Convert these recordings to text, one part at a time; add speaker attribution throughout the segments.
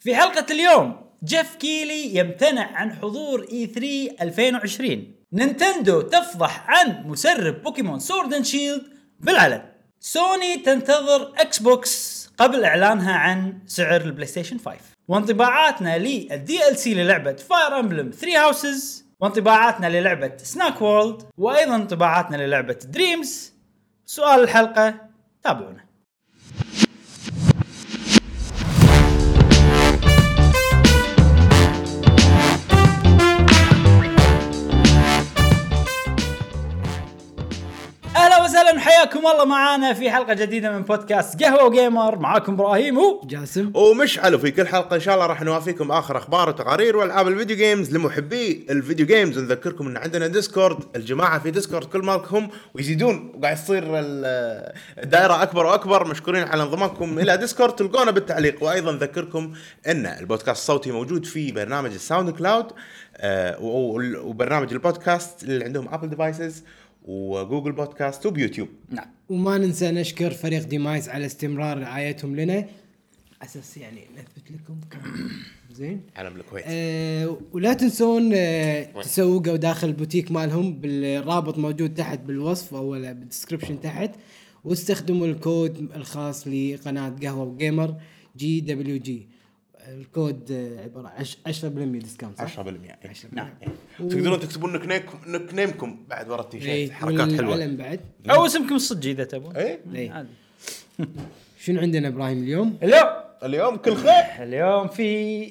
Speaker 1: في حلقة اليوم جيف كيلي يمتنع عن حضور E اي 3 2020 نينتندو تفضح عن مسرب بوكيمون سورد اند شيلد بالعلن سوني تنتظر اكس بوكس قبل اعلانها عن سعر البلاي ستيشن 5 وانطباعاتنا للدي ال سي للعبه فاير امبلم 3 هاوسز وانطباعاتنا للعبه سناك وورلد وايضا انطباعاتنا للعبه دريمز سؤال الحلقه تابعونا اهلا وسهلا حياكم الله معانا في حلقه جديده من بودكاست قهوه وجيمر معاكم ابراهيم و
Speaker 2: جاسم
Speaker 3: ومشعل وفي كل حلقه ان شاء الله راح نوافيكم اخر اخبار وتقارير والعاب الفيديو جيمز لمحبي الفيديو جيمز ونذكركم ان عندنا ديسكورد الجماعه في ديسكورد كل ما هم ويزيدون وقاعد تصير ال- الدائره اكبر واكبر مشكورين على انضمامكم الى ديسكورد تلقونا بالتعليق وايضا نذكركم ان البودكاست الصوتي موجود في برنامج الساوند كلاود آه، و- و- وبرنامج البودكاست اللي عندهم ابل ديفايسز وجوجل بودكاست وبيوتيوب
Speaker 1: نعم
Speaker 2: وما ننسى نشكر فريق ديمايز على استمرار رعايتهم لنا اساس يعني نثبت لكم زين
Speaker 3: علم الكويت
Speaker 2: آه ولا تنسون آه تسوقوا داخل البوتيك مالهم بالرابط موجود تحت بالوصف او لا بالدسكربشن تحت واستخدموا الكود الخاص لقناه قهوه وجيمر جي دبليو جي الكود آه، عباره عن عش- 10% ديسكاونت
Speaker 3: 10% نعم تقدرون تكتبون نكنيك- نك نيمكم بعد ورا التيشيرت
Speaker 2: إيه،
Speaker 3: حركات حلوه
Speaker 2: والعلم بعد
Speaker 1: او اسمكم الصجي اذا تبون
Speaker 3: ايه
Speaker 2: إيه.
Speaker 1: عادي.
Speaker 2: شنو عندنا ابراهيم اليوم؟
Speaker 1: اليوم
Speaker 3: اليوم كل خير
Speaker 1: اليوم في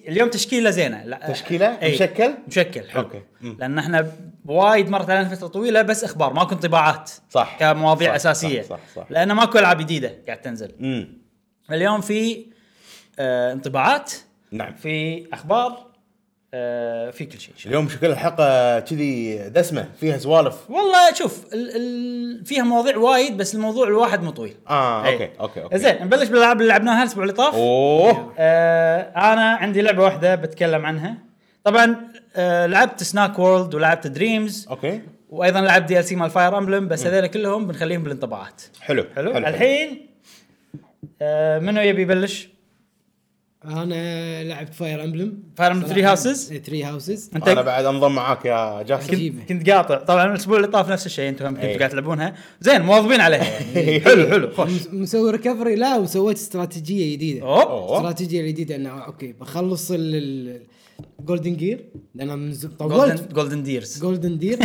Speaker 1: اليوم تشكيله زينه لا
Speaker 3: تشكيلة؟
Speaker 1: أي.
Speaker 3: مشكل؟
Speaker 1: مشكل حلو
Speaker 3: أوكي. مم.
Speaker 1: لان احنا وايد مرت علينا فتره طويله بس اخبار ماكو انطباعات
Speaker 3: صح.
Speaker 1: كمواضيع
Speaker 3: صح،
Speaker 1: اساسيه
Speaker 3: صح، صح، صح.
Speaker 1: لان ماكو العاب جديده قاعد تنزل
Speaker 3: امم
Speaker 1: اليوم في آه انطباعات
Speaker 3: نعم
Speaker 1: في اخبار آه في كل شيء
Speaker 3: اليوم شكل الحلقه كذي دسمه فيها سوالف
Speaker 1: والله شوف ال ال فيها مواضيع وايد بس الموضوع الواحد مو طويل
Speaker 3: اه
Speaker 1: إي.
Speaker 3: اوكي اوكي اوكي
Speaker 1: زين نبلش بالالعاب اللي لعبناها الاسبوع اللي طاف
Speaker 3: اوه
Speaker 1: آه انا عندي لعبه واحده بتكلم عنها طبعا آه لعبت سناك وورلد ولعبت دريمز
Speaker 3: اوكي
Speaker 1: وايضا لعبت دي ال سي مال فاير امبلم بس هذول كلهم بنخليهم بالانطباعات
Speaker 3: حلو
Speaker 1: حلو الحين آه منو يبي يبلش؟
Speaker 2: انا لعبت فاير امبلم
Speaker 1: Fire Emblem Three Houses؟
Speaker 2: 3 هاوسز
Speaker 1: انت
Speaker 3: انا بعد انضم معاك يا جاسم
Speaker 2: عجيبة.
Speaker 1: كنت, كنت قاطع طبعا الاسبوع اللي طاف نفس الشيء انتم هم كنتوا
Speaker 3: إيه.
Speaker 1: قاعد تلعبونها زين مواظبين عليها يعني. حلو حلو خوش
Speaker 2: مسوي ريكفري لا وسويت استراتيجيه جديده
Speaker 1: اوب
Speaker 3: أوه.
Speaker 2: استراتيجيه جديده انه اوكي بخلص الجولدن جير لان من ز- طولت
Speaker 1: جولدن جولدن ديرز
Speaker 2: جولدن دير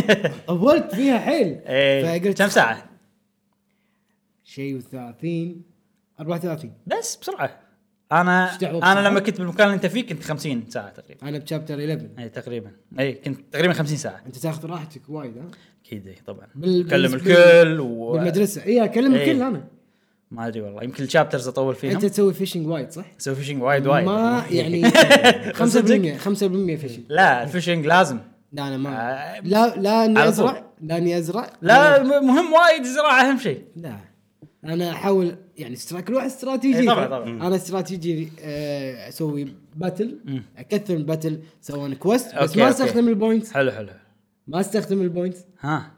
Speaker 2: طولت فيها حيل
Speaker 1: ايه كم ساعه؟
Speaker 2: شيء و30 34
Speaker 1: بس بسرعه انا
Speaker 2: إيش دعوة
Speaker 1: انا
Speaker 2: بسرعة؟
Speaker 1: لما كنت بالمكان اللي انت فيه كنت 50 ساعه تقريبا
Speaker 2: انا بشابتر 11
Speaker 1: اي تقريبا اي إيه، كنت تقريبا 50 ساعه
Speaker 2: انت تاخذ راحتك وايد ها
Speaker 1: اكيد إي طبعا
Speaker 2: بال-
Speaker 1: اكلم
Speaker 2: بالنسبة-
Speaker 1: إيه، الكل و...
Speaker 2: بالمدرسه اي اكلم
Speaker 1: إيه.
Speaker 2: الكل انا
Speaker 1: ما ادري والله يمكن الشابترز اطول فيهم
Speaker 2: انت تسوي فيشنج وايد صح؟
Speaker 1: تسوي فيشنج وايد وايد
Speaker 2: ما يعني 5% 5% فشل
Speaker 1: لا الفيشنج لازم
Speaker 2: لا انا ما
Speaker 1: آه،
Speaker 2: لا لا
Speaker 1: على
Speaker 2: اني
Speaker 1: طول.
Speaker 2: ازرع لا اني ازرع
Speaker 1: لا م- مهم وايد الزراعه اهم شيء
Speaker 2: لا انا احاول يعني استرا... كل واحد استراتيجي
Speaker 1: إيه، طبعاً، طبعاً.
Speaker 2: انا استراتيجي آه، اسوي باتل اكثر من باتل سواء كويست بس
Speaker 1: أوكي،
Speaker 2: ما
Speaker 1: أوكي.
Speaker 2: استخدم البوينتس
Speaker 1: حلو حلو
Speaker 2: ما استخدم البوينتس
Speaker 1: ها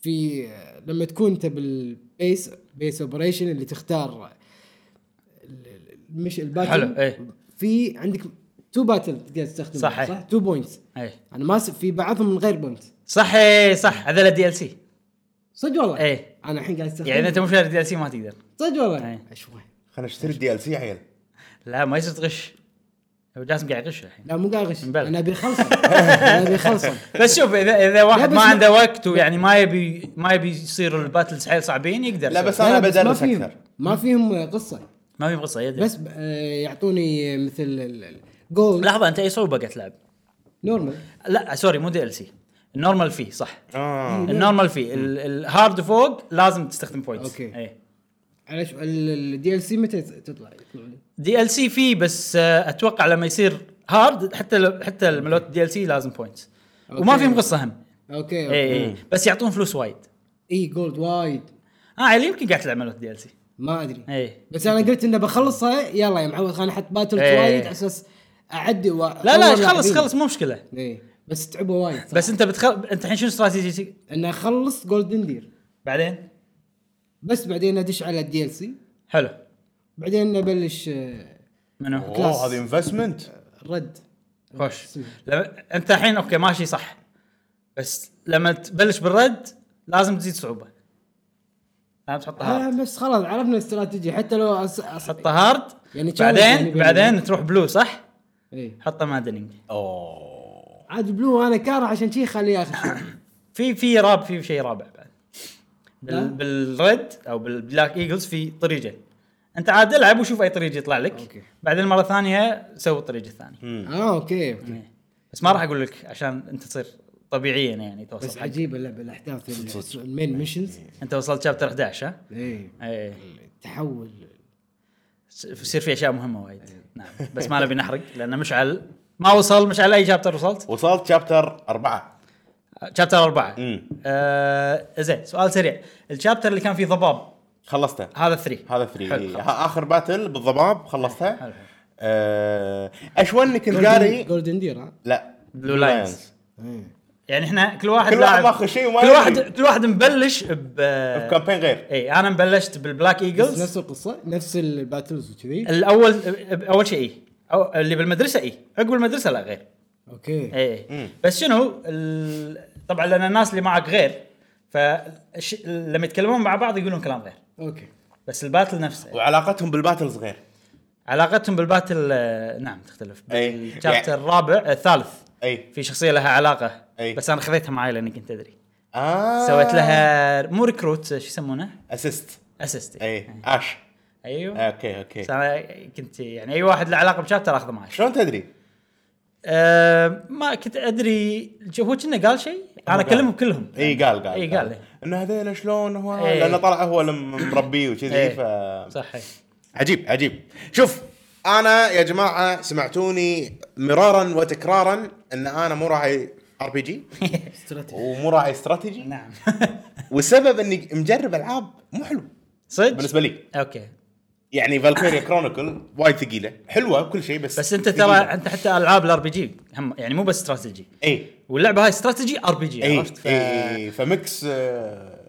Speaker 2: في آه، لما تكون انت بالبيس بيس اوبريشن اللي تختار ال- ال- مش الباتل
Speaker 1: حلو، إيه.
Speaker 2: في عندك تو باتل تقدر تستخدم
Speaker 1: صح، إيه.
Speaker 2: صح تو بوينتس
Speaker 1: اي
Speaker 2: انا ما س- في بعضهم من غير بوينت
Speaker 1: إيه. صح اي صح هذول دي ال سي
Speaker 2: صدق والله
Speaker 1: إيه.
Speaker 2: انا الحين قاعد استخدم
Speaker 1: يعني إذا انت مو شاري دي ال سي ما تقدر
Speaker 2: صدق
Speaker 1: إيه.
Speaker 2: والله شوي
Speaker 3: خلينا نشتري الدي ال سي عيل
Speaker 1: لا ما يصير تغش هو جاسم قاعد يغش الحين
Speaker 2: لا مو قاعد اغش
Speaker 1: مبلى.
Speaker 2: انا ابي اخلصه انا ابي اخلصه
Speaker 1: بس شوف اذا اذا واحد
Speaker 2: بس
Speaker 1: ما
Speaker 2: ما-
Speaker 1: عنده وقت ويعني ما يبي ما يبي يصير الباتلز حيل صعبين يقدر
Speaker 3: لا
Speaker 1: يسوي.
Speaker 3: بس انا
Speaker 2: لا، ما
Speaker 3: بدرس
Speaker 2: فيهم
Speaker 3: اكثر
Speaker 2: ما فيهم قصه
Speaker 1: ما في قصه يدري بس
Speaker 2: بس ب- آه، يعطوني مثل جول
Speaker 1: لحظه انت اي صعوبه قاعد تلعب؟
Speaker 2: نورمال
Speaker 1: لا سوري مو دي ال سي النورمال فيه صح آه.
Speaker 3: اه
Speaker 1: النورمال فيه ال- الهارد فوق لازم تستخدم إيه. بوينتس
Speaker 2: أوكي. على شو الدي ال سي متى تطلع يطلع لي؟
Speaker 1: دي ال سي فيه بس آه، اتوقع لما يصير هارد حتى لو حتى الملوت دي ال سي لازم بوينتس وما
Speaker 2: أوكي.
Speaker 1: فيهم قصه هم
Speaker 2: اوكي
Speaker 1: اي
Speaker 2: اوكي
Speaker 1: اي بس يعطون فلوس وايد
Speaker 2: اي جولد وايد
Speaker 1: اه علي يمكن قاعد تلعب ملوت دي ال سي
Speaker 2: ما ادري
Speaker 1: اي
Speaker 2: بس انا قلت انه بخلصها يلا يا معود خلينا نحط باتل
Speaker 1: إيه.
Speaker 2: وايد على اساس اعدي و...
Speaker 1: لا لا خلص خلص مو مشكله
Speaker 2: اي بس تعبوا وايد صح.
Speaker 1: بس انت بتخل... انت الحين شنو استراتيجيتك
Speaker 2: انه اخلص جولدن دير
Speaker 1: بعدين
Speaker 2: بس بعدين ادش على الدي ال سي
Speaker 1: حلو
Speaker 2: بعدين ابلش آه،
Speaker 1: منو؟
Speaker 3: اوه هذه انفستمنت
Speaker 2: رد
Speaker 1: خوش لما انت الحين اوكي ماشي صح بس لما تبلش بالرد لازم تزيد صعوبه لازم تحطها
Speaker 2: آه
Speaker 1: هارد
Speaker 2: بس خلاص عرفنا الاستراتيجي حتى لو أص... أص...
Speaker 1: تحطها هارد
Speaker 2: آه. يعني challenge
Speaker 1: بعدين
Speaker 2: يعني بين-
Speaker 1: بعدين تروح بلو صح؟
Speaker 2: إيه.
Speaker 1: حطها مادنينج
Speaker 3: اوه
Speaker 2: عاد بلو انا كاره عشان شي خليه اخر
Speaker 1: في في راب في شيء رابع بعد
Speaker 2: لا.
Speaker 1: بال بالريد او بالبلاك ايجلز في طريقه انت عاد العب وشوف اي طريق يطلع لك
Speaker 2: أوكي.
Speaker 1: بعدين مره ثانيه سوي الطريق الثاني
Speaker 2: اه اوكي أوكي.
Speaker 1: بس ما راح اقول لك عشان انت تصير طبيعيا يعني
Speaker 2: بس
Speaker 1: توصل حق
Speaker 2: عجيبه اللعبه الاحداث المين ميشنز
Speaker 1: انت وصلت شابتر 11 ها؟
Speaker 2: ايه
Speaker 1: اي
Speaker 2: تحول
Speaker 1: س- يصير في اشياء مهمه
Speaker 3: إيه.
Speaker 1: وايد نعم بس ما نبي نحرق لان مشعل ما وصل مشعل اي شابتر وصلت؟
Speaker 3: وصلت شابتر أربعة
Speaker 1: شابتر اربعه
Speaker 3: مم.
Speaker 1: آه زين سؤال سريع الشابتر اللي كان فيه ضباب
Speaker 3: خلصته
Speaker 1: هذا 3
Speaker 3: هذا
Speaker 1: حلو،
Speaker 3: إيه. ثري
Speaker 1: خلاص.
Speaker 3: اخر باتل بالضباب
Speaker 1: حلو.
Speaker 3: خلصتها آه، اشون كنت قاري
Speaker 2: جولدن دير ها
Speaker 3: لا
Speaker 1: بلو لاينز
Speaker 2: إيه.
Speaker 1: يعني احنا كل واحد
Speaker 3: كل واحد
Speaker 1: لاعب-
Speaker 3: ماخذ شيء وما
Speaker 1: كل واحد
Speaker 3: يدري.
Speaker 1: كل واحد مبلش ب
Speaker 3: كامبين غير
Speaker 1: اي انا مبلشت بالبلاك
Speaker 2: بس
Speaker 1: ايجلز
Speaker 2: نفس القصه نفس الباتلز وكذي
Speaker 1: الاول اول شيء اي أو اللي بالمدرسه اي عقب المدرسه لا غير
Speaker 2: اوكي
Speaker 1: اي بس شنو ال... طبعا لان الناس اللي معك غير فش... لما يتكلمون مع بعض يقولون كلام غير
Speaker 2: اوكي
Speaker 1: بس الباتل نفسه
Speaker 3: وعلاقتهم بالباتلز غير
Speaker 1: علاقتهم بالباتل آه، نعم تختلف
Speaker 3: إي.
Speaker 1: بالشابتر الرابع آه، الثالث
Speaker 3: اي
Speaker 1: في شخصيه لها علاقه
Speaker 3: إي.
Speaker 1: بس انا خذيتها معي لاني كنت ادري
Speaker 3: اه
Speaker 1: سويت لها مو ريكروت شو يسمونه؟
Speaker 3: اسيست
Speaker 1: اسيست
Speaker 3: اي اش
Speaker 1: ايوه
Speaker 3: اوكي اوكي
Speaker 1: بس انا كنت يعني اي واحد له علاقه بشابتر اخذه معي
Speaker 3: شلون تدري؟
Speaker 1: أه ما كنت ادري شو- هو كنا قال شيء انا اكلمهم كلهم
Speaker 3: اي إيه، قال قال
Speaker 1: إي، يعني إيه، قال. إيه.
Speaker 3: انه هذول شلون هو
Speaker 1: إي.
Speaker 3: لانه طلع هو اللي مربيه وكذي
Speaker 1: إي.
Speaker 3: ف
Speaker 1: صحيح
Speaker 3: عجيب عجيب شوف انا يا جماعه سمعتوني مرارا وتكرارا ان انا مو راعي ار بي جي
Speaker 2: استراتيجي
Speaker 3: ومو راعي استراتيجي
Speaker 1: نعم
Speaker 3: والسبب اني مجرب العاب مو حلو
Speaker 1: صدق
Speaker 3: بالنسبه لي
Speaker 1: اوكي
Speaker 3: يعني فالكيريا كرونيكل وايد ثقيله حلوه كل شيء بس
Speaker 1: بس انت
Speaker 3: ثقيلة.
Speaker 1: ترى انت حتى العاب الار بي جي هم يعني مو بس استراتيجي
Speaker 3: اي
Speaker 1: واللعبه هاي استراتيجي ار بي جي
Speaker 3: اي
Speaker 1: عرفت ف-
Speaker 3: اي إيه. فميكس آه،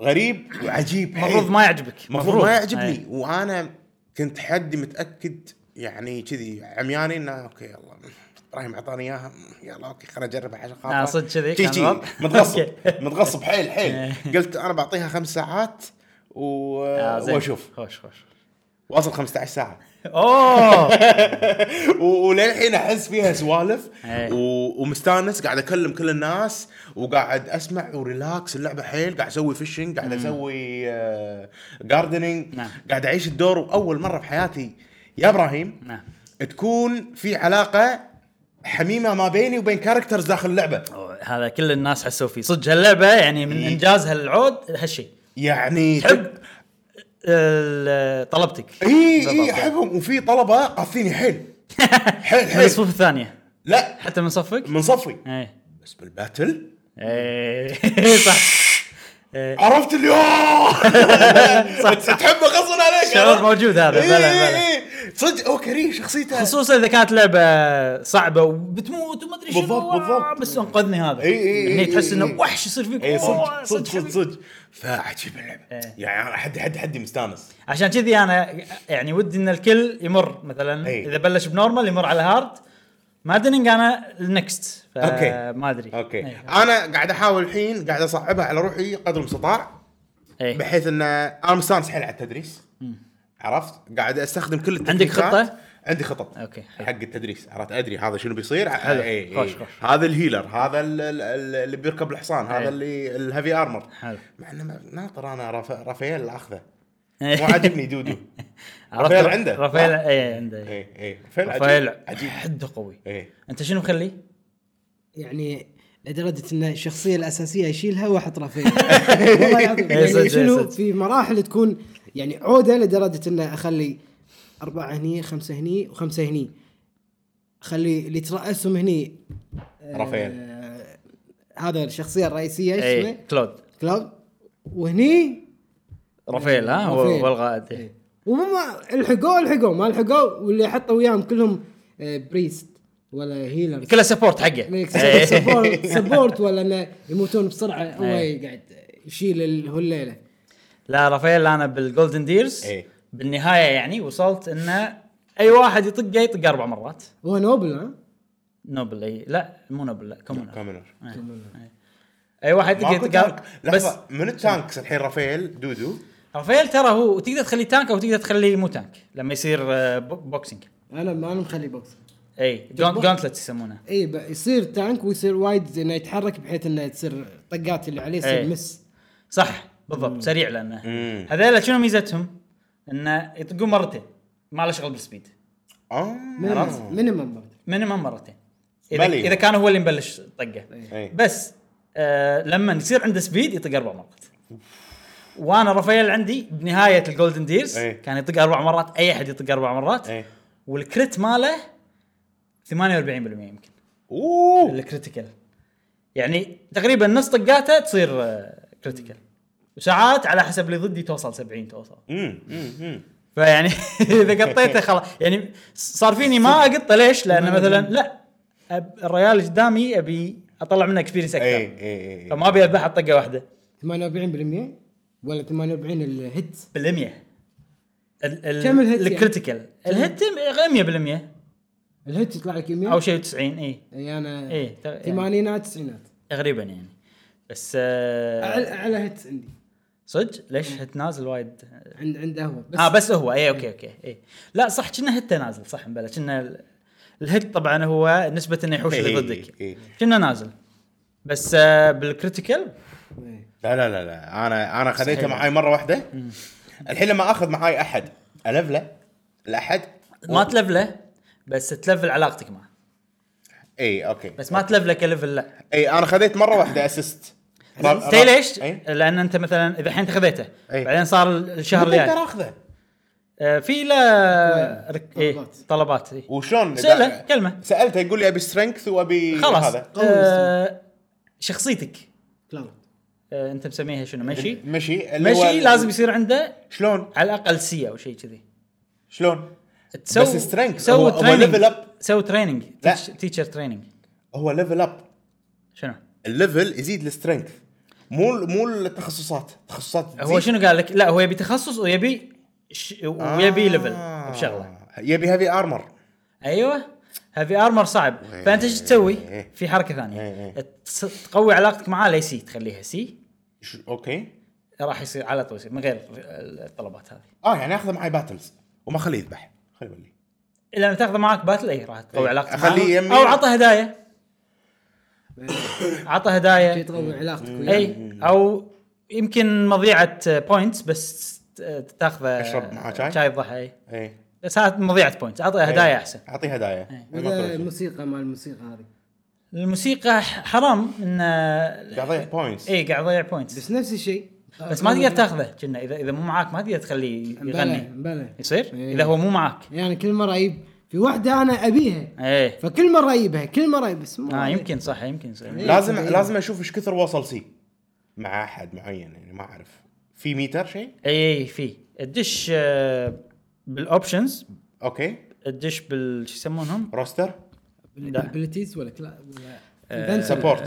Speaker 3: غريب وعجيب إيه.
Speaker 1: المفروض ما يعجبك إيه.
Speaker 3: المفروض ما يعجبني
Speaker 1: إي.
Speaker 3: وانا كنت حدي متاكد يعني كذي عمياني انه اوكي يلا ابراهيم اعطاني اياها يلا اوكي خليني اجربها عشان خاطر
Speaker 1: آه، صدق كذي
Speaker 3: شي-
Speaker 1: كان
Speaker 3: شي،
Speaker 1: الوضع؟
Speaker 3: متغصب
Speaker 1: أوكي. إيه.
Speaker 3: متغصب حيل حيل قلت انا بعطيها خمس ساعات و...
Speaker 1: آه، زين.
Speaker 3: واشوف
Speaker 1: خوش خوش
Speaker 3: واصل 15 ساعه
Speaker 1: اوه
Speaker 3: و- وللحين احس فيها سوالف
Speaker 1: إيه.
Speaker 3: و- ومستانس قاعد اكلم كل الناس وقاعد اسمع وريلاكس اللعبه حيل قاعد اسوي فيشنج قاعد اسوي جاردنينج
Speaker 1: نعم.
Speaker 3: قاعد اعيش الدور واول مره بحياتي يا ابراهيم
Speaker 1: نعم
Speaker 3: تكون في علاقه حميمه ما بيني وبين كاركترز داخل اللعبه
Speaker 1: أوه، هذا كل الناس حسوا فيه صدق هاللعبه يعني
Speaker 3: إيه.
Speaker 1: من انجازها العود هالشيء
Speaker 3: يعني
Speaker 1: تحب ال- طلبتك
Speaker 3: اي
Speaker 1: بالضبط.
Speaker 3: اي احبهم وفي طلبه قاثيني حيل حيل
Speaker 1: من
Speaker 3: حيل
Speaker 1: الصفوف الثانيه
Speaker 3: لا
Speaker 1: حتى من صفك
Speaker 3: من صفي
Speaker 1: ايه
Speaker 3: بس بالباتل
Speaker 1: ايه صح
Speaker 3: عرفت اللي يوه! تحبه غصبا عليك
Speaker 1: شعور موجود هذا،
Speaker 3: إي
Speaker 1: بلى،
Speaker 3: إي
Speaker 1: بلى.
Speaker 3: إي. إيه. صدق هو كريه شخصيته
Speaker 1: خصوصا اذا كانت لعبه صعبه وبتموت وما ادري شنو
Speaker 3: بالضبط،
Speaker 1: آه،
Speaker 3: بالضبط. إيه،
Speaker 1: بس انقذني هذا
Speaker 3: إي، إي، إي،
Speaker 1: هني تحس
Speaker 3: إي، إي.
Speaker 1: انه وحش يصير فيك
Speaker 3: اي
Speaker 1: أوه،
Speaker 3: إيه، صدق صدق صدق
Speaker 1: حبيبي.
Speaker 3: صدق فعجيب اللعبه
Speaker 1: إيه.
Speaker 3: يعني انا حد حد حدي مستانس
Speaker 1: عشان كذي انا يعني ودي ان الكل يمر مثلا
Speaker 3: إي.
Speaker 1: اذا بلش بنورمال يمر على هارد مادنينج انا النكست
Speaker 3: أوكي.
Speaker 1: ما إيه. ادري
Speaker 3: اوكي
Speaker 1: إي.
Speaker 3: انا قاعد احاول الحين قاعد اصعبها على روحي قدر المستطاع
Speaker 1: إي.
Speaker 3: بحيث ان انا مستانس حيل على التدريس عرفت قاعد استخدم كل التكنيكات.
Speaker 1: خطة؟
Speaker 3: عندي خطط
Speaker 1: أوكي، حلو.
Speaker 3: حق التدريس عرفت ادري هذا شنو بيصير
Speaker 1: حلو.
Speaker 3: إي، إي.
Speaker 1: خوش، خوش. إيه.
Speaker 3: هذا الهيلر هذا ال- ال- ال- اللي بيركب الحصان
Speaker 1: إي.
Speaker 3: هذا اللي الهيفي ارمر
Speaker 1: حلو.
Speaker 3: مع انه ما- ناطر انا رافا- رافائيل اللي اخذه مو عاجبني دودو
Speaker 1: إيه. عرفت؟
Speaker 3: رافائيل عنده.
Speaker 1: رافائيل
Speaker 3: آه.
Speaker 1: اي عنده إي.
Speaker 3: اي اي إيه. رافائيل
Speaker 1: رافائيل
Speaker 3: عجيب. إيه،
Speaker 1: عجيب حده قوي
Speaker 3: اي
Speaker 1: انت شنو مخليه؟
Speaker 2: يعني لدرجه ان الشخصيه الاساسيه اشيلها واحط رفيع والله العظيم.
Speaker 1: إيه صدق، إيه
Speaker 2: يعني شنو
Speaker 1: صدق.
Speaker 2: في مراحل تكون يعني عوده لدرجه ان اخلي اربعه هني خمسه هني وخمسه هني اخلي اللي ترأسهم هني آه،
Speaker 3: رافائيل
Speaker 2: هذا الشخصيه الرئيسيه إيش
Speaker 1: اي
Speaker 2: اسمه
Speaker 1: إيه. كلود
Speaker 2: كلاود وهني
Speaker 1: رافائيل ها هو
Speaker 2: رافائيل.
Speaker 1: هو إيه. القائد إي.
Speaker 2: وما الحقوه الحقوه ما الحقوه واللي حطوا وياهم كلهم آه، بريست ولا هيلر
Speaker 1: كله سبورت حقه
Speaker 2: إيه،
Speaker 1: إيه. إي.
Speaker 2: سبورت سبورت ولا انه يموتون بسرعه هو
Speaker 1: إيه.
Speaker 2: قاعد يشيل ال- هو الليله
Speaker 1: لا رافائيل انا بالجولدن ديرز
Speaker 3: إي.
Speaker 1: بالنهايه يعني وصلت انه اي واحد يطقه يطق اربع مرات
Speaker 2: هو نوبل ها؟
Speaker 1: نوبل اي لا مو نوبل لا كومون
Speaker 3: كامينر
Speaker 1: اي إيه. واحد يطق
Speaker 3: ماكو
Speaker 1: يطق
Speaker 3: تانك
Speaker 1: بس
Speaker 3: لحظه من التانكس الحين رافائيل دودو
Speaker 1: رافائيل ترى هو تقدر تخليه تانك او تقدر تخليه مو تانك لما يصير آه، بو- بوكسينج
Speaker 2: انا ما انا مخلي بوكس
Speaker 1: اي
Speaker 2: تطبخ؟
Speaker 1: جونتلت يسمونه
Speaker 2: اي ب- يصير تانك ويصير وايد انه يتحرك بحيث انه تصير طقات اللي عليه
Speaker 1: إيه.
Speaker 2: تصير مس
Speaker 1: صح بالضبط سريع لانه
Speaker 3: مم.
Speaker 1: هذول شنو ميزتهم؟ انه يطقون مرتين ما له شغل بالسبيد
Speaker 3: اه
Speaker 2: مينيمم مينيمم
Speaker 1: مينيمم مرتين اذا
Speaker 3: بلي.
Speaker 1: اذا كان هو اللي مبلش طقه
Speaker 3: إيه.
Speaker 1: بس آه لما يصير عنده سبيد يطق اربع مرات وانا رافائيل عندي بنهايه الجولدن ديرز
Speaker 3: إيه.
Speaker 1: كان يطق اربع مرات اي احد يطق اربع مرات
Speaker 3: إيه.
Speaker 1: والكريت ماله 48% يمكن
Speaker 3: اوه
Speaker 1: الكريتيكال يعني تقريبا نص طقاته تصير آه، كريتيكال وساعات على حسب اللي ضدي توصل 70 توصل
Speaker 3: امم امم
Speaker 1: فيعني اذا قطيته خلاص يعني صار فيني ما اقطه ليش؟ لان مثلا لا أب- الريال اللي قدامي ابي اطلع منه اكسبيرينس
Speaker 3: اي
Speaker 1: اكثر
Speaker 3: اي اي
Speaker 1: فما ابي اذبحه بطقه واحده
Speaker 2: 48% ولا 48 الهيت
Speaker 1: بالمية ال- ال-
Speaker 2: كم الهيت يعني؟
Speaker 1: الكريتيكال الهيت 100%
Speaker 2: الهيت يطلع لك 100
Speaker 1: او شيء 90 اي
Speaker 2: اي انا
Speaker 1: إيه، تغ- يعني.
Speaker 2: ثمانينات تسعينات
Speaker 1: تقريبا يعني بس آه،
Speaker 2: اعلى اعلى هيت عندي
Speaker 1: صدق ليش هت نازل وايد
Speaker 2: عند عند قهوه إيه. بس
Speaker 1: اه بس هو اي اوكي اوكي اي إيه. لا صح كنا هت نازل صح مبلا كنا ال- الهت طبعا هو نسبه انه يحوش اللي
Speaker 3: إيه،
Speaker 1: ضدك
Speaker 3: إيه.
Speaker 1: كنا نازل بس آه، بالكريتيكال
Speaker 2: إيه.
Speaker 3: لا لا لا لا انا انا خذيته
Speaker 1: مستحيل.
Speaker 3: معاي مره واحده الحين لما اخذ معاي احد الفله الاحد
Speaker 1: ما تلفله بس تلفل علاقتك معه
Speaker 3: اي اوكي
Speaker 1: بس ما تلفله كلفل لا
Speaker 3: اي انا إيه، خذيت مره واحده اسيست
Speaker 1: تدري ليش؟
Speaker 3: اي
Speaker 1: لان انت مثلا اذا الحين خذيته
Speaker 3: إيه.
Speaker 1: بعدين صار الشهر
Speaker 3: متى اقدر
Speaker 1: الجاي
Speaker 3: اخذه
Speaker 1: آه، في لا رك- إيه،
Speaker 2: طلبات.
Speaker 1: طلبات إيه.
Speaker 3: وشلون
Speaker 1: سأله، كلمة.
Speaker 3: سالته يقول لي ابي سترينث وابي
Speaker 1: خلاص
Speaker 3: إيه، هذا
Speaker 2: قوي
Speaker 1: آه، شخصيتك
Speaker 2: كلاود
Speaker 1: آه، انت مسميها شنو مشي
Speaker 3: مشي اللي هو-
Speaker 1: مشي لازم يصير عنده
Speaker 3: شلون
Speaker 1: على الاقل سي او شيء كذي
Speaker 3: شلون
Speaker 1: تسوي
Speaker 3: بس strength. هو-
Speaker 1: سوي
Speaker 3: هو
Speaker 1: تريننج
Speaker 3: level up.
Speaker 1: سوي تريننج
Speaker 3: لا.
Speaker 1: تيتشر تريننج
Speaker 3: هو ليفل اب
Speaker 1: شنو؟
Speaker 3: الليفل يزيد السترينث مو مو التخصصات التخصصات
Speaker 1: هو
Speaker 3: تزيد.
Speaker 1: شنو قال لك؟ لا هو يبي تخصص ويبي ش...
Speaker 3: آه.
Speaker 1: ويبي ليفل بشغله
Speaker 3: يبي هيفي ارمر
Speaker 1: ايوه هذي ارمر صعب فانت ايش تسوي؟
Speaker 3: إيه.
Speaker 1: في حركه ثانيه
Speaker 3: إيه.
Speaker 1: تس- تقوي علاقتك معاه لي سي تخليها سي
Speaker 3: اوكي
Speaker 1: راح يصير على طول يصير من غير الطلبات هذه
Speaker 3: اه يعني اخذه معي باتلز وما اخليه يذبح خليه يولي
Speaker 1: لما تاخذه معك باتل اي راح تقوي
Speaker 3: إيه.
Speaker 1: علاقتك
Speaker 3: أخليه
Speaker 1: معاه.
Speaker 3: يمي.
Speaker 1: او عطه هدايا عطه
Speaker 2: شيء
Speaker 1: هدايا
Speaker 2: تقوي علاقتك
Speaker 1: إيه.
Speaker 2: وياه
Speaker 1: اي او يمكن مضيعه بوينتس بس تاخذه
Speaker 3: أشرب معاه شاي؟
Speaker 1: شاي الضحى إي.
Speaker 3: ايه
Speaker 1: بس هذا مضيعه بوينتس اعطيه هدايا احسن
Speaker 3: اعطيه هدايا
Speaker 2: ولا الموسيقى مال الموسيقى هذه
Speaker 1: الموسيقى ح- حرام ان
Speaker 3: قاعد يضيع بوينتس
Speaker 1: اي قاعد يضيع بوينتس
Speaker 2: بس نفس الشيء
Speaker 1: بس ما تقدر تاخذه كنا اذا اذا مو معاك ما تقدر تخليه
Speaker 2: بلى
Speaker 1: يغني
Speaker 2: بلى
Speaker 1: يصير؟
Speaker 2: يعني. إيه.
Speaker 1: اذا هو مو معاك
Speaker 2: يعني كل مره اجيب في واحده انا ابيها
Speaker 1: ايه
Speaker 2: فكل مره اجيبها كل مره أجيب، بس مو
Speaker 1: اه
Speaker 2: راضي.
Speaker 1: يمكن صح يمكن يصير
Speaker 3: لازم
Speaker 2: إيه.
Speaker 3: لازم اشوف ايش كثر وصل سي مع احد معين يعني ما اعرف في ميتر شيء
Speaker 1: اي اي في الدش آه، بالاوبشنز
Speaker 3: اوكي
Speaker 1: الدش بال شو يسمونهم؟
Speaker 3: روستر
Speaker 1: لا. آه،
Speaker 2: ابيلتيز ولا كلا ولا
Speaker 3: support.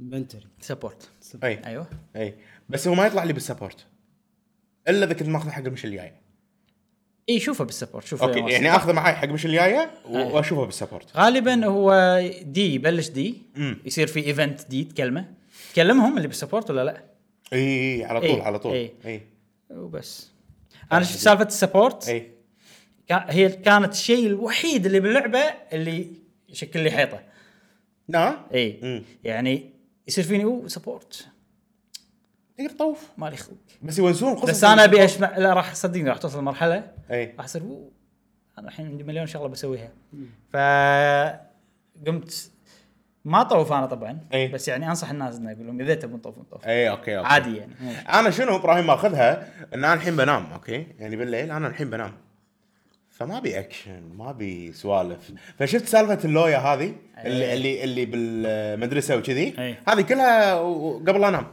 Speaker 2: انفنتوري
Speaker 1: سبورت
Speaker 3: اي
Speaker 1: ايوه
Speaker 3: اي بس هو ما يطلع لي بالسبورت الا اذا كنت ماخذه حق مش الجايه
Speaker 1: اي شوفه بالسبورت شوفه
Speaker 3: اوكي
Speaker 1: يا
Speaker 3: يعني
Speaker 1: واصل.
Speaker 3: اخذه معي حق مش الجايه و- واشوفه بالسبورت
Speaker 1: غالبا هو دي يبلش دي
Speaker 3: مم.
Speaker 1: يصير في ايفنت دي تكلمه تكلمهم اللي بالسبورت ولا لا
Speaker 3: اي اي على طول
Speaker 1: إيه.
Speaker 3: على طول
Speaker 1: إيه.
Speaker 3: اي
Speaker 1: وبس
Speaker 3: طيب.
Speaker 1: انا شفت سالفه السبورت
Speaker 3: اي
Speaker 1: كا- هي كانت الشيء الوحيد اللي باللعبه اللي يشكل لي حيطه
Speaker 3: لا
Speaker 1: اي
Speaker 3: مم.
Speaker 1: يعني يصير فيني او سبورت
Speaker 3: تقدر تطوف
Speaker 1: مالي خلق
Speaker 3: بس يونسون قصص
Speaker 1: بس انا ابي اشمع لا راح صدقني راح توصل مرحله
Speaker 3: اي
Speaker 1: راح اصير أوه، انا الحين عندي مليون شغله بسويها ف قمت ما طوف انا طبعا
Speaker 3: إي.
Speaker 1: بس يعني انصح الناس انه اقول لهم اذا تبون طوفون طوف
Speaker 3: اي اوكي اوكي
Speaker 1: عادي يعني مو-
Speaker 3: انا شنو ابراهيم ماخذها ان انا الحين بنام اوكي يعني بالليل انا الحين بنام فما ابي اكشن ما ابي سوالف فشفت سالفه اللويا هذه اللي اللي, اللي بالمدرسه وكذي
Speaker 1: إيه.
Speaker 3: هذه كلها و- و- قبل انام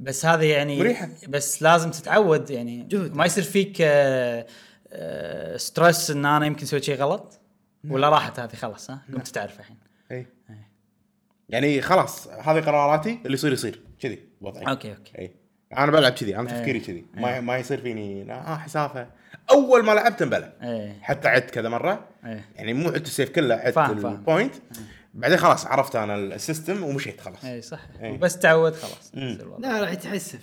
Speaker 1: بس هذا يعني
Speaker 3: مريحة.
Speaker 1: بس لازم تتعود يعني
Speaker 2: جهد.
Speaker 1: ما يصير فيك آه، آه، ستريس ان انا يمكن سويت شيء غلط
Speaker 3: نعم.
Speaker 1: ولا راحت هذه خلاص ها قمت تعرف الحين
Speaker 3: اي يعني خلاص هذه قراراتي اللي يصير يصير كذي وضعي
Speaker 1: اوكي اوكي
Speaker 3: اي انا بلعب كذي انا تفكيري كذي ما ما يصير فيني لا، اه حسافه اول ما لعبت انبلع
Speaker 1: ايه
Speaker 3: حتى عدت كذا مره
Speaker 1: ايه
Speaker 3: يعني مو عدت السيف كله عدت
Speaker 1: فاهم، فاهم.
Speaker 3: البوينت بعدين خلاص عرفت انا السيستم ومشيت خلاص
Speaker 1: اي صح
Speaker 3: إيه.
Speaker 1: بس تعود خلاص يصير والله.
Speaker 2: لا راح يتحسف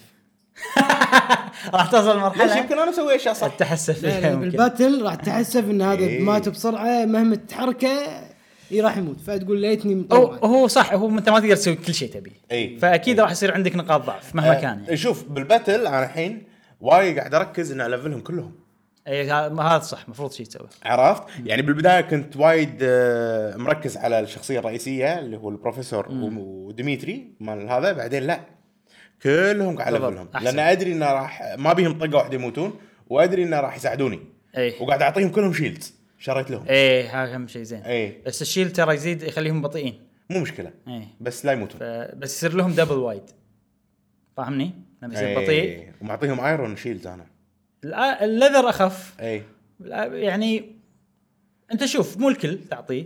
Speaker 1: راح توصل
Speaker 3: ليش
Speaker 1: مرحله
Speaker 3: يمكن انا اسوي اشياء صح
Speaker 1: التحسف
Speaker 2: لا،
Speaker 1: فيها
Speaker 2: لا،
Speaker 1: يمكن
Speaker 2: بالباتل راح تحسف ان هذا
Speaker 3: إيه.
Speaker 2: مات بسرعه مهما تحركه إيه راح يموت فتقول ليتني
Speaker 1: هو
Speaker 2: مطلع
Speaker 1: هو صح هو انت ما تقدر تسوي كل شيء تبي
Speaker 3: إيه.
Speaker 1: فاكيد راح يصير عندك نقاط ضعف مهما
Speaker 3: آه،
Speaker 1: كان يعني
Speaker 3: شوف بالباتل انا الحين وايد قاعد اركز اني الفلهم كلهم
Speaker 1: اي ه- ما- هذا صح المفروض شيء تسوي
Speaker 3: عرفت؟ يعني بالبدايه كنت وايد آه، مركز على الشخصيه الرئيسيه اللي هو البروفيسور و- وديميتري مال هذا بعدين لا كلهم قاعد
Speaker 1: بالضبط،
Speaker 3: الفلهم
Speaker 1: أحسن.
Speaker 3: لان ادري انه راح ما بيهم طقه واحده يموتون وادري انه راح يساعدوني
Speaker 1: اي
Speaker 3: وقاعد اعطيهم كلهم شيلدز شريت لهم
Speaker 1: اي هذا اهم شيء زين
Speaker 3: اي
Speaker 1: بس الشيل ترى يزيد يخليهم بطيئين
Speaker 3: مو مشكله
Speaker 1: اي
Speaker 3: بس لا يموتون
Speaker 1: ف- بس يصير لهم دبل وايد فاهمني؟ لما يصير بطيء
Speaker 3: إيه، ومعطيهم ايرون شيلدز انا
Speaker 1: الآ- الليذر اخف
Speaker 3: اي
Speaker 1: الآ- يعني انت شوف مو الكل تعطيه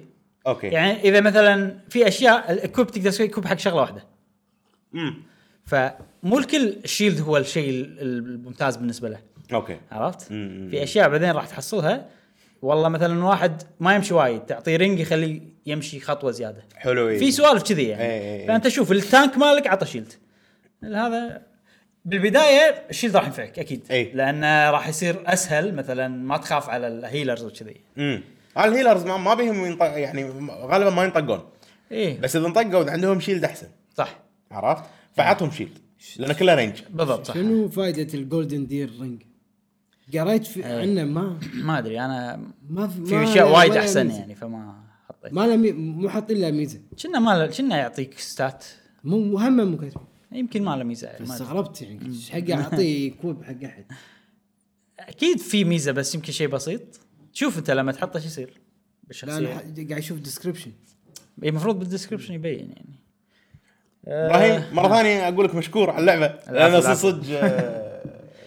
Speaker 3: اوكي
Speaker 1: يعني اذا مثلا في اشياء الكوب تقدر تسوي كوب حق شغله واحده
Speaker 3: مم.
Speaker 1: فمو الكل الشيلد هو الشيء ال- الممتاز بالنسبه له
Speaker 3: اوكي
Speaker 1: عرفت؟
Speaker 3: مم.
Speaker 1: في اشياء بعدين راح تحصلها والله مثلا واحد ما يمشي وايد تعطيه رينج يخليه يمشي خطوه زياده
Speaker 3: حلو إيه.
Speaker 1: في سوالف كذي
Speaker 3: إي إي
Speaker 1: يعني
Speaker 3: إي.
Speaker 1: فانت شوف التانك مالك عطى شيلد هذا بالبدايه الشيلد راح ينفعك اكيد
Speaker 3: إي.
Speaker 1: لانه راح يصير اسهل مثلا ما تخاف على الهيلرز وكذي
Speaker 3: امم الهيلرز ما, ما بيهم ينطق يعني غالبا ما ينطقون
Speaker 1: اي
Speaker 3: بس اذا انطقوا عندهم شيلد احسن
Speaker 1: صح
Speaker 3: عرفت؟
Speaker 1: إيه.
Speaker 3: فاعطهم شيلد لان كله رينج
Speaker 1: بالضبط صح
Speaker 2: شنو فائده الجولدن دير رينج؟ قريت في
Speaker 1: آه.
Speaker 2: عنه ما
Speaker 1: ما ادري انا
Speaker 2: ما في
Speaker 1: في
Speaker 2: ما-
Speaker 1: اشياء
Speaker 2: ولا
Speaker 1: وايد
Speaker 2: ميزة.
Speaker 1: احسن يعني فما حطيت
Speaker 2: ما له مي- مو حاطين له ميزه
Speaker 1: كنا ما له- كنا يعطيك ستات
Speaker 2: مو مهمه مو كاتبين
Speaker 1: يمكن ما له ميزه ما أدري.
Speaker 2: استغربت يعني ايش حق اعطيه كوب حق احد
Speaker 1: اكيد في ميزه بس يمكن شيء بسيط شوف انت لما تحطه شو يصير
Speaker 2: لا انا ح-
Speaker 1: بالشخصيه
Speaker 2: قاعد اشوف ديسكربشن
Speaker 1: إيه، المفروض بالدسكربشن يبين يعني
Speaker 3: ابراهيم مره ثانيه اقول لك مشكور على اللعبه لان
Speaker 1: إيه. العفو.
Speaker 3: صدق آه،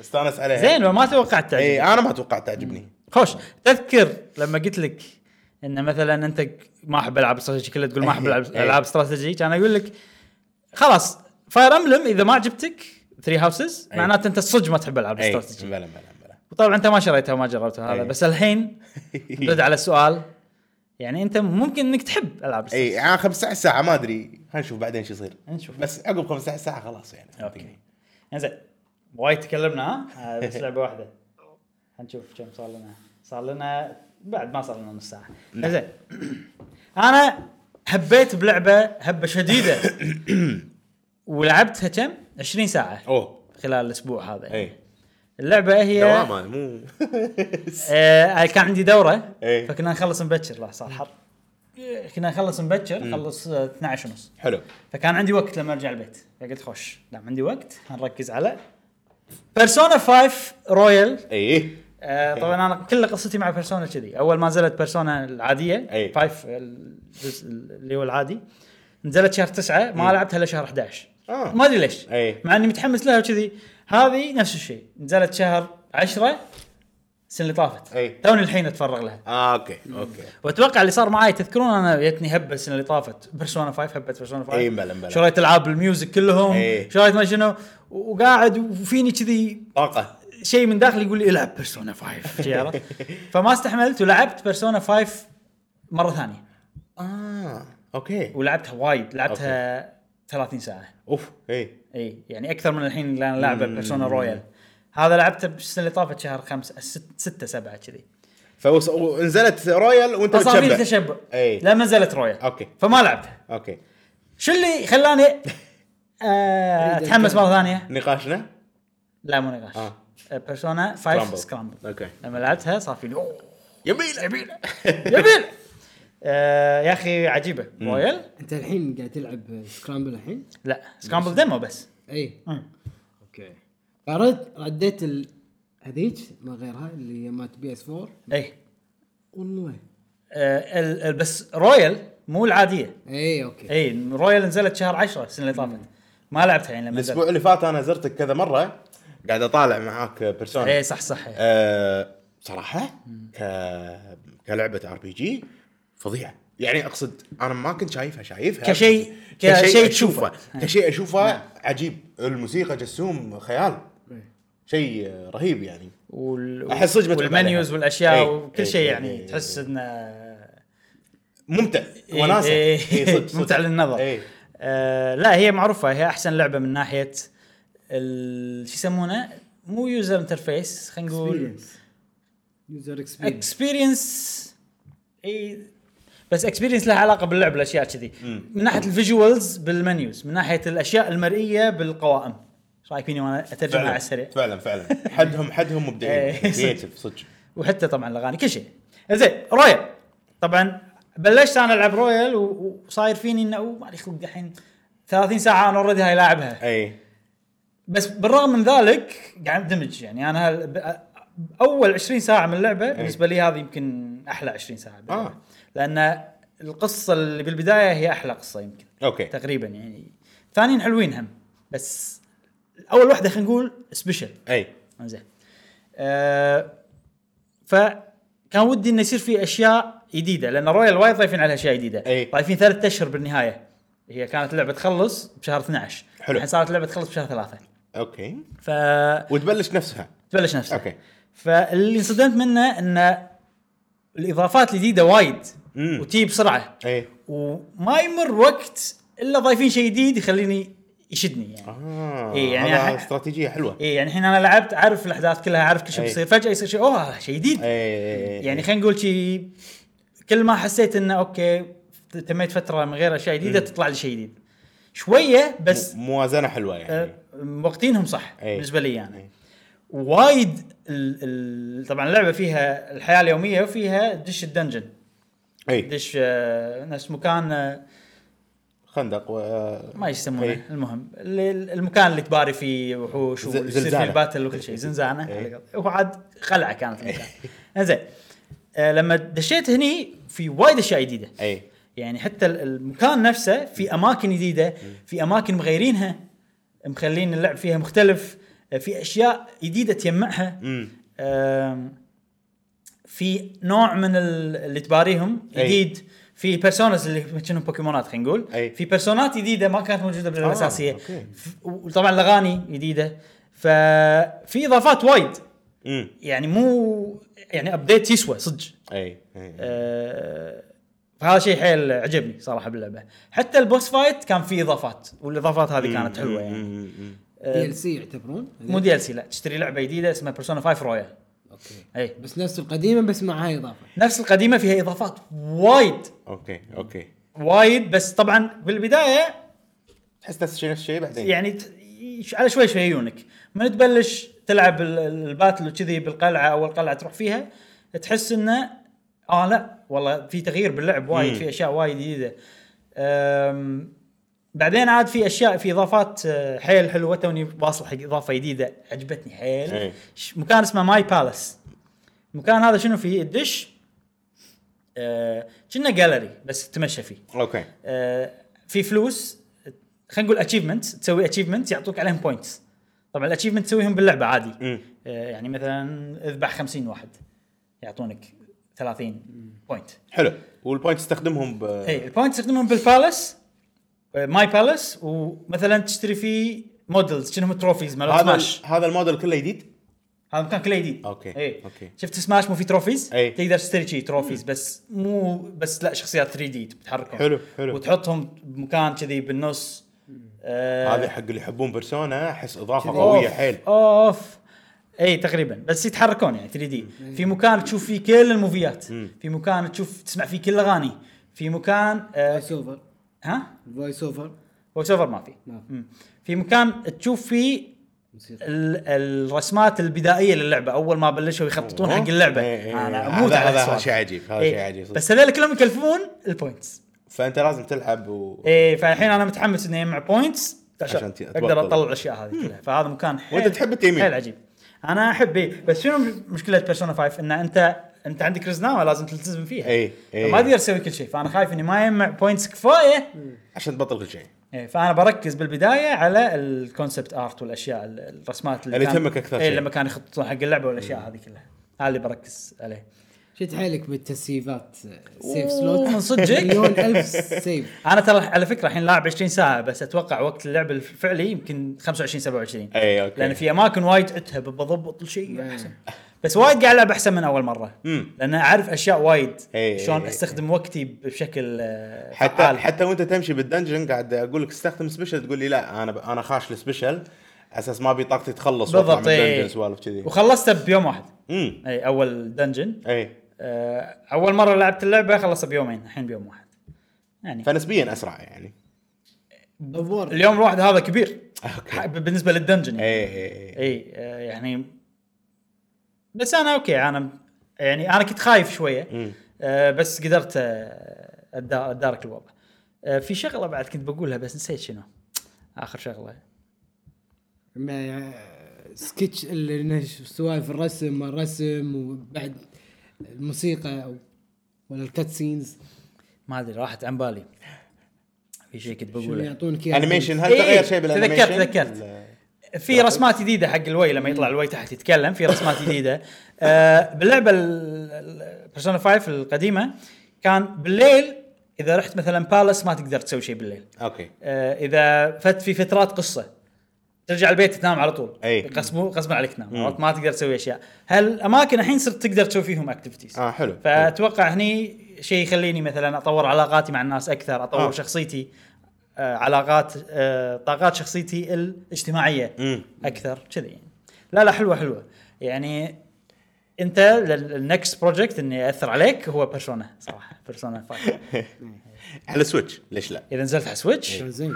Speaker 3: استانس عليها
Speaker 1: زين ما توقعت تعجبك.
Speaker 3: اي انا ما توقعت تعجبني
Speaker 1: خوش تذكر لما قلت لك ان مثلا انت ما احب العاب استراتيجي كلها تقول ما احب العاب
Speaker 3: إيه.
Speaker 1: العاب استراتيجي كان اقول لك خلاص فاير املم اذا ما عجبتك ثري هاوسز
Speaker 3: إيه.
Speaker 1: معناته انت صدق ما تحب العاب
Speaker 3: اي
Speaker 1: استراتيجي
Speaker 3: إيه، بلا بلا بلا
Speaker 1: وطبعا انت ما شريتها وما جربتها هذا
Speaker 3: إيه.
Speaker 1: بس الحين رد على السؤال يعني انت ممكن انك تحب العاب
Speaker 3: اي
Speaker 1: استراتيجي
Speaker 3: يعني 15 ساعه ما ادري هنشوف بعدين شو يصير
Speaker 1: نشوف
Speaker 3: بس عقب 15 ساعه خلاص يعني
Speaker 1: اوكي انزين وايد تكلمنا ها آه، بس لعبه واحده هنشوف كم صار لنا صار لنا بعد ما صار لنا نص ساعه انزين انا هبيت بلعبه هبه شديده ولعبتها كم 20 ساعه
Speaker 3: اوه
Speaker 1: خلال الاسبوع هذا
Speaker 3: اي
Speaker 1: اللعبه هي
Speaker 3: دوام أنا، مو
Speaker 1: آه كان عندي دوره
Speaker 3: إيه.
Speaker 1: فكنا نخلص مبكر لا صار حر كنا نخلص مبكر نخلص آه، 12 ونص
Speaker 3: حلو
Speaker 1: فكان عندي وقت لما ارجع البيت فقلت خوش دام عندي وقت هنركز على بيرسونا 5 رويال
Speaker 3: اي
Speaker 1: آه طبعا انا كل قصتي مع بيرسونا كذي اول ما نزلت بيرسونا العاديه
Speaker 3: أي.
Speaker 1: 5 الجزء اللي هو العادي نزلت شهر 9 ما لعبتها الا شهر 11
Speaker 3: آه.
Speaker 1: ما ادري ليش
Speaker 3: أي.
Speaker 1: مع اني متحمس لها وكذي هذه نفس الشيء نزلت شهر 10 السنه اللي طافت
Speaker 3: أي.
Speaker 1: توني الحين اتفرغ لها
Speaker 3: آه، اوكي اوكي
Speaker 1: واتوقع اللي صار معي تذكرون انا جتني هبه السنه اللي طافت بيرسونا 5 هبه بيرسونا 5
Speaker 3: إي، بلى، بلى.
Speaker 1: شريت العاب الميوزك كلهم
Speaker 3: إي.
Speaker 1: شريت ما شنو وقاعد وفيني كذي
Speaker 3: طاقه
Speaker 1: شيء من داخلي يقول لي العب بيرسونا 5 شي عرفت؟ فما استحملت ولعبت بيرسونا 5 مره ثانيه
Speaker 3: اه اوكي
Speaker 1: ولعبتها وايد لعبتها 30 ساعه
Speaker 3: اوف اي
Speaker 1: اي يعني اكثر من الحين اللي انا لعبه بيرسونا رويال هذا لعبته السنه اللي طافت شهر 5 6 7 كذي
Speaker 3: فنزلت رويال وانت
Speaker 1: فصار في
Speaker 3: متشبع
Speaker 1: تشبع
Speaker 3: إي.
Speaker 1: لما نزلت رويال
Speaker 3: إيه. أوكي.
Speaker 1: فما لعبتها
Speaker 3: اوكي
Speaker 1: شو اللي خلاني آه، اتحمس مره ثانيه؟
Speaker 3: نقاشنا
Speaker 1: لا مو نقاش
Speaker 3: آه.
Speaker 1: بيرسونا 5 سكرامبل
Speaker 3: اوكي
Speaker 1: لما لعبتها صار في لي أوه،
Speaker 3: يميل يميل
Speaker 1: جميل آه، يا اخي عجيبه رويال
Speaker 2: انت الحين قاعد تلعب سكرامبل الحين؟
Speaker 1: لا سكرامبل ديمو بس
Speaker 2: اي
Speaker 1: مم.
Speaker 2: اوكي فرد رديت ال... هذيك ما غيرها اللي هي مالت بي اس 4
Speaker 1: اي
Speaker 2: والله
Speaker 1: إيه. آه، ال- ال- بس رويال مو العاديه
Speaker 2: اي اوكي
Speaker 1: اي رويال نزلت شهر 10 السنه اللي طافت ما لعبتها يعني لما
Speaker 3: الاسبوع
Speaker 1: نزلت
Speaker 3: اللي فات انا زرتك كذا مره قاعد اطالع معاك بيرسونا
Speaker 1: اي صح صح إيه.
Speaker 3: أه صراحه ك... كلعبه ار بي جي فظيعه يعني اقصد انا ما كنت شايفها شايفها
Speaker 1: كشيء-
Speaker 3: كشيء
Speaker 1: كشيء إيه. نعم. إيه.
Speaker 3: اشوفه كشيء اشوفه عجيب الموسيقى جسوم خيال شيء رهيب يعني
Speaker 1: وال...
Speaker 3: أحس صدق متعب
Speaker 1: والمنيوز
Speaker 3: عليها.
Speaker 1: والاشياء
Speaker 3: إيه،
Speaker 1: وكل
Speaker 3: إيه،
Speaker 1: شيء
Speaker 3: إيه،
Speaker 1: يعني
Speaker 3: إيه،
Speaker 1: تحس
Speaker 3: إيه.
Speaker 1: انه
Speaker 3: ممتع
Speaker 1: إيه،
Speaker 3: وناسه
Speaker 1: إيه،
Speaker 3: إيه، صدق، صدق.
Speaker 1: ممتع للنظر
Speaker 3: إيه.
Speaker 1: آه لا هي معروفه هي احسن لعبه من ناحيه ال... شو يسمونه مو يوزر انترفيس خلينا نقول
Speaker 2: يوزر اكسبيرينس
Speaker 1: اكسبيرينس اي بس اكسبيرينس لها علاقه باللعب الاشياء كذي من ناحيه الفيجوالز بالمنيوز من ناحيه الاشياء المرئيه بالقوائم ايش رايك فيني وانا اترجمها على
Speaker 3: فعلا
Speaker 1: السريع
Speaker 3: فعلا فعلا حدهم حدهم مبدعين
Speaker 1: إيه، صدق.
Speaker 3: كرييتف صدق
Speaker 1: وحتى طبعا الاغاني كل شيء زين رويال طبعا بلشت انا العب رويال و- وصاير فيني انه أوه، ما لي خلق الحين 30 ساعه انا اوريدي هاي لاعبها
Speaker 3: اي
Speaker 1: بس بالرغم من ذلك قاعد اندمج يعني انا هال- ب- اول 20 ساعه من اللعبه بالنسبه لي هذه يمكن احلى 20 ساعه باللعبة.
Speaker 3: إيه. آه.
Speaker 1: لان القصه اللي بالبدايه هي احلى قصه يمكن
Speaker 3: اوكي
Speaker 1: تقريبا يعني ثانيين حلوين هم بس اول واحده خلينا نقول سبيشل
Speaker 3: اي
Speaker 1: زين آه فكان ودي انه يصير في اشياء جديده لان رويال وايد ضايفين عليها اشياء جديده
Speaker 3: أي.
Speaker 1: ضايفين ثلاث اشهر بالنهايه هي كانت لعبه تخلص بشهر 12
Speaker 3: حلو.
Speaker 1: الحين صارت لعبه تخلص بشهر ثلاثه
Speaker 3: اوكي
Speaker 1: فتبلش
Speaker 3: وتبلش نفسها
Speaker 1: نفسها
Speaker 3: اوكي
Speaker 1: فاللي انصدمت منه ان الاضافات الجديده وايد
Speaker 3: مم.
Speaker 1: وتجي بسرعه
Speaker 3: اي
Speaker 1: وما يمر وقت الا ضايفين شيء جديد يخليني يشدني يعني
Speaker 3: اه
Speaker 1: إيه، يعني
Speaker 3: هذا
Speaker 1: أح-
Speaker 3: استراتيجيه حلوه
Speaker 1: اي يعني الحين انا لعبت اعرف الاحداث كلها اعرف كل شيء
Speaker 3: أي.
Speaker 1: بيصير فجاه يصير شيء اوه شيء جديد
Speaker 3: اي
Speaker 1: يعني خلينا نقول شيء كل ما حسيت انه اوكي تميت فتره من غير اشياء جديده تطلع لي شيء جديد شويه بس
Speaker 3: موازنه حلوه
Speaker 1: آه،
Speaker 3: يعني
Speaker 1: موقتينهم صح
Speaker 3: أي.
Speaker 1: بالنسبه لي يعني
Speaker 3: أي.
Speaker 1: وايد ال ال طبعا اللعبه فيها الحياه اليوميه وفيها دش الدنجن
Speaker 3: اي
Speaker 1: دش آه، نفس مكان آه،
Speaker 3: خندق و...
Speaker 1: ما
Speaker 3: إي.
Speaker 1: يسمونه المهم اللي- المكان اللي تباري فيه وحوش
Speaker 3: إيه. ز-
Speaker 1: ويصير فيه
Speaker 3: زلزانة.
Speaker 1: الباتل وكل شيء زنزانه
Speaker 3: إيه.
Speaker 1: هو عاد خلعه كانت المكان زين آه، لما دشيت هني في وايد اشياء جديده
Speaker 3: اي
Speaker 1: يعني حتى ال- المكان نفسه في اماكن جديده في اماكن مغيرينها مخلين اللعب فيها مختلف آه، في اشياء جديده تجمعها
Speaker 3: امم
Speaker 1: آم، في نوع من ال- اللي تباريهم
Speaker 3: أي.
Speaker 1: جديد في بيرسونز اللي كانوا بوكيمونات خلينا نقول
Speaker 3: أي.
Speaker 1: في بيرسونات جديده ما كانت موجوده باللعبه
Speaker 3: آه،
Speaker 1: الاساسيه
Speaker 3: أوكي.
Speaker 1: ف- وطبعا الاغاني جديده ففي اضافات وايد
Speaker 3: امم
Speaker 1: يعني مو يعني ابديت يسوى صدق
Speaker 3: اي اي
Speaker 1: آه، فهذا شيء حيل عجبني صراحه باللعبه حتى البوس فايت كان فيه اضافات والاضافات هذه كانت حلوه يعني
Speaker 3: أمم، أمم.
Speaker 2: دي ال سي يعتبرون
Speaker 1: آه. مو دي ال سي لا تشتري لعبه جديده اسمها بيرسونا 5 رويال
Speaker 2: اوكي
Speaker 1: اي
Speaker 2: بس نفس القديمه بس مع هاي اضافه
Speaker 1: نفس القديمه فيها اضافات وايد
Speaker 3: اوكي اوكي
Speaker 1: وايد بس طبعا بالبدايه
Speaker 3: تحس نفس الشيء نفس الشيء بعدين
Speaker 1: يعني ت- يش- على شوي شوي يجونك من تبلش تلعب ال- ال- الباتل وكذي بالقلعه اول قلعه تروح فيها تحس انه اه لا والله في تغيير باللعب وايد
Speaker 3: مم.
Speaker 1: في اشياء وايد جديده أم، بعدين عاد في اشياء في اضافات أه، حيل حلوه توني واصل حق اضافه جديده عجبتني حيل
Speaker 3: إيه.
Speaker 1: ش- مكان اسمه ماي بالاس المكان هذا شنو فيه الدش أه، كنا جاليري بس تمشى فيه
Speaker 3: اوكي
Speaker 1: آه، في فلوس خلينا نقول اتشيفمنت تسوي اتشيفمنت يعطوك عليهم بوينتس طبعا الاتشيفمنت تسويهم باللعبه عادي
Speaker 3: امم
Speaker 1: آه، يعني مثلا اذبح 50 واحد يعطونك 30 بوينت
Speaker 3: حلو والبوينت تستخدمهم ب
Speaker 1: اي البوينت تستخدمهم بالبالاس ماي بالاس ومثلا تشتري فيه مودلز شنهم تروفيز مال
Speaker 3: هذا
Speaker 1: سماش
Speaker 3: هذا الموديل كله جديد
Speaker 1: هذا مكان كله جديد
Speaker 3: أوكي،
Speaker 1: اي
Speaker 3: أوكي. إيه.
Speaker 1: شفت سماش مو في تروفيز
Speaker 3: أي.
Speaker 1: تقدر تشتري شي تروفيز بس مو بس لا شخصيات 3 دي تتحركهم
Speaker 3: حلو، حلو.
Speaker 1: وتحطهم بمكان كذي بالنص آه،
Speaker 3: هذا حق اللي يحبون بيرسونا احس اضافه
Speaker 1: أوف،
Speaker 3: قويه حيل
Speaker 1: اوف اي تقريبا بس يتحركون يعني 3 دي في مكان تشوف فيه كل الموفيات في مكان تشوف تسمع فيه كل الاغاني في مكان آه
Speaker 2: فويس اوفر
Speaker 1: ها
Speaker 2: فويس اوفر
Speaker 1: فويس اوفر ما في
Speaker 2: ما في.
Speaker 1: مم. في مكان تشوف فيه
Speaker 2: موسيقى
Speaker 1: ال- الرسمات البدائيه للعبه اول ما بلشوا يخططون
Speaker 3: أوه.
Speaker 1: حق اللعبه
Speaker 3: إيه، إيه،
Speaker 1: انا
Speaker 3: إيه.
Speaker 1: اموت
Speaker 3: هذا-
Speaker 1: على
Speaker 3: هذا
Speaker 1: السوالف.
Speaker 3: شيء عجيب، هذا
Speaker 1: إيه.
Speaker 3: شيء عجيب صدق.
Speaker 1: بس هذول كلهم يكلفون البوينتس
Speaker 3: فانت لازم تلعب و...
Speaker 1: اي إيه، فالحين انا متحمس اني اجمع بوينتس عشان
Speaker 3: عشان ت-
Speaker 1: اقدر
Speaker 3: تبطل.
Speaker 1: اطلع الاشياء هذه كلها فهذا مكان حيل
Speaker 3: وأنت تحب التيمين.
Speaker 1: حيل عجيب انا احب إيه. بس شنو مشكله بيرسونا 5 ان انت انت عندك رزنامه لازم تلتزم فيها
Speaker 3: إيه، إيه.
Speaker 1: فما تقدر تسوي كل شيء فانا خايف اني ما يجمع بوينتس كفايه
Speaker 3: عشان تبطل كل شيء
Speaker 1: إيه، فانا بركز بالبدايه على الكونسبت ارت والاشياء ال- الرسمات
Speaker 3: اللي
Speaker 1: كان-
Speaker 3: تهمك أكثر
Speaker 1: إيه
Speaker 3: شيء.
Speaker 1: لما كانوا يخططون حق اللعبه والاشياء هذه كلها هذا اللي بركز عليه
Speaker 2: شد حيلك بالتسييفات سيف سلوت
Speaker 1: أوه، من صدقك؟
Speaker 2: مليون الف سيف
Speaker 1: انا ترى على فكره الحين لاعب 20 ساعه بس اتوقع وقت اللعب الفعلي يمكن 25 27
Speaker 3: اي اوكي
Speaker 1: لان في اماكن وايد اتهب بضبط الشيء احسن بس وايد قاعد العب احسن من اول مره
Speaker 3: نعم. مم.
Speaker 1: لان اعرف اشياء وايد
Speaker 3: إي، إي،
Speaker 1: شلون
Speaker 3: إي.
Speaker 1: استخدم وقتي بشكل آه،
Speaker 3: حتى
Speaker 1: فعال.
Speaker 3: حتى وانت تمشي بالدنجن قاعد اقول لك استخدم سبيشل تقول لي لا انا ب... انا خاش السبيشل اساس ما ابي طاقتي تخلص واطلع
Speaker 1: بالضبط إيه.
Speaker 3: من الدنجن
Speaker 1: اي
Speaker 3: سوالف كذي
Speaker 1: وخلصته بيوم واحد
Speaker 3: امم
Speaker 1: اي اول دنجن
Speaker 3: اي
Speaker 1: آه، اول مره لعبت اللعبه خلصها بيومين الحين بيوم واحد يعني
Speaker 3: فنسبيا اسرع يعني
Speaker 2: دور
Speaker 1: اليوم الواحد هذا كبير
Speaker 3: اوكي
Speaker 1: بالنسبه للدنجن يعني.
Speaker 3: اي اي اي
Speaker 1: اي آه، يعني بس انا اوكي انا يعني انا كنت خايف شويه
Speaker 3: مم.
Speaker 1: آه، بس قدرت آه، أدا- ادارك الوضع آه، في شغله بعد كنت بقولها بس نسيت شنو اخر شغله
Speaker 2: ما سكتش اللي نش- سوالف الرسم ما الرسم وبعد الموسيقى أو- ولا الكات سينز
Speaker 1: ما ادري راحت عن بالي في شيء كنت
Speaker 2: شنو
Speaker 1: بقوله
Speaker 2: يعطونك اياه
Speaker 3: انيميشن هل
Speaker 1: إي،
Speaker 3: تغير شيء
Speaker 1: يعني إيه، تذكرت
Speaker 3: بالانيميشن؟
Speaker 1: تذكرت
Speaker 3: لا.
Speaker 1: في رسمات جديده حق الوي لما يطلع الوي تحت يتكلم في رسمات جديده آه باللعبه بيرسونا 5 القديمه كان بالليل اذا رحت مثلا بالاس ما تقدر تسوي شيء بالليل
Speaker 3: اوكي
Speaker 1: آه اذا فت في فترات قصه ترجع البيت تنام على طول
Speaker 3: أي.
Speaker 1: غصبا غصبا عليك تنام عرفت؟ ما تقدر تسوي اشياء هالاماكن الحين صرت تقدر تسوي فيهم اكتيفيتيز
Speaker 3: اه حلو
Speaker 1: فاتوقع هني شيء يخليني مثلا اطور علاقاتي مع الناس اكثر اطور
Speaker 3: آه.
Speaker 1: آه. شخصيتي آه علاقات آه طاقات شخصيتي الاجتماعيه
Speaker 3: مم.
Speaker 1: اكثر كذي يعني. لا لا حلوه حلوه يعني انت النكست بروجكت اني اثر عليك هو بيرسونا صراحه بيرسونا 5
Speaker 3: على سويتش ليش لا؟
Speaker 1: اذا نزلت على
Speaker 3: إيه.
Speaker 1: سويتش
Speaker 2: زين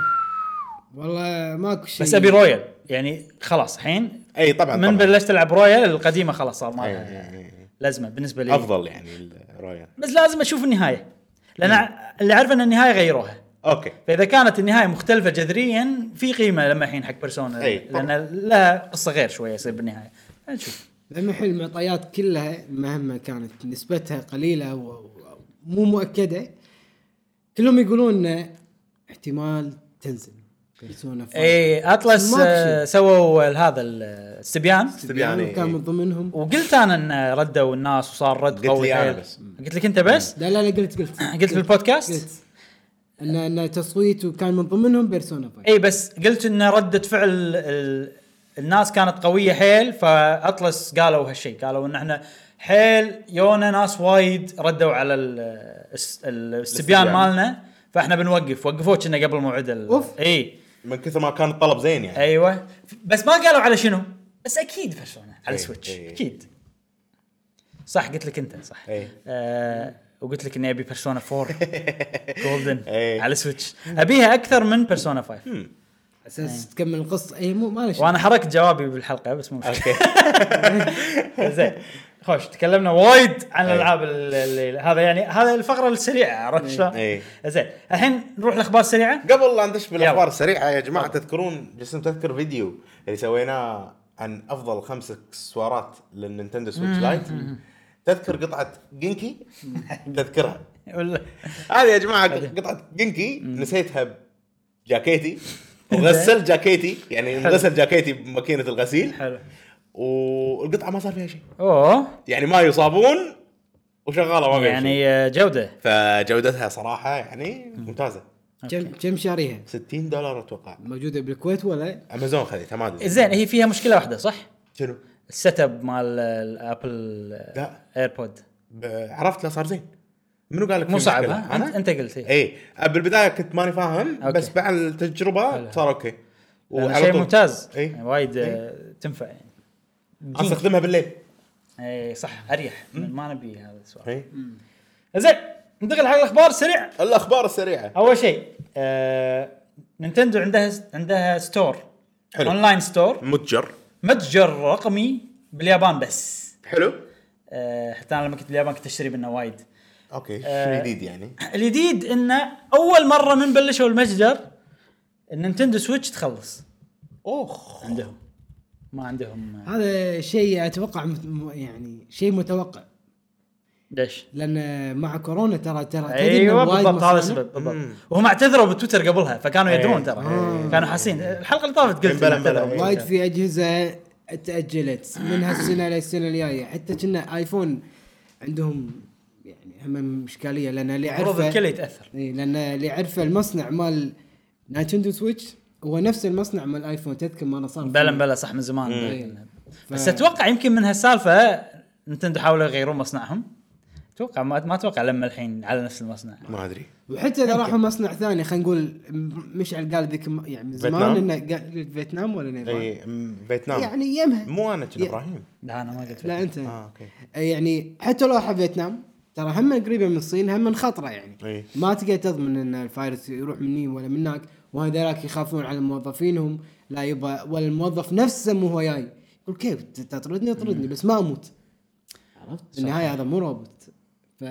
Speaker 2: والله ماكو شيء
Speaker 1: بس ابي رويال يعني خلاص الحين
Speaker 3: اي طبعا
Speaker 1: من
Speaker 3: إيه، آه، طبعاً. إيه،
Speaker 1: بلشت العب رويال القديمه خلاص صار ما
Speaker 3: أي،
Speaker 1: لها
Speaker 3: أي، أي.
Speaker 1: لازمه بالنسبه لي
Speaker 3: افضل يعني الرويال
Speaker 1: بس لازم اشوف النهايه لان
Speaker 3: إيه.
Speaker 1: اللي عارف ان النهايه غيروها
Speaker 3: اوكي
Speaker 1: فاذا كانت النهايه مختلفه جذريا في قيمه لما الحين حق بيرسونا
Speaker 3: أي، إيه، طبعاً.
Speaker 1: لان لها قصه غير شويه يصير بالنهايه نشوف
Speaker 2: لما الحين المعطيات كلها مهما كانت نسبتها قليله ومو مؤكده كلهم يقولون إن احتمال تنزل بيرسونا فايف.
Speaker 1: اي اطلس
Speaker 2: ما في
Speaker 1: آه، سووا هذا ال- السبيان
Speaker 3: استبيان، إي،
Speaker 2: كان
Speaker 3: إي.
Speaker 2: من ضمنهم
Speaker 1: وقلت انا ان ردوا الناس وصار رد
Speaker 3: قلت
Speaker 1: قوي
Speaker 3: لي أنا
Speaker 1: حيل.
Speaker 3: بس.
Speaker 1: قلت لك انت بس
Speaker 2: لا لا لا قلت قلت
Speaker 1: قلت بالبودكاست؟
Speaker 2: قلت ان ان تصويت وكان من ضمنهم بيرسونا 5
Speaker 1: اي إيه، بس قلت ان رده فعل ال... الناس كانت قويه حيل فاطلس قالوا هالشيء قالوا ان احنا حيل يونا ناس وايد ردوا على ال... الس- ال-
Speaker 3: الاستبيان.
Speaker 1: السبيان مالنا فاحنا بنوقف وقفوه كنا قبل موعد ال...
Speaker 2: أوف.
Speaker 1: اي
Speaker 3: من كثر ما كان الطلب زين يعني
Speaker 1: ايوه بس ما قالوا على شنو بس اكيد بيرسونا على
Speaker 3: إي،
Speaker 1: سويتش
Speaker 3: إي.
Speaker 1: اكيد صح قلت لك انت صح
Speaker 3: إي.
Speaker 1: آه وقلت لك اني ابي بيرسونا 4 جولدن
Speaker 3: إي.
Speaker 1: على سويتش ابيها اكثر من بيرسونا 5
Speaker 2: اساس تكمل القصه اي مو ما له شغل.
Speaker 1: وانا حركت جوابي بالحلقه بس مو مشكله
Speaker 3: اوكي
Speaker 1: زين خوش تكلمنا وايد عن
Speaker 3: أي.
Speaker 1: الالعاب ال- ال- ال- هذا يعني هذا الفقره السريعه عرفت شلون؟
Speaker 3: أي.
Speaker 1: زين الحين نروح الاخبار السريعه
Speaker 3: قبل لا ندش بالاخبار
Speaker 1: يلا.
Speaker 3: السريعه يا جماعه تذكرون جسم تذكر فيديو اللي سويناه عن افضل خمس اكسسوارات للنينتندو سويتش لايت تذكر قطعه جنكي تذكرها
Speaker 1: ولا
Speaker 3: هذه يا جماعه قطعه جنكي نسيتها بجاكيتي وغسلت جاكيتي يعني انغسل جاكيتي بماكينه الغسيل
Speaker 1: حلو
Speaker 3: والقطعه ما صار فيها شيء
Speaker 1: اوه
Speaker 3: يعني ما يصابون وشغاله ما فيها شيء
Speaker 1: يعني آه، جوده
Speaker 3: فجودتها صراحه يعني ممتازه
Speaker 2: كم كم شاريها
Speaker 3: 60 دولار اتوقع
Speaker 2: موجوده بالكويت ولا
Speaker 3: امازون خذيتها ما ادري
Speaker 1: زين هي فيها مشكله واحده صح؟
Speaker 3: شنو؟
Speaker 1: السيت اب مال آه، الابل
Speaker 3: لا.
Speaker 1: ايربود
Speaker 3: ب- عرفت لا صار زين منو قال لك
Speaker 1: آه،
Speaker 3: في
Speaker 1: مو صعب
Speaker 3: مشكلة؟
Speaker 1: ها؟
Speaker 3: أنا؟
Speaker 1: انت انت قلت إيه.
Speaker 3: اي بالبدايه كنت ماني فاهم
Speaker 1: أوكي.
Speaker 3: بس بعد التجربه صار اوكي
Speaker 1: لأن شيء ممتاز
Speaker 3: إيه.
Speaker 1: يعني وايد آه، تنفع يعني
Speaker 3: أنا استخدمها بالليل
Speaker 1: اي صح اريح ما نبي هذا السؤال
Speaker 3: اي
Speaker 1: زين ننتقل حق الاخبار سريع
Speaker 3: الاخبار السريعه
Speaker 1: اول شيء آه، نينتندو عندها عندها ستور
Speaker 3: حلو.
Speaker 1: اونلاين ستور
Speaker 3: متجر
Speaker 1: متجر رقمي باليابان بس
Speaker 3: حلو
Speaker 1: آه، حتى انا لما كنت باليابان كنت اشتري منه وايد
Speaker 3: اوكي شيء
Speaker 1: آه.
Speaker 3: جديد يعني
Speaker 1: الجديد انه اول مره من بلشوا المتجر النينتندو سويتش تخلص
Speaker 3: اوخ
Speaker 1: عندهم ما عندهم آه،
Speaker 2: هذا شيء اتوقع مت- م- يعني شيء متوقع
Speaker 1: ليش
Speaker 2: لان مع كورونا ترى ترى تدري إن
Speaker 1: ايوه
Speaker 2: وايد
Speaker 1: بالضبط هذا
Speaker 2: مصانع-
Speaker 1: السبب بالضبط وهم اعتذروا بتويتر قبلها فكانوا
Speaker 3: إيه.
Speaker 1: يدرون ترى كانوا حاسين الحلقه اللي طافت قلت
Speaker 3: بلا- بلا.
Speaker 1: اعتذروا.
Speaker 2: وايد في اجهزه تاجلت من هالسنه للسنه الجايه حتى كنا ايفون عندهم يعني هم اشكاليه لان اللي
Speaker 1: المفروض
Speaker 2: عرفه
Speaker 1: الكل يتاثر
Speaker 2: اي لان إيه، اللي عرفه المصنع مال نايتندو سويتش هو نفس المصنع مال ايفون تذكر ما انا صار
Speaker 1: بلا
Speaker 2: فيه.
Speaker 1: بلا صح من زمان
Speaker 2: إيه. ف-
Speaker 1: بس اتوقع يمكن من هالسالفه نتندو حاولوا يغيرون مصنعهم اتوقع ما ما اتوقع لما الحين على نفس المصنع
Speaker 3: ما ادري
Speaker 2: وحتى اذا راحوا مصنع ثاني خلينا نقول م- مشعل قال ذيك م- يعني من زمان
Speaker 3: فيتنام؟
Speaker 2: انه قال فيتنام ولا
Speaker 1: إيه.
Speaker 2: نيبال
Speaker 3: اي إيه، م- فيتنام
Speaker 2: يعني يمها
Speaker 3: مو انا كنا
Speaker 2: يا-
Speaker 3: ابراهيم
Speaker 1: لا انا ما قلت
Speaker 2: لا انت
Speaker 1: آه.
Speaker 3: اه اوكي
Speaker 2: يعني حتى لو راح فيتنام ترى هم قريبه من الصين هم من خطره يعني
Speaker 3: إي.
Speaker 2: ما تقدر تضمن ان الفايروس يروح مني ولا من هناك وهذولاك يخافون على موظفينهم لا يبغى ولا الموظف نفسه مو هو جاي يقول كيف ت- تطردني اطردني بس ما اموت عرفت بالنهايه هذا مو روبوت ف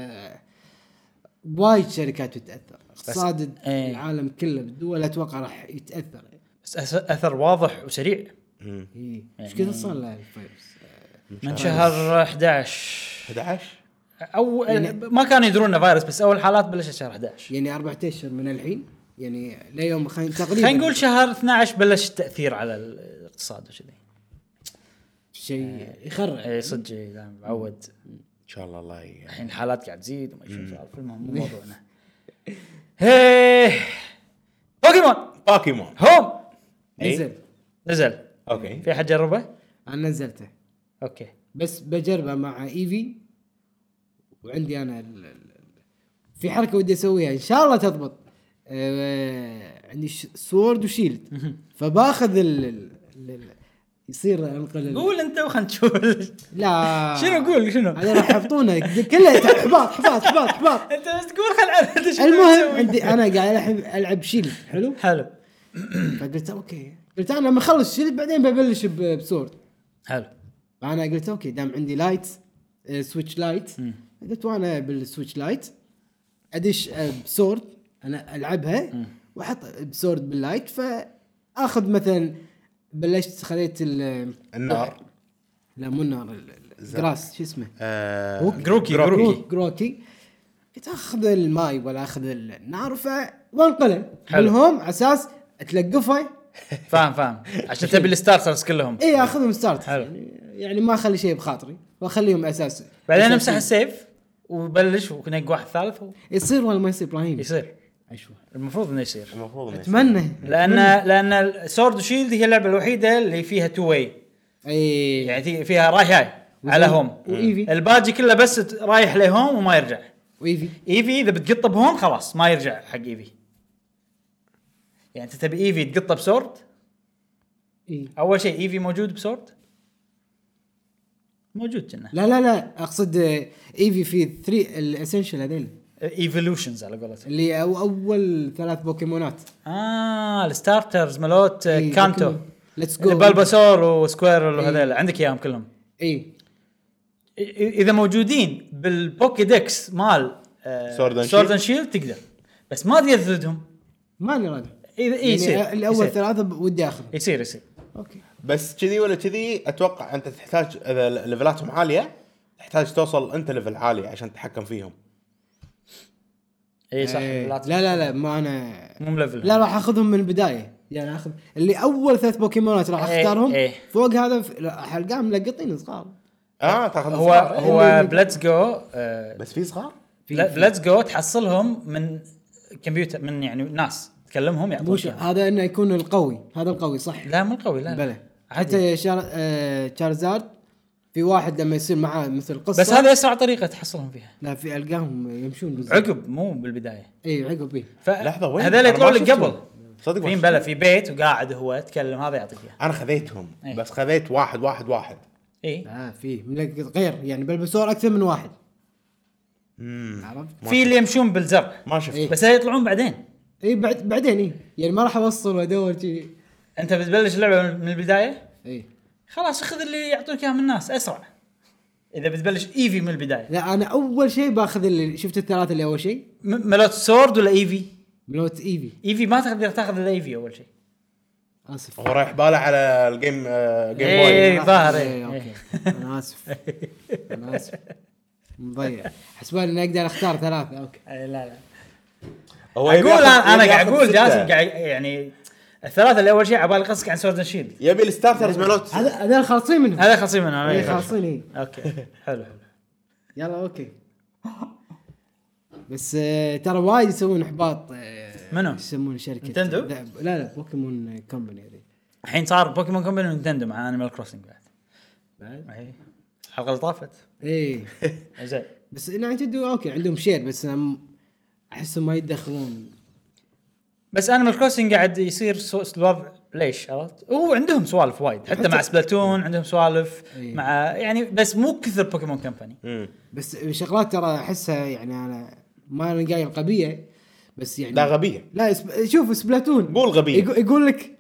Speaker 2: وايد شركات بتتاثر اقتصاد
Speaker 1: إيه.
Speaker 2: العالم كله بالدول اتوقع راح يتاثر
Speaker 1: بس أث- اثر واضح وسريع
Speaker 3: مم.
Speaker 2: إي.
Speaker 1: إيه.
Speaker 2: ايش كثر إيه. صار له الفيروس
Speaker 1: من شهر 11
Speaker 3: 11
Speaker 1: او ما كانوا يدرون انه فيروس بس اول حالات بلشت شهر 11
Speaker 2: يعني اربع اشهر من الحين يعني ليوم خلينا تقريبا
Speaker 1: خلينا نقول شهر 12 بلش التاثير على الاقتصاد وكذي
Speaker 2: شيء
Speaker 1: إيه.
Speaker 2: يخرع
Speaker 1: اي صدق إي، لا، بعود
Speaker 3: ان شاء الله الله ي-
Speaker 1: الحين الحالات قاعد تزيد وما شو سالفه المهم مو موضوعنا هيه بوكيمون
Speaker 3: بوكيمون
Speaker 1: هوم إيه.
Speaker 3: إي.
Speaker 2: نزل
Speaker 1: نزل
Speaker 3: اوكي
Speaker 1: في حد جربه؟
Speaker 2: انا نزلته
Speaker 1: اوكي
Speaker 2: بس بجربه مع ايفي وعندي انا ال... ال- ال- في حركه ودي اسويها ان شاء الله تضبط آه... عندي ش... سورد وشيلد فباخذ ال... ال... ال... ال... يصير انقل ال...
Speaker 1: قول انت وخلنا نشوف
Speaker 2: لا
Speaker 1: شنو قول شنو؟
Speaker 2: هذا راح يحطونه كله حباط حباط حباط حباط
Speaker 1: انت بس تقول خل
Speaker 2: المهم عندي انا قاعد الحب العب شيلد حلو
Speaker 1: حلو
Speaker 2: فقلت اوكي قلت انا لما اخلص شيلد بعدين ببلش ب- بسورد
Speaker 1: حلو
Speaker 2: فانا قلت اوكي دام عندي لايت آه، سويتش لايت قلت وانا بالسويتش لايت ادش آه، بسورد انا العبها واحط بسورد باللايت فاخذ مثلا بلشت خليت ال-
Speaker 3: النار
Speaker 2: لا مو النار ال- ال- الجراس شو اسمه
Speaker 3: آه،
Speaker 2: جروكي.
Speaker 1: جروكي، جروكي.
Speaker 2: جروكي قلت اخذ الماي ولا اخذ النار ف وانقله
Speaker 1: حلو.
Speaker 2: بالهوم على اساس اتلقفه
Speaker 1: فاهم فاهم عشان تبي الستارترز كلهم
Speaker 2: اي اخذهم ستارت
Speaker 1: حلو.
Speaker 2: يعني, إيه، يعني ما اخلي شيء بخاطري واخليهم اساس
Speaker 1: بعدين
Speaker 2: أساس-
Speaker 1: امسح السيف وبلش ونق واحد ثالث
Speaker 2: يصير ولا ما يصير ابراهيم؟
Speaker 1: ويصير
Speaker 2: أشوف.
Speaker 1: المفروض انه يصير
Speaker 3: المفروض إنه
Speaker 2: اتمنى
Speaker 1: لان لان سورد وشيلد هي اللعبه الوحيده اللي فيها تو واي
Speaker 2: اي
Speaker 1: يعني في- فيها رايح جاي على إيه. هوم
Speaker 2: وإيفي.
Speaker 1: الباجي كله بس ت- رايح لهوم وما يرجع
Speaker 2: ويفي
Speaker 1: ايفي اذا بتقطه بهوم خلاص ما يرجع حق ايفي يعني انت تبي ايفي تقطه بسورد
Speaker 2: اي
Speaker 1: اول شيء ايفي موجود بسورد موجود كنا
Speaker 2: لا لا لا اقصد آه، ايفي في 3 الاسنشال هذيل
Speaker 1: ايفولوشنز على قولتهم
Speaker 2: اللي أو اول ثلاث بوكيمونات
Speaker 1: اه الستارترز ملوت آه،
Speaker 2: إي،
Speaker 1: كانتو
Speaker 2: بوكيمون. ليتس جو
Speaker 1: بالباسور وسكويرل
Speaker 2: إي.
Speaker 1: وهذيلا عندك اياهم كلهم
Speaker 2: اي
Speaker 1: إي- اذا موجودين بالبوكي ديكس مال آه،
Speaker 3: Sword and
Speaker 1: سورد شيلد تقدر بس ما تقدر تزيدهم
Speaker 2: ما لي رد
Speaker 1: اذا إي إيه، يصير
Speaker 2: الاول
Speaker 1: يصير. إيه.
Speaker 2: ثلاثه ب- ودي اخذ
Speaker 1: يصير يصير
Speaker 2: اوكي
Speaker 3: بس كذي ولا كذي اتوقع انت تحتاج اذا ليفلاتهم عاليه تحتاج توصل انت ليفل عالي عشان تتحكم فيهم
Speaker 1: اي صح
Speaker 2: إيه.
Speaker 1: لا
Speaker 2: لا لا لا ما انا
Speaker 1: مو ملفل
Speaker 2: لا راح اخذهم من البدايه يعني اخذ اللي اول ثلاث بوكيمونات راح
Speaker 1: إيه،
Speaker 2: اختارهم
Speaker 1: إيه.
Speaker 2: فوق هذا ف- راح القاهم ملقطين صغار
Speaker 3: اه تاخذ
Speaker 1: هو
Speaker 3: صغار.
Speaker 1: هو آه، بلتس جو
Speaker 3: بس في صغار
Speaker 1: بلتس جو تحصلهم من كمبيوتر من يعني ناس تكلمهم
Speaker 2: مو
Speaker 1: يعطونك
Speaker 2: شو-
Speaker 1: إياهم.
Speaker 2: هذا انه يكون القوي هذا القوي صح
Speaker 1: لا مو القوي لا لا.
Speaker 2: بلى
Speaker 1: عادي
Speaker 2: حتى شار... آه... شارزارد في واحد لما يصير معاه مثل قصه
Speaker 1: بس هذا اسرع طريقه تحصلهم فيها
Speaker 2: لا في القاهم يمشون بالزبط
Speaker 1: عقب مو بالبدايه
Speaker 2: اي عقب اي
Speaker 1: ف...
Speaker 3: لحظه وين
Speaker 1: هذول
Speaker 3: أنا
Speaker 1: يطلعوا
Speaker 3: ما
Speaker 1: لك
Speaker 3: شفتهم.
Speaker 1: قبل
Speaker 3: صدق ما
Speaker 1: في
Speaker 3: شفتهم.
Speaker 1: بلا في بيت وقاعد هو تكلم هذا يعطيك اياه
Speaker 3: انا خذيتهم
Speaker 1: إيه.
Speaker 3: بس خذيت واحد واحد واحد
Speaker 1: اي
Speaker 2: لا في ملقط غير يعني بالبسور اكثر من واحد
Speaker 1: إيه.
Speaker 2: عرفت؟
Speaker 1: في اللي يمشون بالزرع
Speaker 3: ما شفت
Speaker 2: إيه.
Speaker 1: بس هذول يطلعون بعدين
Speaker 2: اي بعد بعدين اي يعني ما راح اوصل وادور شي
Speaker 1: انت بتبلش اللعبه من البدايه
Speaker 2: اي
Speaker 1: خلاص خذ اللي يعطونك اياه من الناس اسرع اذا بتبلش ايفي من البدايه
Speaker 2: لا انا اول شيء باخذ اللي شفت الثلاثه اللي اول شيء
Speaker 1: م- ملوت سورد ولا ايفي؟
Speaker 2: ملوت ايفي
Speaker 1: ايفي ما تقدر تاخذ الا ايفي اول شيء
Speaker 2: اسف
Speaker 3: هو رايح باله على الجيم آه، جيم
Speaker 1: إيه.
Speaker 3: بوي
Speaker 1: إيه، ظاهر، إيه.
Speaker 2: إيه، اوكي انا اسف انا اسف مضيع حسبالي اني اقدر اختار ثلاثه اوكي
Speaker 1: إيه، لا لا
Speaker 3: هو
Speaker 1: اقول
Speaker 3: يبي ياخذ-
Speaker 1: انا انا
Speaker 3: يبي
Speaker 1: قاعد
Speaker 3: ياخذ
Speaker 1: اقول
Speaker 3: ستة.
Speaker 1: جاسم قاعد يعني الثلاثه اللي اول شيء على بالي قصدك عن سورد شيلد
Speaker 3: يبي
Speaker 1: إيه.
Speaker 3: الستارترز مالوت
Speaker 2: هذا هذول خالصين منهم
Speaker 1: هذا خاصين منهم
Speaker 2: اي
Speaker 1: أنا-
Speaker 2: خالصين اي
Speaker 1: اوكي حلو حلو
Speaker 2: يلا اوكي بس آه، ترى وايد يسوون احباط آه،
Speaker 1: منو؟
Speaker 2: يسمون شركه
Speaker 1: نينتندو؟
Speaker 2: لعب- لا لا بوكيمون كومباني هذي.
Speaker 1: الحين صار بوكيمون كومباني ونتندو مع انيمال كروسنج بعد
Speaker 2: بعد
Speaker 1: أي. الحلقه اللي طافت
Speaker 2: اي
Speaker 1: زين
Speaker 2: إيه. بس نينتندو اوكي عندهم شير بس أنا م- احسهم ما يتدخلون
Speaker 1: بس انيمال كروسنج قاعد يصير سو- الوضع ليش عرفت؟ هو عندهم سوالف وايد حتى مع سبلاتون عندهم سوالف
Speaker 2: إيه.
Speaker 1: مع يعني بس مو كثر بوكيمون كمباني
Speaker 3: مم.
Speaker 2: بس شغلات ترى احسها يعني انا ما انا قايل غبيه بس يعني
Speaker 3: لا غبيه
Speaker 2: لا اسب... شوف سبلاتون
Speaker 3: قول غبية.
Speaker 2: يقو- يقول لك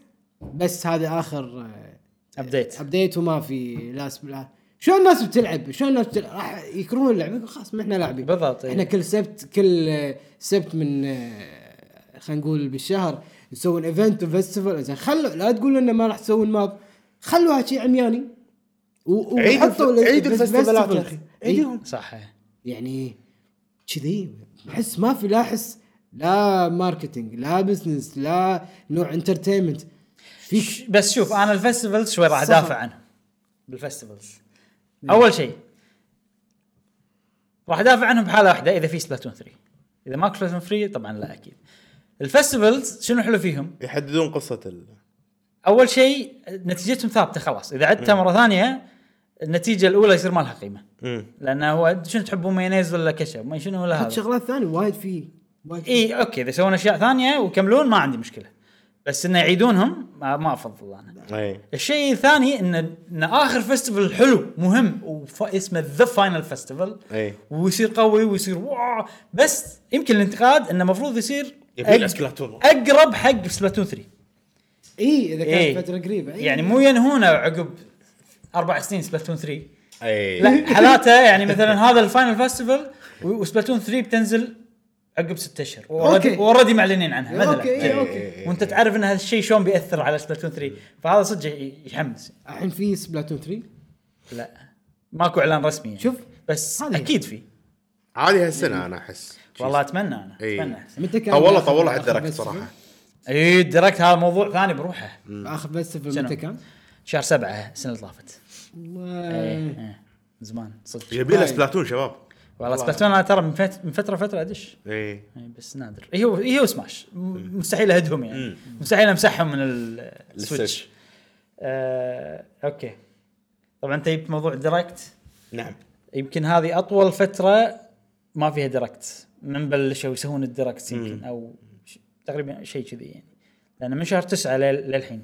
Speaker 2: بس هذا اخر آه،
Speaker 1: ابديت
Speaker 2: ابديت وما في لا سبلا شلون الناس بتلعب؟ شلون الناس بتلعب؟ راح يكرهون اللعبه يقول خلاص ما احنا لاعبين
Speaker 1: بالضبط، إيه.
Speaker 2: احنا كل سبت كل آه، سبت من آه، خلينا نقول بالشهر يسوون ايفنت وفستيفال زين خلوا لا تقولوا انه ما راح تسوون ماب خلوها شيء عمياني و- و-
Speaker 3: عيد
Speaker 2: وحطوا
Speaker 3: الف-
Speaker 2: ال-
Speaker 3: عيد
Speaker 2: الفستيفال.
Speaker 3: الفستيفالات يا أخي.
Speaker 2: إيه.
Speaker 3: عيدهم.
Speaker 1: صح إيه.
Speaker 2: يعني كذي احس ما في لا احس لا ماركتينج لا بزنس لا نوع انترتينمنت فيك
Speaker 1: ش- بس شوف انا الفستيفلز شوي راح
Speaker 2: صفر.
Speaker 1: ادافع عنهم بالفستيفلز اول شيء راح ادافع عنهم بحاله واحده اذا في سبلاتون 3 اذا ماكو سبلاتون 3 طبعا لا اكيد الفستيفلز شنو حلو فيهم؟
Speaker 3: يحددون قصه ال...
Speaker 1: اول شيء نتيجتهم ثابته خلاص اذا عدتها مره ثانيه النتيجه الاولى يصير ما لها قيمه
Speaker 3: مم.
Speaker 1: لانه هو شنو تحبون مايونيز ولا كشب ما شنو ولا
Speaker 2: حط
Speaker 1: هذا
Speaker 2: شغلات ثانيه وايد في وايد في.
Speaker 1: اي اوكي اذا يسوون اشياء ثانيه ويكملون ما عندي مشكله بس انه يعيدونهم ما, ما افضل انا
Speaker 3: اي
Speaker 1: الشيء الثاني ان ان اخر فيستيفال حلو مهم وف... اسمه ذا فاينل فيستيفال
Speaker 3: اي
Speaker 1: ويصير قوي ويصير واو بس يمكن الانتقاد انه المفروض يصير
Speaker 3: يبي
Speaker 1: أق-
Speaker 3: له سبلاتون.
Speaker 1: اقرب حق سبلاتون 3
Speaker 2: اي اذا كانت
Speaker 1: إيه.
Speaker 2: فتره قريبه إيه.
Speaker 1: يعني مو ينهونه عقب اربع سنين سبلاتون 3
Speaker 3: اي
Speaker 1: لا حالاته يعني مثلا هذا الفاينل فيستيفال وسبلاتون 3 بتنزل عقب ست اشهر
Speaker 2: أوكي.
Speaker 1: اوريدي معلنين عنها مثلا
Speaker 2: اوكي إيه،
Speaker 1: إيه.
Speaker 2: اوكي
Speaker 1: وانت تعرف ان هذا الشيء شلون بياثر على سبلاتون 3 فهذا صدق ي- يحمس
Speaker 2: الحين في سبلاتون 3
Speaker 1: لا ماكو اعلان رسمي يعني.
Speaker 2: شوف،
Speaker 1: بس
Speaker 2: هذه هي.
Speaker 1: اكيد في
Speaker 3: عادي هالسنه انا احس
Speaker 1: والله اتمنى انا
Speaker 3: إيه.
Speaker 1: اتمنى
Speaker 2: متى كان
Speaker 3: طولوا
Speaker 2: آخر-
Speaker 3: طولوا على
Speaker 2: آخر
Speaker 3: الدرك
Speaker 2: فيستيفال؟
Speaker 3: صراحه
Speaker 1: اي الديركت هذا موضوع ثاني بروحه
Speaker 2: اخر فيستيفال
Speaker 1: شنو؟
Speaker 2: متى كان؟
Speaker 1: شهر سبعة السنه اللي طافت
Speaker 2: والله.
Speaker 1: إيه، إيه. من زمان صدق
Speaker 3: يبي له سبلاتون شباب
Speaker 1: والله سبلاتون انا ترى من فت- من فتره فتره ادش
Speaker 3: اي
Speaker 1: إيه، بس نادر هي هو هي وسماش م- مستحيل اهدهم يعني مستحيل امسحهم من ال- السويتش
Speaker 3: السويتش.
Speaker 1: آه، اوكي طبعا انت جبت موضوع الديركت
Speaker 3: نعم
Speaker 1: يمكن هذه اطول فتره ما فيها ديركت من بلشوا يسوون الديركت يمكن او ش- تقريبا شيء كذي يعني لان من شهر تسعة لل- للحين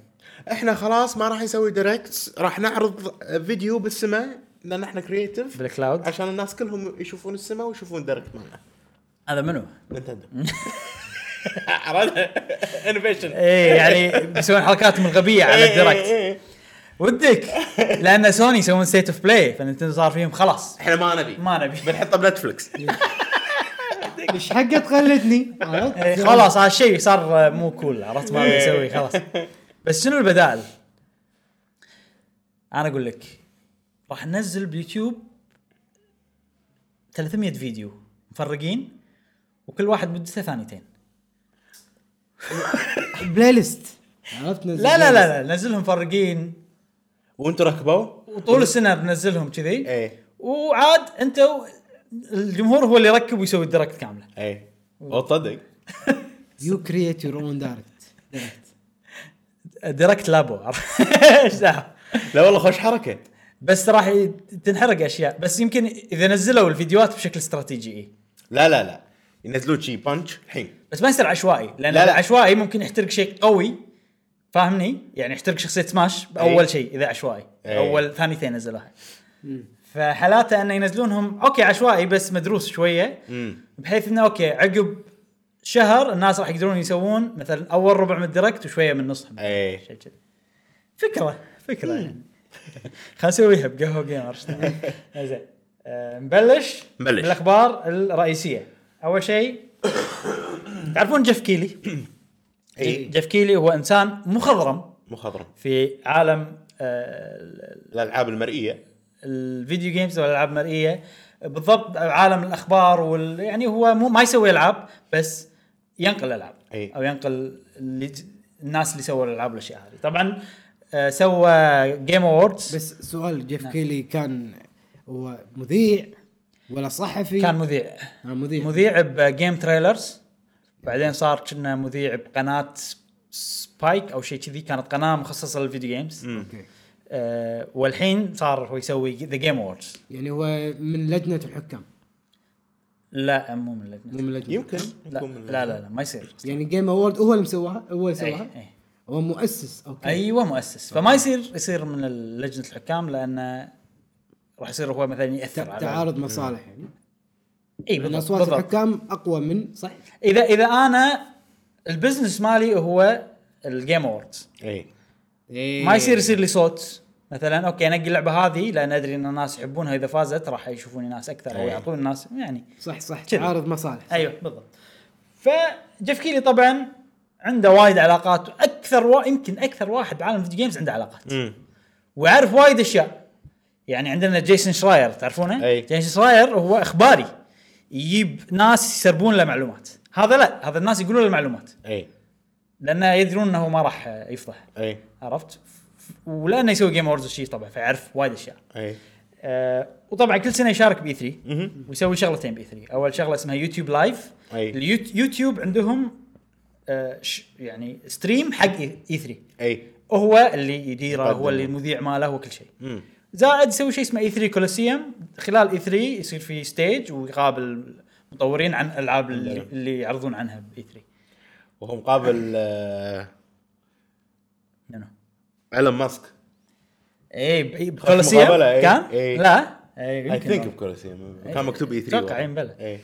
Speaker 3: احنا خلاص ما راح نسوي دايركت راح نعرض فيديو بالسماء لان احنا كرييتيف
Speaker 1: بالكلاود
Speaker 3: عشان الناس كلهم يشوفون السماء ويشوفون دايركت مالنا
Speaker 1: هذا منو؟
Speaker 3: نينتندو عرفت انوفيشن
Speaker 1: ايه يعني بيسوون حركاتهم الغبيه على
Speaker 3: إيه.
Speaker 1: الديركت ودك لان سوني يسوون ستيت اوف بلاي فنتندو صار فيهم خلاص
Speaker 3: احنا ما نبي
Speaker 1: ما نبي
Speaker 3: بنحطه بنتفلكس
Speaker 2: ايش حقك خلتني؟ عرفت؟
Speaker 1: إيه، خلاص هذا الشيء صار آه، مو كول عرفت ما ابي اسوي خلاص بس شنو البدائل؟ انا اقول لك راح ننزل بيوتيوب 300 فيديو مفرقين وكل واحد مدته ثانيتين
Speaker 2: بلاي ليست عرفت نزل
Speaker 1: لا لا
Speaker 2: بلاي
Speaker 1: لا لا ننزلهم مفرقين
Speaker 3: وانتم ركبوا؟
Speaker 1: وطول السنه بننزلهم كذي
Speaker 3: ايه
Speaker 1: وعاد انت و- الجمهور هو اللي يركب ويسوي الدركت كامله
Speaker 3: ايه وتصدق
Speaker 2: ليست. يو كرييت يور اون دايركت
Speaker 1: دركت لابو ايش دعوه
Speaker 3: لا والله خوش حركه
Speaker 1: بس راح ي- تنحرق اشياء بس يمكن اذا نزلوا الفيديوهات بشكل استراتيجي اي
Speaker 3: لا لا لا ينزلون شي بانش الحين
Speaker 1: بس ما يصير عشوائي لان
Speaker 3: لا،
Speaker 1: لا
Speaker 3: لا.
Speaker 1: لا. عشوائي ممكن يحترق شيء قوي فاهمني يعني يحترق شخصيه سماش باول
Speaker 3: أي.
Speaker 1: شيء اذا عشوائي
Speaker 3: أي.
Speaker 1: اول ثانيتين نزلوها فحالاته انه ينزلونهم اوكي عشوائي بس مدروس شويه
Speaker 3: امم
Speaker 1: بحيث انه اوكي عقب شهر الناس راح يقدرون يسوون مثلا اول ربع من الدركت وشويه من نصهم
Speaker 3: ايه
Speaker 1: شيء كذي فكره فكره يعني خلينا نسويها بقهوه جيمر زين آه، نبلش
Speaker 3: نبلش.
Speaker 1: بالاخبار الرئيسيه اول شيء تعرفون جيف كيلي
Speaker 3: ايه
Speaker 1: جيف كيلي هو انسان مخضرم
Speaker 3: مخضرم
Speaker 1: في عالم آه، ال-
Speaker 3: الالعاب المرئيه
Speaker 1: الفيديو جيمز والالعاب المرئيه بالضبط عالم الاخبار وال يعني هو مو ما يسوي العاب بس ينقل العاب
Speaker 3: أي.
Speaker 1: او ينقل اللي ج- الناس اللي سووا الالعاب والاشياء هذه طبعا آه، سوى جيم اووردز نعم.
Speaker 2: بس سؤال جيف كيلي كان هو مذيع ولا صحفي
Speaker 1: كان مذيع
Speaker 2: آه، مذيع
Speaker 1: مذيع بجيم تريلرز بعدين صار كنا مذيع بقناه سبايك او شيء كذي كانت قناه مخصصه للفيديو جيمز
Speaker 2: أوكي.
Speaker 1: أه والحين صار هو يسوي ذا جيم اووردز
Speaker 2: يعني هو من لجنه الحكام
Speaker 1: لا مو من لجنة.
Speaker 2: مو من لجنه
Speaker 3: يمكن
Speaker 1: لا
Speaker 3: يكون-
Speaker 1: لا لا, لا ما يصير إيه.
Speaker 2: يعني جيم اوورد هو اللي مسواها هو اللي
Speaker 1: أي-
Speaker 2: سواها
Speaker 1: أي.
Speaker 2: هو مؤسس اوكي
Speaker 1: ايوه مؤسس فما يصير يصير من لجنه الحكام لانه راح يصير هو مثلا ياثر
Speaker 2: تع-
Speaker 1: على
Speaker 2: تعارض مصالح يعني
Speaker 1: اي
Speaker 2: لان
Speaker 1: بالضبط,
Speaker 2: اصوات
Speaker 1: بالضبط.
Speaker 2: الحكام اقوى من صح
Speaker 1: اذا اذا انا البزنس مالي هو الجيم اووردز
Speaker 3: اي
Speaker 2: إيه.
Speaker 1: ما يصير يصير لي صوت مثلا اوكي انقي اللعبه هذه لان ادري ان الناس يحبونها اذا فازت راح يشوفوني ناس اكثر او
Speaker 3: أي.
Speaker 1: يعطون الناس يعني
Speaker 2: صح إيه. صح
Speaker 1: كذي.
Speaker 2: تعارض مصالح
Speaker 1: ايوه بالضبط فجيف كيلي طبعا عنده وايد علاقات واكثر وا... يمكن اكثر واحد بعالم الفيديو جيمز عنده علاقات ويعرف وايد اشياء يعني عندنا جيسون شراير تعرفونه؟
Speaker 3: أي.
Speaker 1: جيسون شراير هو اخباري يجيب ناس يسربون له معلومات هذا لا هذا الناس يقولون له المعلومات
Speaker 3: اي
Speaker 1: لانه يدرون انه ما راح يفضح
Speaker 3: اي
Speaker 1: عرفت؟ ولانه يسوي جيم اووردز وشي طبعا فيعرف وايد اشياء.
Speaker 3: اي
Speaker 1: أه وطبعا كل سنه يشارك بي 3
Speaker 3: مهم.
Speaker 1: ويسوي شغلتين بي 3 اول شغله اسمها يوتيوب لايف
Speaker 3: أي.
Speaker 1: اليوتيوب عندهم أه ش- يعني ستريم حق اي 3
Speaker 3: اي
Speaker 1: هو اللي يديره هو
Speaker 3: يقدمه.
Speaker 1: اللي المذيع ماله هو كل شيء
Speaker 3: مم.
Speaker 1: زائد يسوي شيء اسمه اي 3 كولوسيوم خلال اي 3 يصير في ستيج ويقابل مطورين عن الالعاب اللي,
Speaker 3: اللعبة.
Speaker 1: اللي يعرضون عنها E باي 3
Speaker 3: وهو مقابل آه،
Speaker 1: منو؟
Speaker 3: ايلون ماسك
Speaker 1: اي إيه، ب- إي
Speaker 3: مقابلة،
Speaker 1: بكولوسيوم
Speaker 3: إي،
Speaker 1: كان؟
Speaker 3: إي.
Speaker 1: لا اي
Speaker 3: اي
Speaker 1: يمكن
Speaker 3: ثينك
Speaker 1: والله.
Speaker 3: بكولوسيوم
Speaker 1: أي.
Speaker 3: يعني كان مكتوب E اي 3
Speaker 1: أتوقع، إي، بلى.
Speaker 3: اي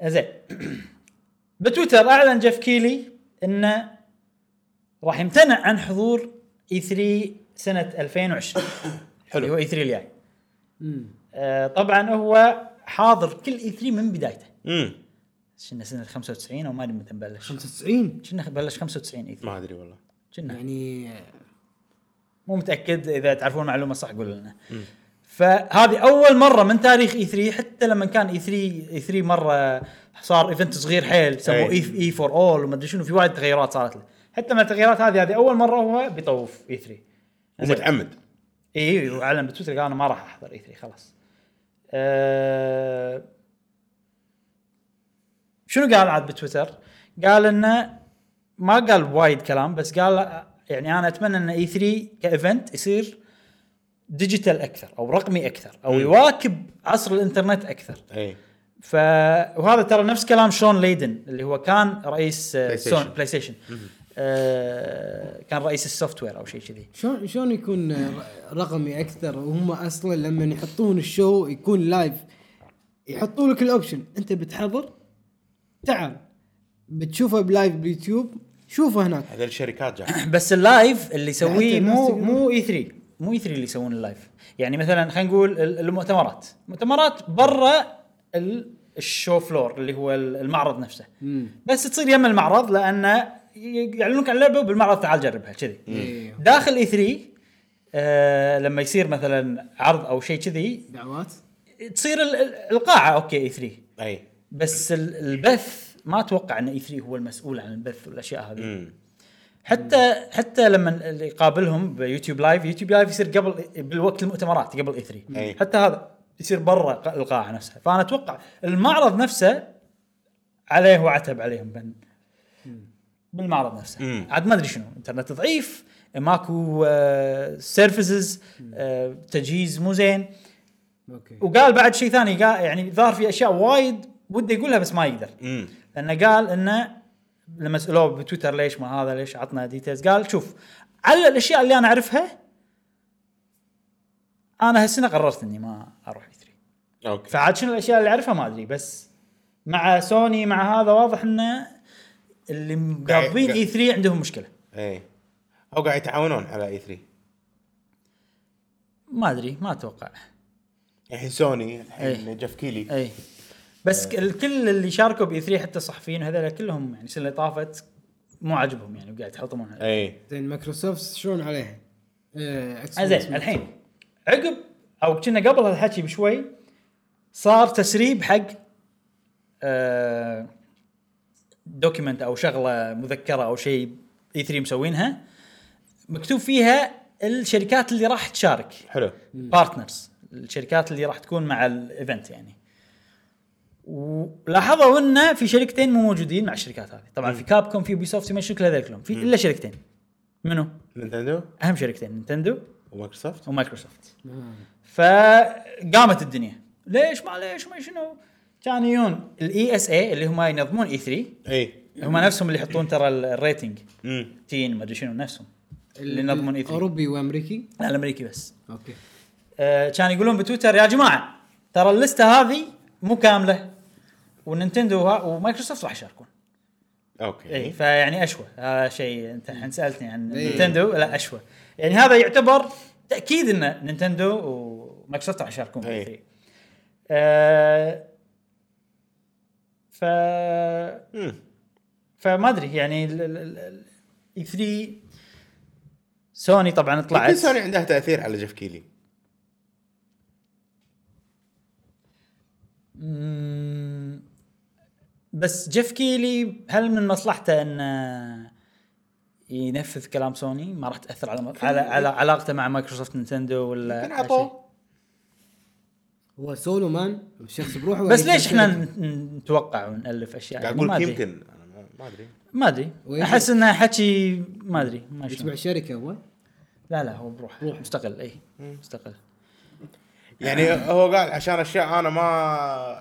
Speaker 1: إيه، زين بتويتر اعلن جيف كيلي انه راح يمتنع عن حضور E اي 3 سنه 2020
Speaker 3: حلو.
Speaker 1: اللي هو اي 3 الجاي
Speaker 2: مم.
Speaker 1: آه طبعا هو حاضر كل اي 3 من بدايته
Speaker 3: امم
Speaker 1: كنا سنه 95 او ما ادري متى بلش
Speaker 2: 95
Speaker 1: كنا بلش E 95 اي 3
Speaker 3: ما ادري والله
Speaker 1: كنا
Speaker 2: يعني
Speaker 1: مو متاكد اذا تعرفون معلومه صح قولوا لنا فهذه اول مره من تاريخ اي 3 حتى لما كان E اي 3 اي 3 مره صار ايفنت صغير حيل سموه
Speaker 3: أي.
Speaker 1: اي اي فور اول وما ادري شنو في وايد تغيرات صارت له حتى من التغييرات هذه هذه اول مره هو بيطوف E اي 3
Speaker 3: ومتعمد
Speaker 1: اي واعلن بتويتر قال انا ما راح احضر اي 3 خلاص أه شنو قال عاد بتويتر؟ قال انه ما قال وايد كلام بس قال آه، يعني انا اتمنى ان اي 3 كايفنت يصير ديجيتال اكثر او رقمي اكثر او يواكب عصر الانترنت اكثر
Speaker 3: اي
Speaker 1: ف وهذا ترى نفس كلام شون ليدن اللي هو كان رئيس آه،
Speaker 3: PlayStation.
Speaker 1: سون بلاي ستيشن آه كان رئيس السوفت وير او شيء كذي
Speaker 2: شلون شلون يكون ر- رقمي اكثر وهم اصلا لما يحطون الشو يكون لايف يحطوا لك الاوبشن انت بتحضر تعال بتشوفه بلايف باليوتيوب شوفه هناك
Speaker 3: هذول الشركات جاي
Speaker 1: بس اللايف اللي
Speaker 2: حتى
Speaker 1: يسويه
Speaker 2: الناس
Speaker 1: مو
Speaker 2: يقولون.
Speaker 1: مو اي 3 مو اي 3 اللي يسوون اللايف يعني مثلا خلينا نقول ال- المؤتمرات مؤتمرات برا ال- الشو فلور اللي هو ال- المعرض نفسه بس تصير يم المعرض لان ي- يعلنونك عن لعبه وبالمعرض تعال جربها كذي
Speaker 2: إيه.
Speaker 1: داخل اي 3 آه لما يصير مثلا عرض او شيء كذي
Speaker 2: دعوات
Speaker 1: تصير ال- ال- القاعه اوكي اي 3
Speaker 3: اي
Speaker 1: بس ال- البث ما اتوقع ان اي 3 هو المسؤول عن البث والاشياء هذه
Speaker 3: امم
Speaker 1: حتى حتى لما اللي يقابلهم بيوتيوب لايف يوتيوب لايف يصير قبل بالوقت المؤتمرات قبل اي 3
Speaker 3: أي.
Speaker 1: حتى هذا يصير برا ق- القاعه نفسها فانا اتوقع المعرض نفسه عليه وعتب عليهم بن بالمعرض نفسه
Speaker 3: مم.
Speaker 1: عاد ما ادري شنو انترنت ضعيف ماكو سيرفيسز تجهيز مو زين
Speaker 2: اوكي
Speaker 1: وقال بعد شيء ثاني قال يعني ظهر في اشياء وايد وده يقولها بس ما يقدر
Speaker 3: امم
Speaker 1: لانه قال انه لما سالوه بتويتر ليش ما هذا ليش عطنا ديتيلز قال شوف على الاشياء اللي انا اعرفها انا هالسنه قررت اني ما اروح اي 3
Speaker 3: اوكي
Speaker 1: فعاد شنو الاشياء اللي اعرفها ما ادري بس مع سوني مع هذا واضح انه اللي مقاطبين اي 3 عندهم مشكله
Speaker 3: اي هو قاعد يتعاونون على E اي 3
Speaker 1: ما ادري ما اتوقع
Speaker 3: الحين سوني الحين
Speaker 1: أي.
Speaker 3: جيف كيلي
Speaker 1: اي بس ك- الكل اللي شاركوا باي 3 حتى الصحفيين هذول كلهم يعني السنه اللي طافت مو عاجبهم يعني وقاعد يحطمون عليه
Speaker 3: اي
Speaker 2: زين مايكروسوفت شلون عليها؟ آه،
Speaker 1: آه،
Speaker 2: Xbox
Speaker 1: زين الحين عقب او كنا قبل هالحكي بشوي صار تسريب حق آه دوكيمنت او شغله مذكره او شيء اي 3 مسوينها مكتوب فيها الشركات اللي راح تشارك
Speaker 3: حلو
Speaker 1: بارتنرز الشركات اللي راح تكون مع الايفنت يعني ولاحظوا انه في شركتين مو موجودين مع الشركات هذه طبعا في كاب كوم في بي سوفت في شركه هذول كلهم في الا شركتين منو
Speaker 3: نينتندو
Speaker 1: اهم شركتين نينتندو
Speaker 3: ومايكروسوفت
Speaker 1: ومايكروسوفت
Speaker 2: آه.
Speaker 1: فقامت الدنيا ليش ما ليش ما شنو كان يجون الاي اس اي اللي هم ينظمون اي 3
Speaker 3: اي
Speaker 1: هم نفسهم اللي يحطون ترى ال- الريتنج
Speaker 3: امم
Speaker 1: تين ما ادري شنو نفسهم اللي ينظمون اي 3
Speaker 2: اوروبي وامريكي
Speaker 1: لا الامريكي بس
Speaker 2: اوكي
Speaker 1: آه، كان يقولون بتويتر يا جماعه ترى اللسته هذه مو كامله وننتندو وها- ومايكروسوفت راح يشاركون اي
Speaker 3: اوكي
Speaker 1: فيعني اشوى هذا شيء انت الحين سالتني عن
Speaker 2: إي.
Speaker 1: نينتندو لا اشوى يعني هذا يعتبر تاكيد ان نينتندو ومايكروسوفت راح يشاركون
Speaker 3: إي.
Speaker 1: في آه ف
Speaker 3: مم.
Speaker 1: فما ادري يعني اي 3 سوني طبعا
Speaker 3: يمكن
Speaker 1: طلعت
Speaker 3: سوني عندها تاثير على جيف كيلي
Speaker 1: مم. بس جيف كيلي هل من مصلحته ان ينفذ كلام سوني ما راح تاثر على على, على علاقته مع مايكروسوفت نينتندو
Speaker 3: كان
Speaker 1: ولا شيء؟
Speaker 3: عطوه
Speaker 2: هو سولو مان شخص بروحه
Speaker 1: بس
Speaker 2: ويعيش
Speaker 1: ليش احنا
Speaker 2: مسيرته.
Speaker 1: ن- ن- نتوقع ونالف اشياء
Speaker 3: قاعد
Speaker 1: يعني
Speaker 3: اقول
Speaker 1: ما ادري
Speaker 3: لك يمكن انا ما- ما ادري
Speaker 1: ما ادري
Speaker 2: ويجي-
Speaker 1: احس انه حكي ما ادري ما
Speaker 2: يتبع
Speaker 1: شلون.
Speaker 2: الشركه هو
Speaker 1: لا لا هو بروح مستقل اي مستقل
Speaker 3: يعني هو قال عشان اشياء انا ما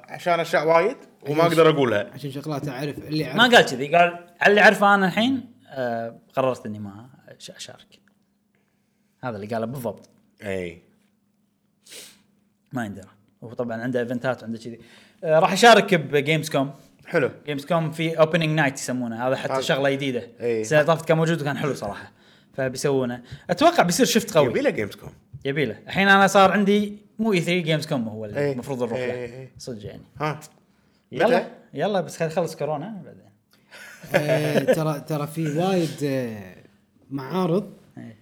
Speaker 3: عشان اشياء وايد وما اقدر اقولها
Speaker 2: عشان شغلات اعرف اللي
Speaker 1: ما
Speaker 2: اعرف
Speaker 1: قال كذي قال على اللي اعرفه انا الحين آه قررت اني ما أش- اشارك هذا اللي قاله بالضبط
Speaker 3: اي
Speaker 1: ما يندرى هو طبعا عنده ايفنتات وعنده كذي آه، راح يشارك بجيمز كوم
Speaker 3: حلو
Speaker 1: جيمز كوم في اوبننج نايت يسمونه هذا حتى
Speaker 3: هذا.
Speaker 1: شغله جديده
Speaker 3: إيه.
Speaker 1: السنه اللي طافت كان موجود وكان حلو صراحه فبيسوونه اتوقع بيصير شفت
Speaker 3: يبي
Speaker 1: قوي
Speaker 3: له جيمز كوم
Speaker 1: يبي له الحين انا صار عندي مو اي 3 جيمز كوم هو اللي
Speaker 3: إيه.
Speaker 1: المفروض نروح
Speaker 3: إيه.
Speaker 1: له
Speaker 3: إيه.
Speaker 1: صدق يعني
Speaker 3: ها
Speaker 1: يلا
Speaker 3: متى؟
Speaker 1: يلا بس خل- خلص كورونا بعدين
Speaker 2: آه، ترى ترى في وايد آه، معارض
Speaker 1: إيه.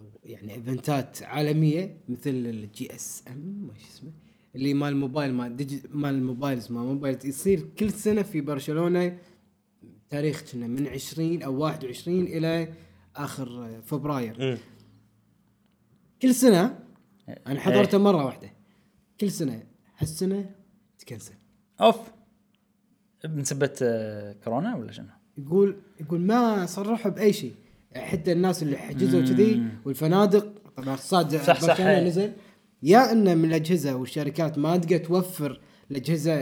Speaker 2: أو يعني ايفنتات عالميه مثل الجي اس ام ما شو اسمه اللي مال موبايل مال ديجي مال الموبايلز مال موبايل يصير كل سنه في برشلونه تاريخ كنا من 20 او 21 الى اخر آه، فبراير
Speaker 3: مم.
Speaker 2: كل سنه انا حضرته
Speaker 1: إيه.
Speaker 2: مره واحده كل سنه هالسنه تكنسل
Speaker 1: اوف من سبه آه، كورونا ولا شنو؟
Speaker 2: يقول يقول ما صرحوا باي شيء حتى الناس اللي حجزوا كذي والفنادق طبعا اقتصاد
Speaker 1: صح، صح،
Speaker 2: برشلونة
Speaker 1: إيه.
Speaker 2: نزل يا انه من الاجهزه والشركات ما تقدر توفر الاجهزه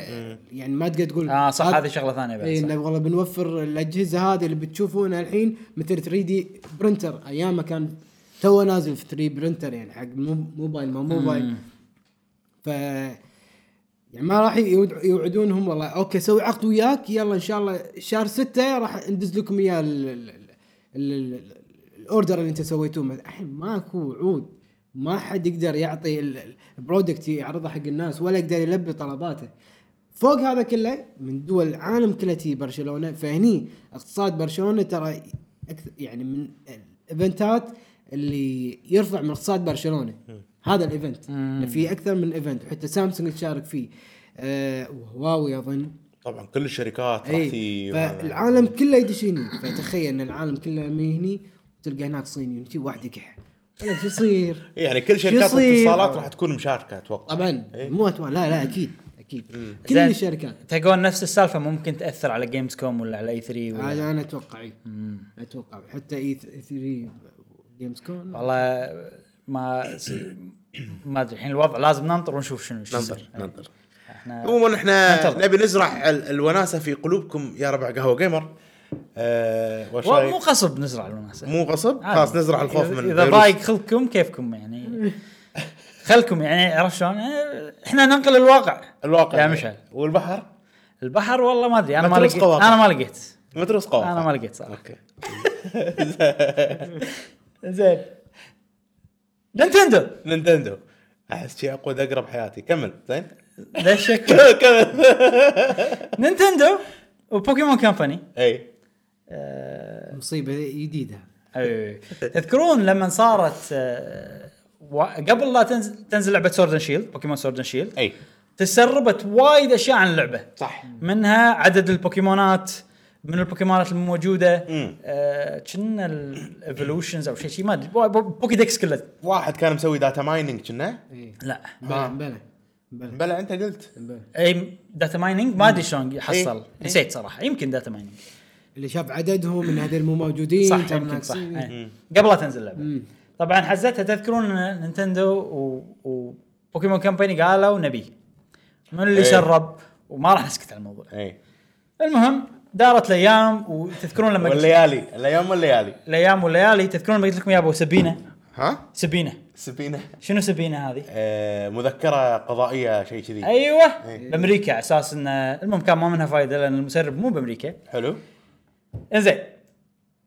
Speaker 2: يعني ما تقدر تقول
Speaker 1: اه صح
Speaker 2: هذا-
Speaker 1: هذه شغله ثانيه بعد
Speaker 2: اي
Speaker 1: صح.
Speaker 2: انه إيه، والله بنوفر الاجهزه هذه اللي بتشوفونها الحين مثل 3 دي برنتر ايامها كان تو نازل في 3 برنتر يعني حق مو- موبايل ما موبايل ف يعني ما راح يوعد- يوعدونهم والله اوكي سوي عقد وياك يلا ان شاء الله شهر ستة راح ندز لكم اياه ال- ال- ال- ال- الاوردر اللي انت سويتوه مث- الحين ماكو وعود ما حد يقدر يعطي ال- ال- البرودكت يعرضه حق الناس ولا يقدر يلبي طلباته فوق هذا كله من دول العالم كلها تي برشلونه فهني اقتصاد برشلونه ترى أكثر يعني من الايفنتات اللي يرفع من اقتصاد برشلونه هذا الايفنت إن في اكثر من ايفنت وحتى سامسونج تشارك فيه آه وهواوي اظن
Speaker 3: طبعا كل الشركات راح
Speaker 2: اي
Speaker 3: تي
Speaker 2: فالعالم كله يدشيني فتخيل ان العالم كله مي هني تلقى هناك صيني وشي واحد يكح إيه، شو يصير؟
Speaker 3: يعني كل شركات
Speaker 2: شو يصير؟
Speaker 3: الاتصالات راح تكون مشاركه اتوقع
Speaker 2: طبعا مو أتوقع- لا لا اكيد اكيد كل
Speaker 1: زين.
Speaker 2: الشركات
Speaker 1: تقول نفس السالفه ممكن تاثر على جيمز كوم ولا على اي 3 ولا
Speaker 2: هذا انا اتوقع إيه. اتوقع حتى اي 3 جيمز كون
Speaker 1: والله ما ما ادري الحين الوضع لازم ننطر ونشوف شنو شو يصير
Speaker 3: ننطر
Speaker 1: احنا
Speaker 3: عموما احنا
Speaker 1: ننتظر.
Speaker 3: نبي نزرع ال- الوناسه في قلوبكم يا ربع قهوه جيمر أه وش رأيك؟
Speaker 1: مو قصب نزرع الوناسه
Speaker 3: مو غصب
Speaker 1: عادي.
Speaker 3: خلاص نزرع الخوف من
Speaker 1: اذا
Speaker 3: فيروس.
Speaker 1: ضايق خلقكم كيفكم يعني خلكم يعني عرفت شلون؟ يعني احنا ننقل الواقع
Speaker 3: الواقع
Speaker 1: يا مشعل
Speaker 3: والبحر
Speaker 1: البحر والله ما ادري انا ما
Speaker 3: متروس
Speaker 1: لقيت
Speaker 3: قواقع.
Speaker 1: انا ما لقيت
Speaker 3: متروس قوة
Speaker 1: انا ما لقيت صراحه
Speaker 3: اوكي
Speaker 1: زين نينتندو
Speaker 3: نينتندو احس شيء اقوى دقره بحياتي كمل زين
Speaker 1: لا شك
Speaker 3: كمل
Speaker 1: نينتندو وبوكيمون كمباني
Speaker 3: اي
Speaker 1: E,
Speaker 2: مصيبه جديده
Speaker 1: أي. تذكرون لما صارت آه، و- قبل لا تنزل تنزل لعبه سورد شيلد بوكيمون سورد شيلد
Speaker 3: اي
Speaker 1: تسربت وايد اشياء عن اللعبه
Speaker 3: صح
Speaker 1: منها عدد البوكيمونات من البوكيمونات الموجوده
Speaker 3: مم.
Speaker 1: آه، كنا الايفولوشنز او شيء شيء ما ادري بو- بو- بوكي ديكس كلها
Speaker 3: واحد كان مسوي داتا مايننج كنا
Speaker 2: إيه.
Speaker 1: لا
Speaker 2: بلا بلا بلى.
Speaker 3: بلا انت قلت
Speaker 2: بلى.
Speaker 1: اي داتا مايننج ما ادري شلون حصل
Speaker 3: إيه.
Speaker 1: نسيت صراحه يمكن داتا مايننج
Speaker 2: اللي شاف عددهم من هذول مو موجودين
Speaker 1: صح
Speaker 2: ترى
Speaker 1: يمكن صح
Speaker 2: ناقصين.
Speaker 1: إيه. قبل لا تنزل اللعبه طبعا حزتها تذكرون إن نينتندو و... وبوكيمون كمباني قالوا نبي من اللي
Speaker 3: إيه.
Speaker 1: شرب وما راح نسكت على الموضوع
Speaker 3: اي
Speaker 1: المهم دارت الايام وتذكرون لما قلت-
Speaker 3: والليالي الايام والليالي
Speaker 1: الايام والليالي تذكرون لما قلت لكم يا ابو سبينه
Speaker 3: ها
Speaker 1: سبينه
Speaker 3: سفينه
Speaker 1: شنو سبينه هذه؟
Speaker 3: آه مذكره قضائيه شيء كذي
Speaker 1: ايوه
Speaker 3: إيه.
Speaker 1: بامريكا على اساس انه المهم كان ما منها فائده لان المسرب مو بامريكا
Speaker 3: حلو
Speaker 1: انزين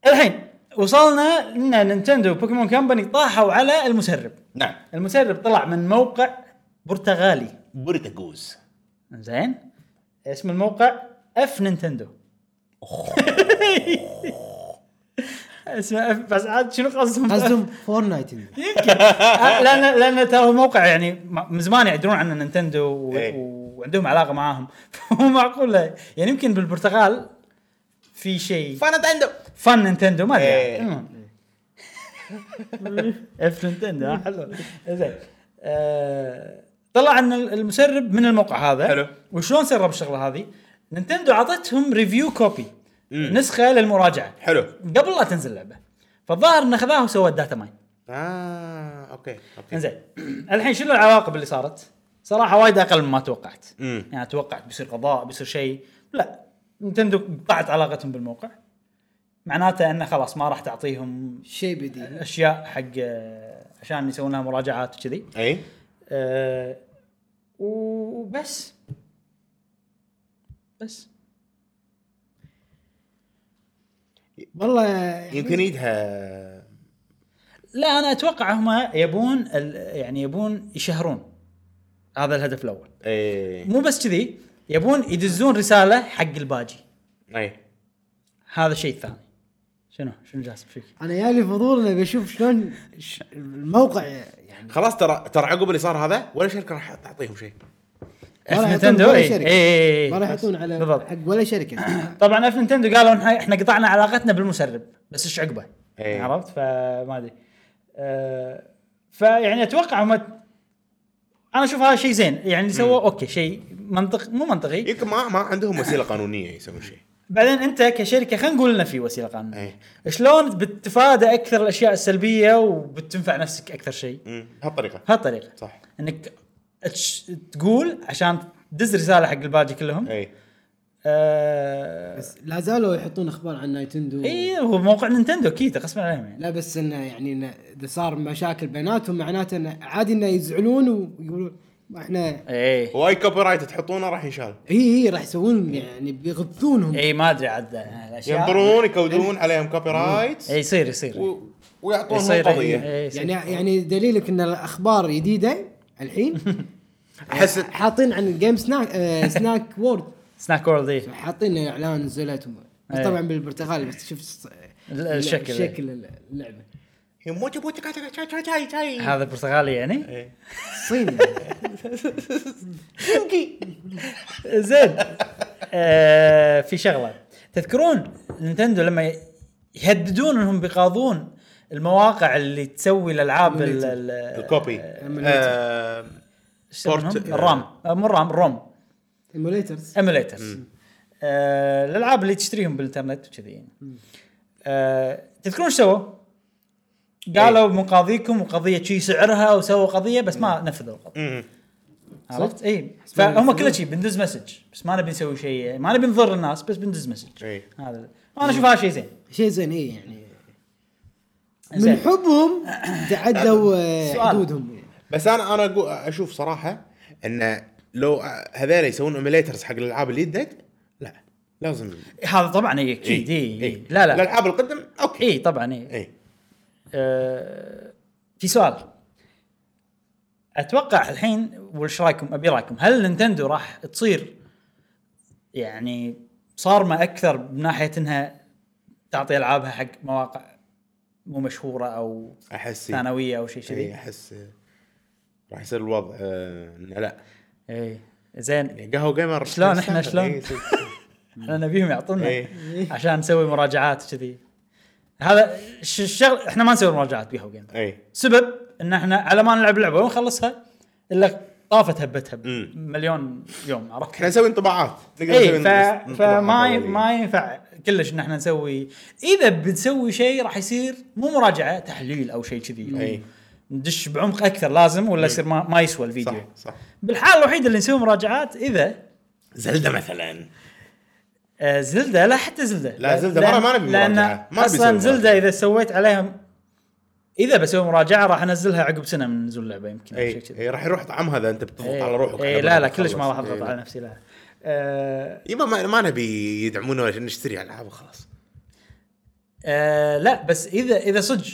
Speaker 1: الحين وصلنا ان نينتندو بوكيمون كمباني طاحوا على المسرب
Speaker 3: نعم
Speaker 1: المسرب طلع من موقع برتغالي
Speaker 3: بوريتاجوز
Speaker 1: زين اسم الموقع اف نينتندو اسمه اف بس عاد شنو قصدهم؟
Speaker 2: قصدهم فورنايت اللي.
Speaker 1: يمكن آه، لان لان ترى هو موقع يعني ما- من زمان يدرون عن نينتندو و-
Speaker 3: إيه.
Speaker 1: وعندهم علاقه معاهم فمو معقوله يعني يمكن بالبرتغال في شيء
Speaker 3: فانت عنده
Speaker 1: فن نينتندو ما ادري
Speaker 3: إيه.
Speaker 1: المهم. Mm. اف نينتندو آه، حلو زين آه، طلع ان المسرب من الموقع هذا
Speaker 3: حلو.
Speaker 1: وشلون سرب الشغله هذه؟ نينتندو عطتهم ريفيو كوبي نسخه للمراجعه
Speaker 3: حلو
Speaker 1: قبل لا تنزل اللعبه فالظاهر انه خذاها وسوى داتا ماين
Speaker 3: اه اوكي اوكي
Speaker 1: انزين الحين شنو العواقب اللي صارت؟ صراحه وايد اقل مما توقعت
Speaker 3: مم.
Speaker 1: يعني توقعت بيصير قضاء بيصير شيء لا نتندو قطعت علاقتهم بالموقع معناته انه خلاص ما راح تعطيهم
Speaker 2: شيء بديل
Speaker 1: اشياء حق آه، عشان يسوون لها مراجعات وكذي
Speaker 3: اي
Speaker 1: أه وبس بس
Speaker 2: والله
Speaker 3: يمكن ايدها
Speaker 1: لا انا اتوقع هم يبون ال- يعني يبون يشهرون هذا الهدف الاول
Speaker 3: اي
Speaker 1: مو بس كذي يبون يدزون رساله حق الباجي
Speaker 3: اي
Speaker 1: هذا الشيء الثاني شنو شنو جاسم فيك؟
Speaker 2: انا يالي فضول اني بشوف شلون ش- الموقع يعني
Speaker 3: خلاص ترى ترى عقب اللي صار هذا ولا شركه راح تعطيهم شيء
Speaker 1: اف
Speaker 2: راح
Speaker 1: نينتندو
Speaker 2: يعطون ولا
Speaker 1: اي
Speaker 2: شركة.
Speaker 1: اي
Speaker 2: ما راح يحطون على
Speaker 1: إيه، بالضبط
Speaker 2: حق ولا شركه
Speaker 1: طبعا اف نينتندو قالوا إن احنا قطعنا علاقتنا بالمسرب بس ايش عقبه؟
Speaker 3: إيه.
Speaker 1: عرفت فما ادري آه، فيعني اتوقع هم انا اشوف هذا شيء زين يعني اللي سووه اوكي شيء منطق مو منطقي
Speaker 3: يمكن ما ما عندهم وسيله قانونيه يسوون شيء
Speaker 1: بعدين انت كشركه خلينا نقول لنا في وسيله قانونيه
Speaker 3: إيه.
Speaker 1: شلون بتتفادى اكثر الاشياء السلبيه وبتنفع نفسك اكثر شيء
Speaker 3: مم، بهالطريقه
Speaker 1: بهالطريقه
Speaker 3: صح
Speaker 1: انك تش- تقول عشان تدز رساله حق الباجي كلهم
Speaker 3: اي
Speaker 1: آه
Speaker 2: بس لا زالوا يحطون اخبار عن نايتندو
Speaker 1: اي إيه، هو موقع نينتندو اكيد قسما عليهم يعني
Speaker 2: لا بس انه يعني إنه اذا صار مشاكل بيناتهم معناته انه عادي انه يزعلون ويقولون ما احنا
Speaker 1: اي
Speaker 3: واي كوبي رايت تحطونه راح ينشال
Speaker 2: هي هي راح يسوون يعني بيغثونهم
Speaker 1: اي إيه، ما ادري عاد الاشياء
Speaker 3: ينطرون يكودون
Speaker 1: إيه.
Speaker 3: عليهم كوبي رايت
Speaker 1: اي يصير يصير
Speaker 3: و- ويعطونهم
Speaker 1: إيه. يصير إيه.
Speaker 3: قضيه
Speaker 1: إي، يصير.
Speaker 2: يعني يعني دليلك ان الاخبار جديده الحين
Speaker 3: احس
Speaker 2: حاطين عن الجيم سناك آه سناك وورد
Speaker 1: سناك وورلد اي
Speaker 2: حاطين اعلان نزلت وم- بس
Speaker 1: إيه.
Speaker 2: طبعا بالبرتغالي بس شفت الص-
Speaker 1: ال- الشكل، إيه.
Speaker 2: شكل اللعبه
Speaker 3: يموت يموت يقعد- يقعد- يقعد- يقعد- يقعد.
Speaker 1: هذا برتغالي يعني
Speaker 3: إي.
Speaker 2: صيني يعني.
Speaker 1: زين آه في شغله تذكرون نينتندو لما ي- يهددون انهم بيقاضون المواقع اللي تسوي الالعاب ال- ال-
Speaker 3: الكوبي آه،
Speaker 1: إيش يسمونهم؟
Speaker 3: بورت-
Speaker 1: الرام آه، مو الرام الروم
Speaker 2: ايموليترز
Speaker 1: ايميليترز آه، الالعاب اللي تشتريهم بالانترنت وكذي يعني آه، تذكرون ايش سووا؟ قالوا مقاضيكم وقضيه شي سعرها وسووا قضيه بس ما نفذوا القضيه
Speaker 3: مم.
Speaker 1: عرفت؟ اي
Speaker 2: ما
Speaker 1: فهم
Speaker 2: ينفذون.
Speaker 1: كله شي بندز مسج بس ما نبي نسوي شيء ما نبي نضر الناس بس بندز مسج
Speaker 3: إي.
Speaker 1: هذا انا اشوف هذا شيء زين
Speaker 2: شيء زين ايه يعني
Speaker 1: زين.
Speaker 2: من حبهم تعدوا آه،
Speaker 1: سؤال.
Speaker 2: حدودهم
Speaker 3: بس انا انا أقو- اشوف صراحه ان لو هذول يسوون ايميليترز حق الالعاب اللي يدك لا لازم
Speaker 1: هذا طبعا اي
Speaker 3: إيه.
Speaker 1: اكيد اي إي. لا إيه، لا
Speaker 3: الالعاب القدم إيه. اوكي
Speaker 1: اي طبعا اي
Speaker 3: اي
Speaker 1: آه، في سؤال اتوقع الحين وش رايكم ابي رايكم هل نينتندو راح تصير يعني صارمه اكثر من ناحيه انها تعطي العابها حق مواقع مو مشهوره او
Speaker 3: احس إي.
Speaker 1: ثانويه او شيء
Speaker 3: اي
Speaker 1: كذي
Speaker 3: احس آه، راح يصير الوضع آه، إنه لا
Speaker 1: اي إيه. زين
Speaker 3: يعني قهوه جيمر إيه،
Speaker 1: شلون إحنا شلون؟
Speaker 3: إي، صدق.
Speaker 1: احنا نبيهم يعطونا
Speaker 3: إي.
Speaker 1: عشان نسوي مراجعات كذي هذا ش- الشغل
Speaker 3: إيه.
Speaker 1: احنا ما نسوي مراجعات بيها وجيم
Speaker 3: اي
Speaker 1: سبب ان احنا على ما نلعب لعبه ونخلصها الا طافت هبتها
Speaker 3: مم.
Speaker 1: مليون يوم عرفت
Speaker 3: احنا نسوي انطباعات نقدر
Speaker 1: اي إيه، ف...
Speaker 3: انطباعات طيب.
Speaker 1: فما ي...
Speaker 3: أولية.
Speaker 1: ما ينفع كلش ان احنا نسوي اذا بنسوي شيء راح يصير مو مراجعه تحليل او شيء كذي
Speaker 3: إي.
Speaker 1: ندش بعمق اكثر لازم ولا يصير ما, ما يسوى الفيديو
Speaker 3: إيه. صح صح
Speaker 1: بالحاله الوحيده اللي نسوي مراجعات اذا
Speaker 3: زلده مثلا
Speaker 1: آه، زلدة لا حتى زلدة
Speaker 3: لا، زلدة
Speaker 1: لأن-
Speaker 3: مرة ما نبي
Speaker 1: لأن
Speaker 3: مراجعة. ما نبي
Speaker 1: اصلا
Speaker 3: نسوي
Speaker 1: زلدة
Speaker 3: مراجعة.
Speaker 1: اذا سويت عليها اذا بسوي مراجعة راح انزلها عقب سنة من نزول اللعبة يمكن أو شيء
Speaker 3: اي
Speaker 1: كذي.
Speaker 3: اي إيه، راح يروح طعمها اذا انت بتضغط
Speaker 1: إيه.
Speaker 3: على روحك
Speaker 1: إيه،
Speaker 3: على
Speaker 1: لا
Speaker 3: بعد
Speaker 1: لا كلش ما
Speaker 3: تخلص.
Speaker 1: راح اضغط
Speaker 3: إيه.
Speaker 1: على نفسي لا آه،
Speaker 3: يبا ما, ما نبي يدعمونا ولا شيء، نشتري العاب وخلاص
Speaker 1: آه، لا بس اذا اذا صدق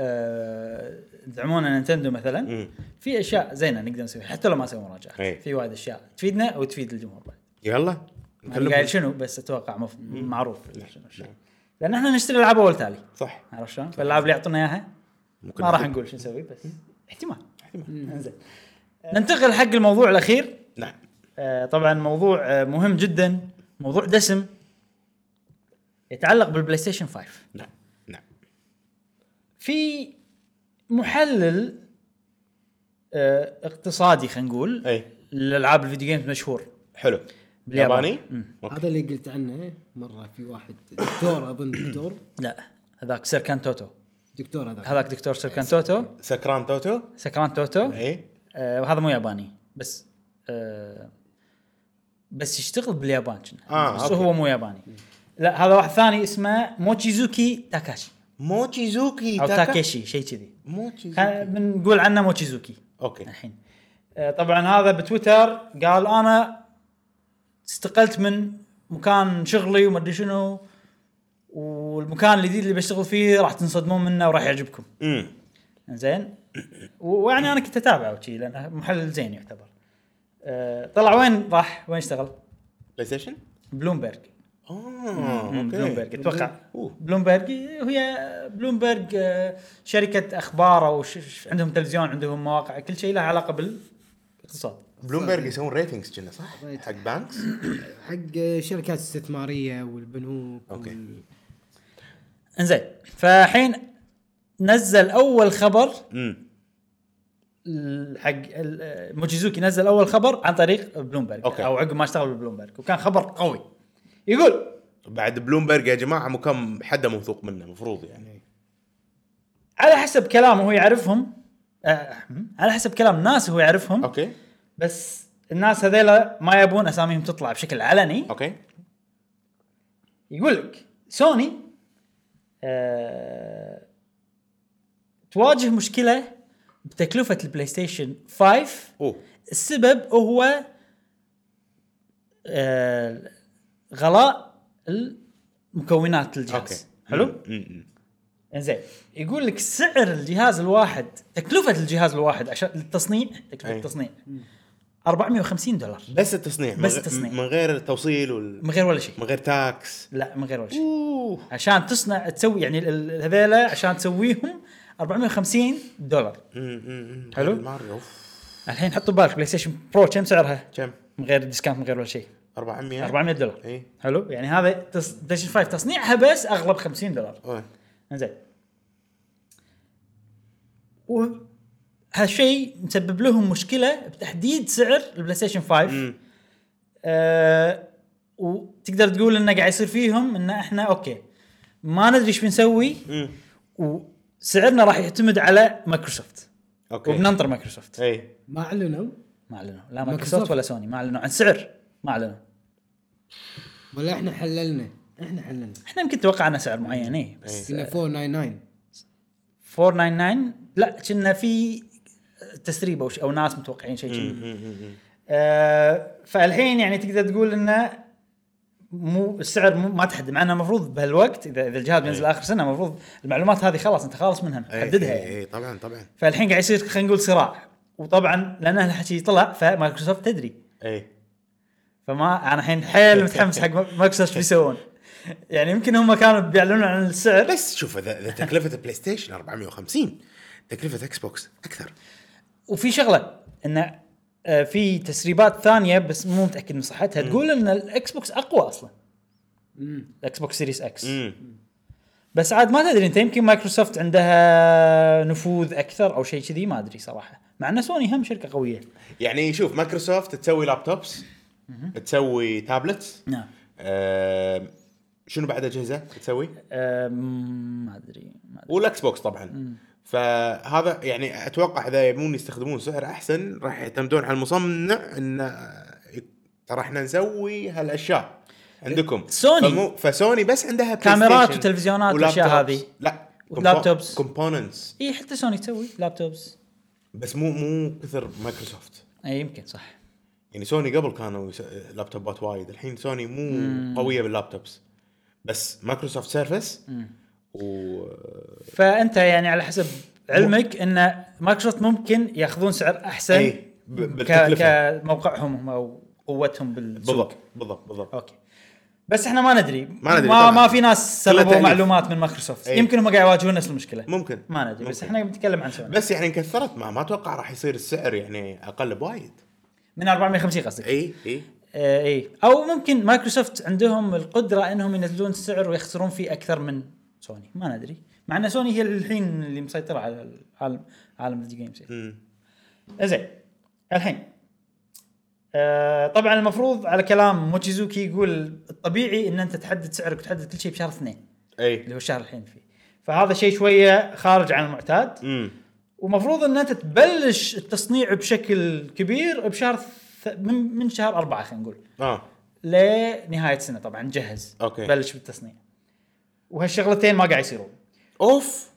Speaker 1: آه، دعمونا نينتندو مثلا
Speaker 3: مم.
Speaker 1: في اشياء زينه نقدر نسويها حتى لو ما نسوي مراجعات
Speaker 3: إيه.
Speaker 1: في وايد اشياء تفيدنا او تفيد الجمهور بعد
Speaker 3: يلا
Speaker 1: ما أدري قايل شنو بس اتوقع مف- معروف شنو- شنو. لان احنا نشتري العاب اول تالي
Speaker 3: صح
Speaker 1: عرفت شلون؟ فالالعاب اللي يعطونا اياها
Speaker 3: ممكن
Speaker 1: ما راح
Speaker 3: نكتب.
Speaker 1: نقول شو نسوي بس احتمال احتمال زين ننتقل حق الموضوع الاخير
Speaker 3: نعم
Speaker 1: آه، طبعا موضوع آه، مهم جدا موضوع دسم يتعلق بالبلاي ستيشن 5
Speaker 3: نعم نعم
Speaker 1: في محلل آه، اقتصادي خلينا نقول
Speaker 3: اي
Speaker 1: للالعاب الفيديو جيمز مشهور
Speaker 3: حلو
Speaker 1: باليابان.
Speaker 3: ياباني
Speaker 1: مم.
Speaker 3: أوكي.
Speaker 2: هذا اللي قلت عنه مره في واحد دكتور اظن دكتور
Speaker 1: لا هذاك سيركان توتو
Speaker 2: دكتور هذا
Speaker 1: هذاك دكتور سيركان توتو
Speaker 3: سكران توتو
Speaker 1: سكران توتو
Speaker 3: اي
Speaker 1: آه، وهذا مو ياباني بس آه، بس يشتغل باليابان كنا.
Speaker 3: آه،
Speaker 1: بس
Speaker 3: أوكي.
Speaker 1: هو مو ياباني لا هذا واحد ثاني اسمه موتشيزوكي تاكاشي
Speaker 3: موتشيزوكي
Speaker 1: او
Speaker 3: تاكا.
Speaker 1: تاكيشي شيء كذي
Speaker 3: موتشيزوكي
Speaker 1: خل- بنقول عنه موتشيزوكي
Speaker 3: اوكي
Speaker 1: الحين آه، طبعا هذا بتويتر قال انا استقلت من مكان شغلي وما ادري شنو والمكان الجديد اللي بشتغل فيه راح تنصدمون منه وراح يعجبكم
Speaker 3: امم
Speaker 1: زين و- ويعني انا كنت اتابعه وشي لانه محلل زين يعتبر أه طلع وين راح وين اشتغل؟
Speaker 3: بلاي ستيشن
Speaker 1: بلومبرج
Speaker 3: اه
Speaker 1: مم،
Speaker 3: اوكي
Speaker 1: بلومبرج اتوقع
Speaker 3: أوه.
Speaker 1: بلومبرج هي بلومبرج آه، شركه اخبار او ش- ش- عندهم تلفزيون عندهم مواقع كل شيء له علاقه بالاقتصاد
Speaker 3: بلومبرج يسوون ريتنجز كنا صح؟
Speaker 2: ريت.
Speaker 3: حق بانكس
Speaker 2: حق الشركات الاستثماريه والبنوك
Speaker 3: أوكي.
Speaker 2: وال-
Speaker 1: انزين فالحين نزل اول خبر
Speaker 3: امم
Speaker 1: ال- حق ال- آه، موجيزوكي نزل اول خبر عن طريق بلومبرج
Speaker 3: أوكي.
Speaker 1: او عقب ما اشتغل ببلومبرج وكان خبر قوي يقول
Speaker 3: بعد بلومبرج يا جماعه مكان حدا موثوق منه المفروض
Speaker 1: إيه.
Speaker 3: يعني
Speaker 1: على حسب كلامه هو يعرفهم آه، على حسب كلام ناس هو يعرفهم
Speaker 3: اوكي
Speaker 1: بس الناس هذيلا ما يبون اساميهم تطلع بشكل علني
Speaker 3: اوكي
Speaker 1: يقول لك سوني آه تواجه مشكله بتكلفه البلاي ستيشن 5
Speaker 3: اوه
Speaker 1: السبب هو آه غلاء المكونات
Speaker 3: اوكي
Speaker 1: الجهاز حلو؟
Speaker 3: مم، مم.
Speaker 1: زين يقول لك سعر الجهاز الواحد تكلفه الجهاز الواحد عشان التصنيع تكلفه
Speaker 3: أي.
Speaker 1: التصنيع 450 دولار
Speaker 3: بس التصنيع من
Speaker 1: بس
Speaker 3: غ-
Speaker 1: التصنيع.
Speaker 3: من غير التوصيل وال...
Speaker 1: من غير ولا شيء
Speaker 3: من غير تاكس
Speaker 1: لا من غير ولا شيء
Speaker 3: اوه
Speaker 1: عشان تصنع تسوي يعني ال- ال- هذيلا عشان تسويهم 450 دولار حلو.
Speaker 3: ماريو اوف
Speaker 1: الحين حطوا بالك بلاي ستيشن برو كم سعرها؟
Speaker 3: كم؟
Speaker 1: من غير ديسكاونت من غير ولا شيء
Speaker 3: 400
Speaker 1: 400 دولار
Speaker 3: اي
Speaker 1: حلو يعني هذا تص... بلاي ستيشن 5 تصنيعها بس اغلب 50 دولار
Speaker 3: أوه.
Speaker 1: زين و هالشيء مسبب لهم مشكله بتحديد سعر البلاي ستيشن 5
Speaker 3: مم.
Speaker 1: آه وتقدر تقول انه قاعد يصير فيهم ان احنا اوكي ما ندري ايش بنسوي
Speaker 3: مم.
Speaker 1: وسعرنا راح يعتمد على مايكروسوفت
Speaker 3: اوكي
Speaker 1: وبننطر مايكروسوفت
Speaker 3: اي
Speaker 2: ما اعلنوا
Speaker 1: ما اعلنوا لا مايكروسوفت
Speaker 2: مايكروسوفت.
Speaker 1: ولا سوني ما اعلنوا عن سعر ما اعلنوا
Speaker 2: ولا احنا حللنا احنا حللنا
Speaker 1: احنا يمكن توقعنا سعر معين اي بس
Speaker 2: قلنا 499
Speaker 1: 499 لا كنا في تسريب او شيء او ناس متوقعين شيء كذي آه، فالحين يعني تقدر تقول انه مو السعر مو ما تحدد مع انه المفروض بهالوقت اذا اذا الجهاز بينزل اخر سنه المفروض المعلومات هذه خلاص انت خالص منها
Speaker 3: إيه،
Speaker 1: حددها يعني.
Speaker 3: اي طبعا طبعا
Speaker 1: فالحين قاعد يصير خلينا نقول صراع وطبعا لان هالحكي طلع فمايكروسوفت تدري
Speaker 3: اي
Speaker 1: فما انا الحين حيل متحمس حق مايكروسوفت شو بيسوون يعني يمكن هم كانوا بيعلنون عن السعر
Speaker 3: بس شوف اذا اذا تكلفه البلاي ستيشن 450 تكلفه اكس بوكس اكثر
Speaker 1: وفي شغله انه آه، في تسريبات ثانيه بس مو متاكد من صحتها تقول ان الاكس بوكس اقوى اصلا الاكس بوكس سيريس اكس
Speaker 3: امم
Speaker 1: بس عاد ما تدري انت يمكن مايكروسوفت عندها نفوذ اكثر او شيء كذي ما ادري صراحه مع ان سوني هم شركه قويه
Speaker 3: يعني شوف مايكروسوفت تسوي لابتوبس تسوي تابلت
Speaker 1: نعم
Speaker 3: آه شنو بعد اجهزه تسوي؟
Speaker 1: أم، آه، ما ادري ما أدري.
Speaker 3: والاكس بوكس طبعا فهذا يعني اتوقع اذا يبون يستخدمون سعر احسن راح يعتمدون على المصنع انه ترى احنا نسوي هالاشياء عندكم
Speaker 1: سوني.
Speaker 3: فمو فسوني بس عندها بلاي
Speaker 1: كاميرات
Speaker 3: ستيشن
Speaker 1: وتلفزيونات والأشياء
Speaker 3: ولابتوبس.
Speaker 1: هذه.
Speaker 3: لا
Speaker 1: ولابتوبس.
Speaker 3: كومبوننتس
Speaker 1: اي إيه، حتى سوني تسوي لابتوبس
Speaker 3: بس مو مو كثر مايكروسوفت
Speaker 1: اي يمكن صح
Speaker 3: يعني سوني قبل كانوا يس- لابتوبات وايد الحين سوني مو قويه باللابتوبس بس مايكروسوفت سيرفس و
Speaker 1: فانت يعني على حسب علمك ان مايكروسوفت ممكن ياخذون سعر احسن
Speaker 3: أي، إيه، ب-
Speaker 1: ك...
Speaker 3: بالتكلفة.
Speaker 1: كموقعهم هم او قوتهم بالسوق
Speaker 3: بالضبط بالضبط بالضبط
Speaker 1: اوكي بس احنا ما ندري
Speaker 3: ما ندري
Speaker 1: ما,
Speaker 3: طبعاً.
Speaker 1: ما في ناس
Speaker 3: كلها
Speaker 1: سلبوا
Speaker 3: تأليف.
Speaker 1: معلومات من مايكروسوفت
Speaker 3: أي.
Speaker 1: يمكن هم قاعد يواجهون نفس المشكله
Speaker 3: ممكن
Speaker 1: ما ندري بس
Speaker 3: ممكن.
Speaker 1: احنا بنتكلم عن سوني
Speaker 3: بس يعني انكثرت ما ما اتوقع راح يصير السعر يعني اقل بوايد
Speaker 1: من 450 قصدك
Speaker 3: اي اي
Speaker 1: آه، اي او ممكن مايكروسوفت عندهم القدره انهم ينزلون السعر ويخسرون فيه اكثر من سوني ما ندري مع ان سوني هي الحين اللي مسيطره على العالم عالم الفيديو جيمز يعني.
Speaker 3: مم.
Speaker 1: زين الحين آه طبعا المفروض على كلام موتشيزوكي يقول الطبيعي ان انت تحدد سعرك وتحدد كل شيء بشهر اثنين
Speaker 3: اي
Speaker 1: اللي هو الشهر الحين فيه فهذا شيء شويه خارج عن المعتاد
Speaker 3: امم
Speaker 1: ومفروض ان انت تبلش التصنيع بشكل كبير بشهر ث... من, من شهر اربعه خلينا نقول
Speaker 3: اه
Speaker 1: لنهايه السنه طبعا جهز
Speaker 3: أوكي.
Speaker 1: بلش بالتصنيع وهالشغلتين ما قاعد يصيرون
Speaker 3: اوف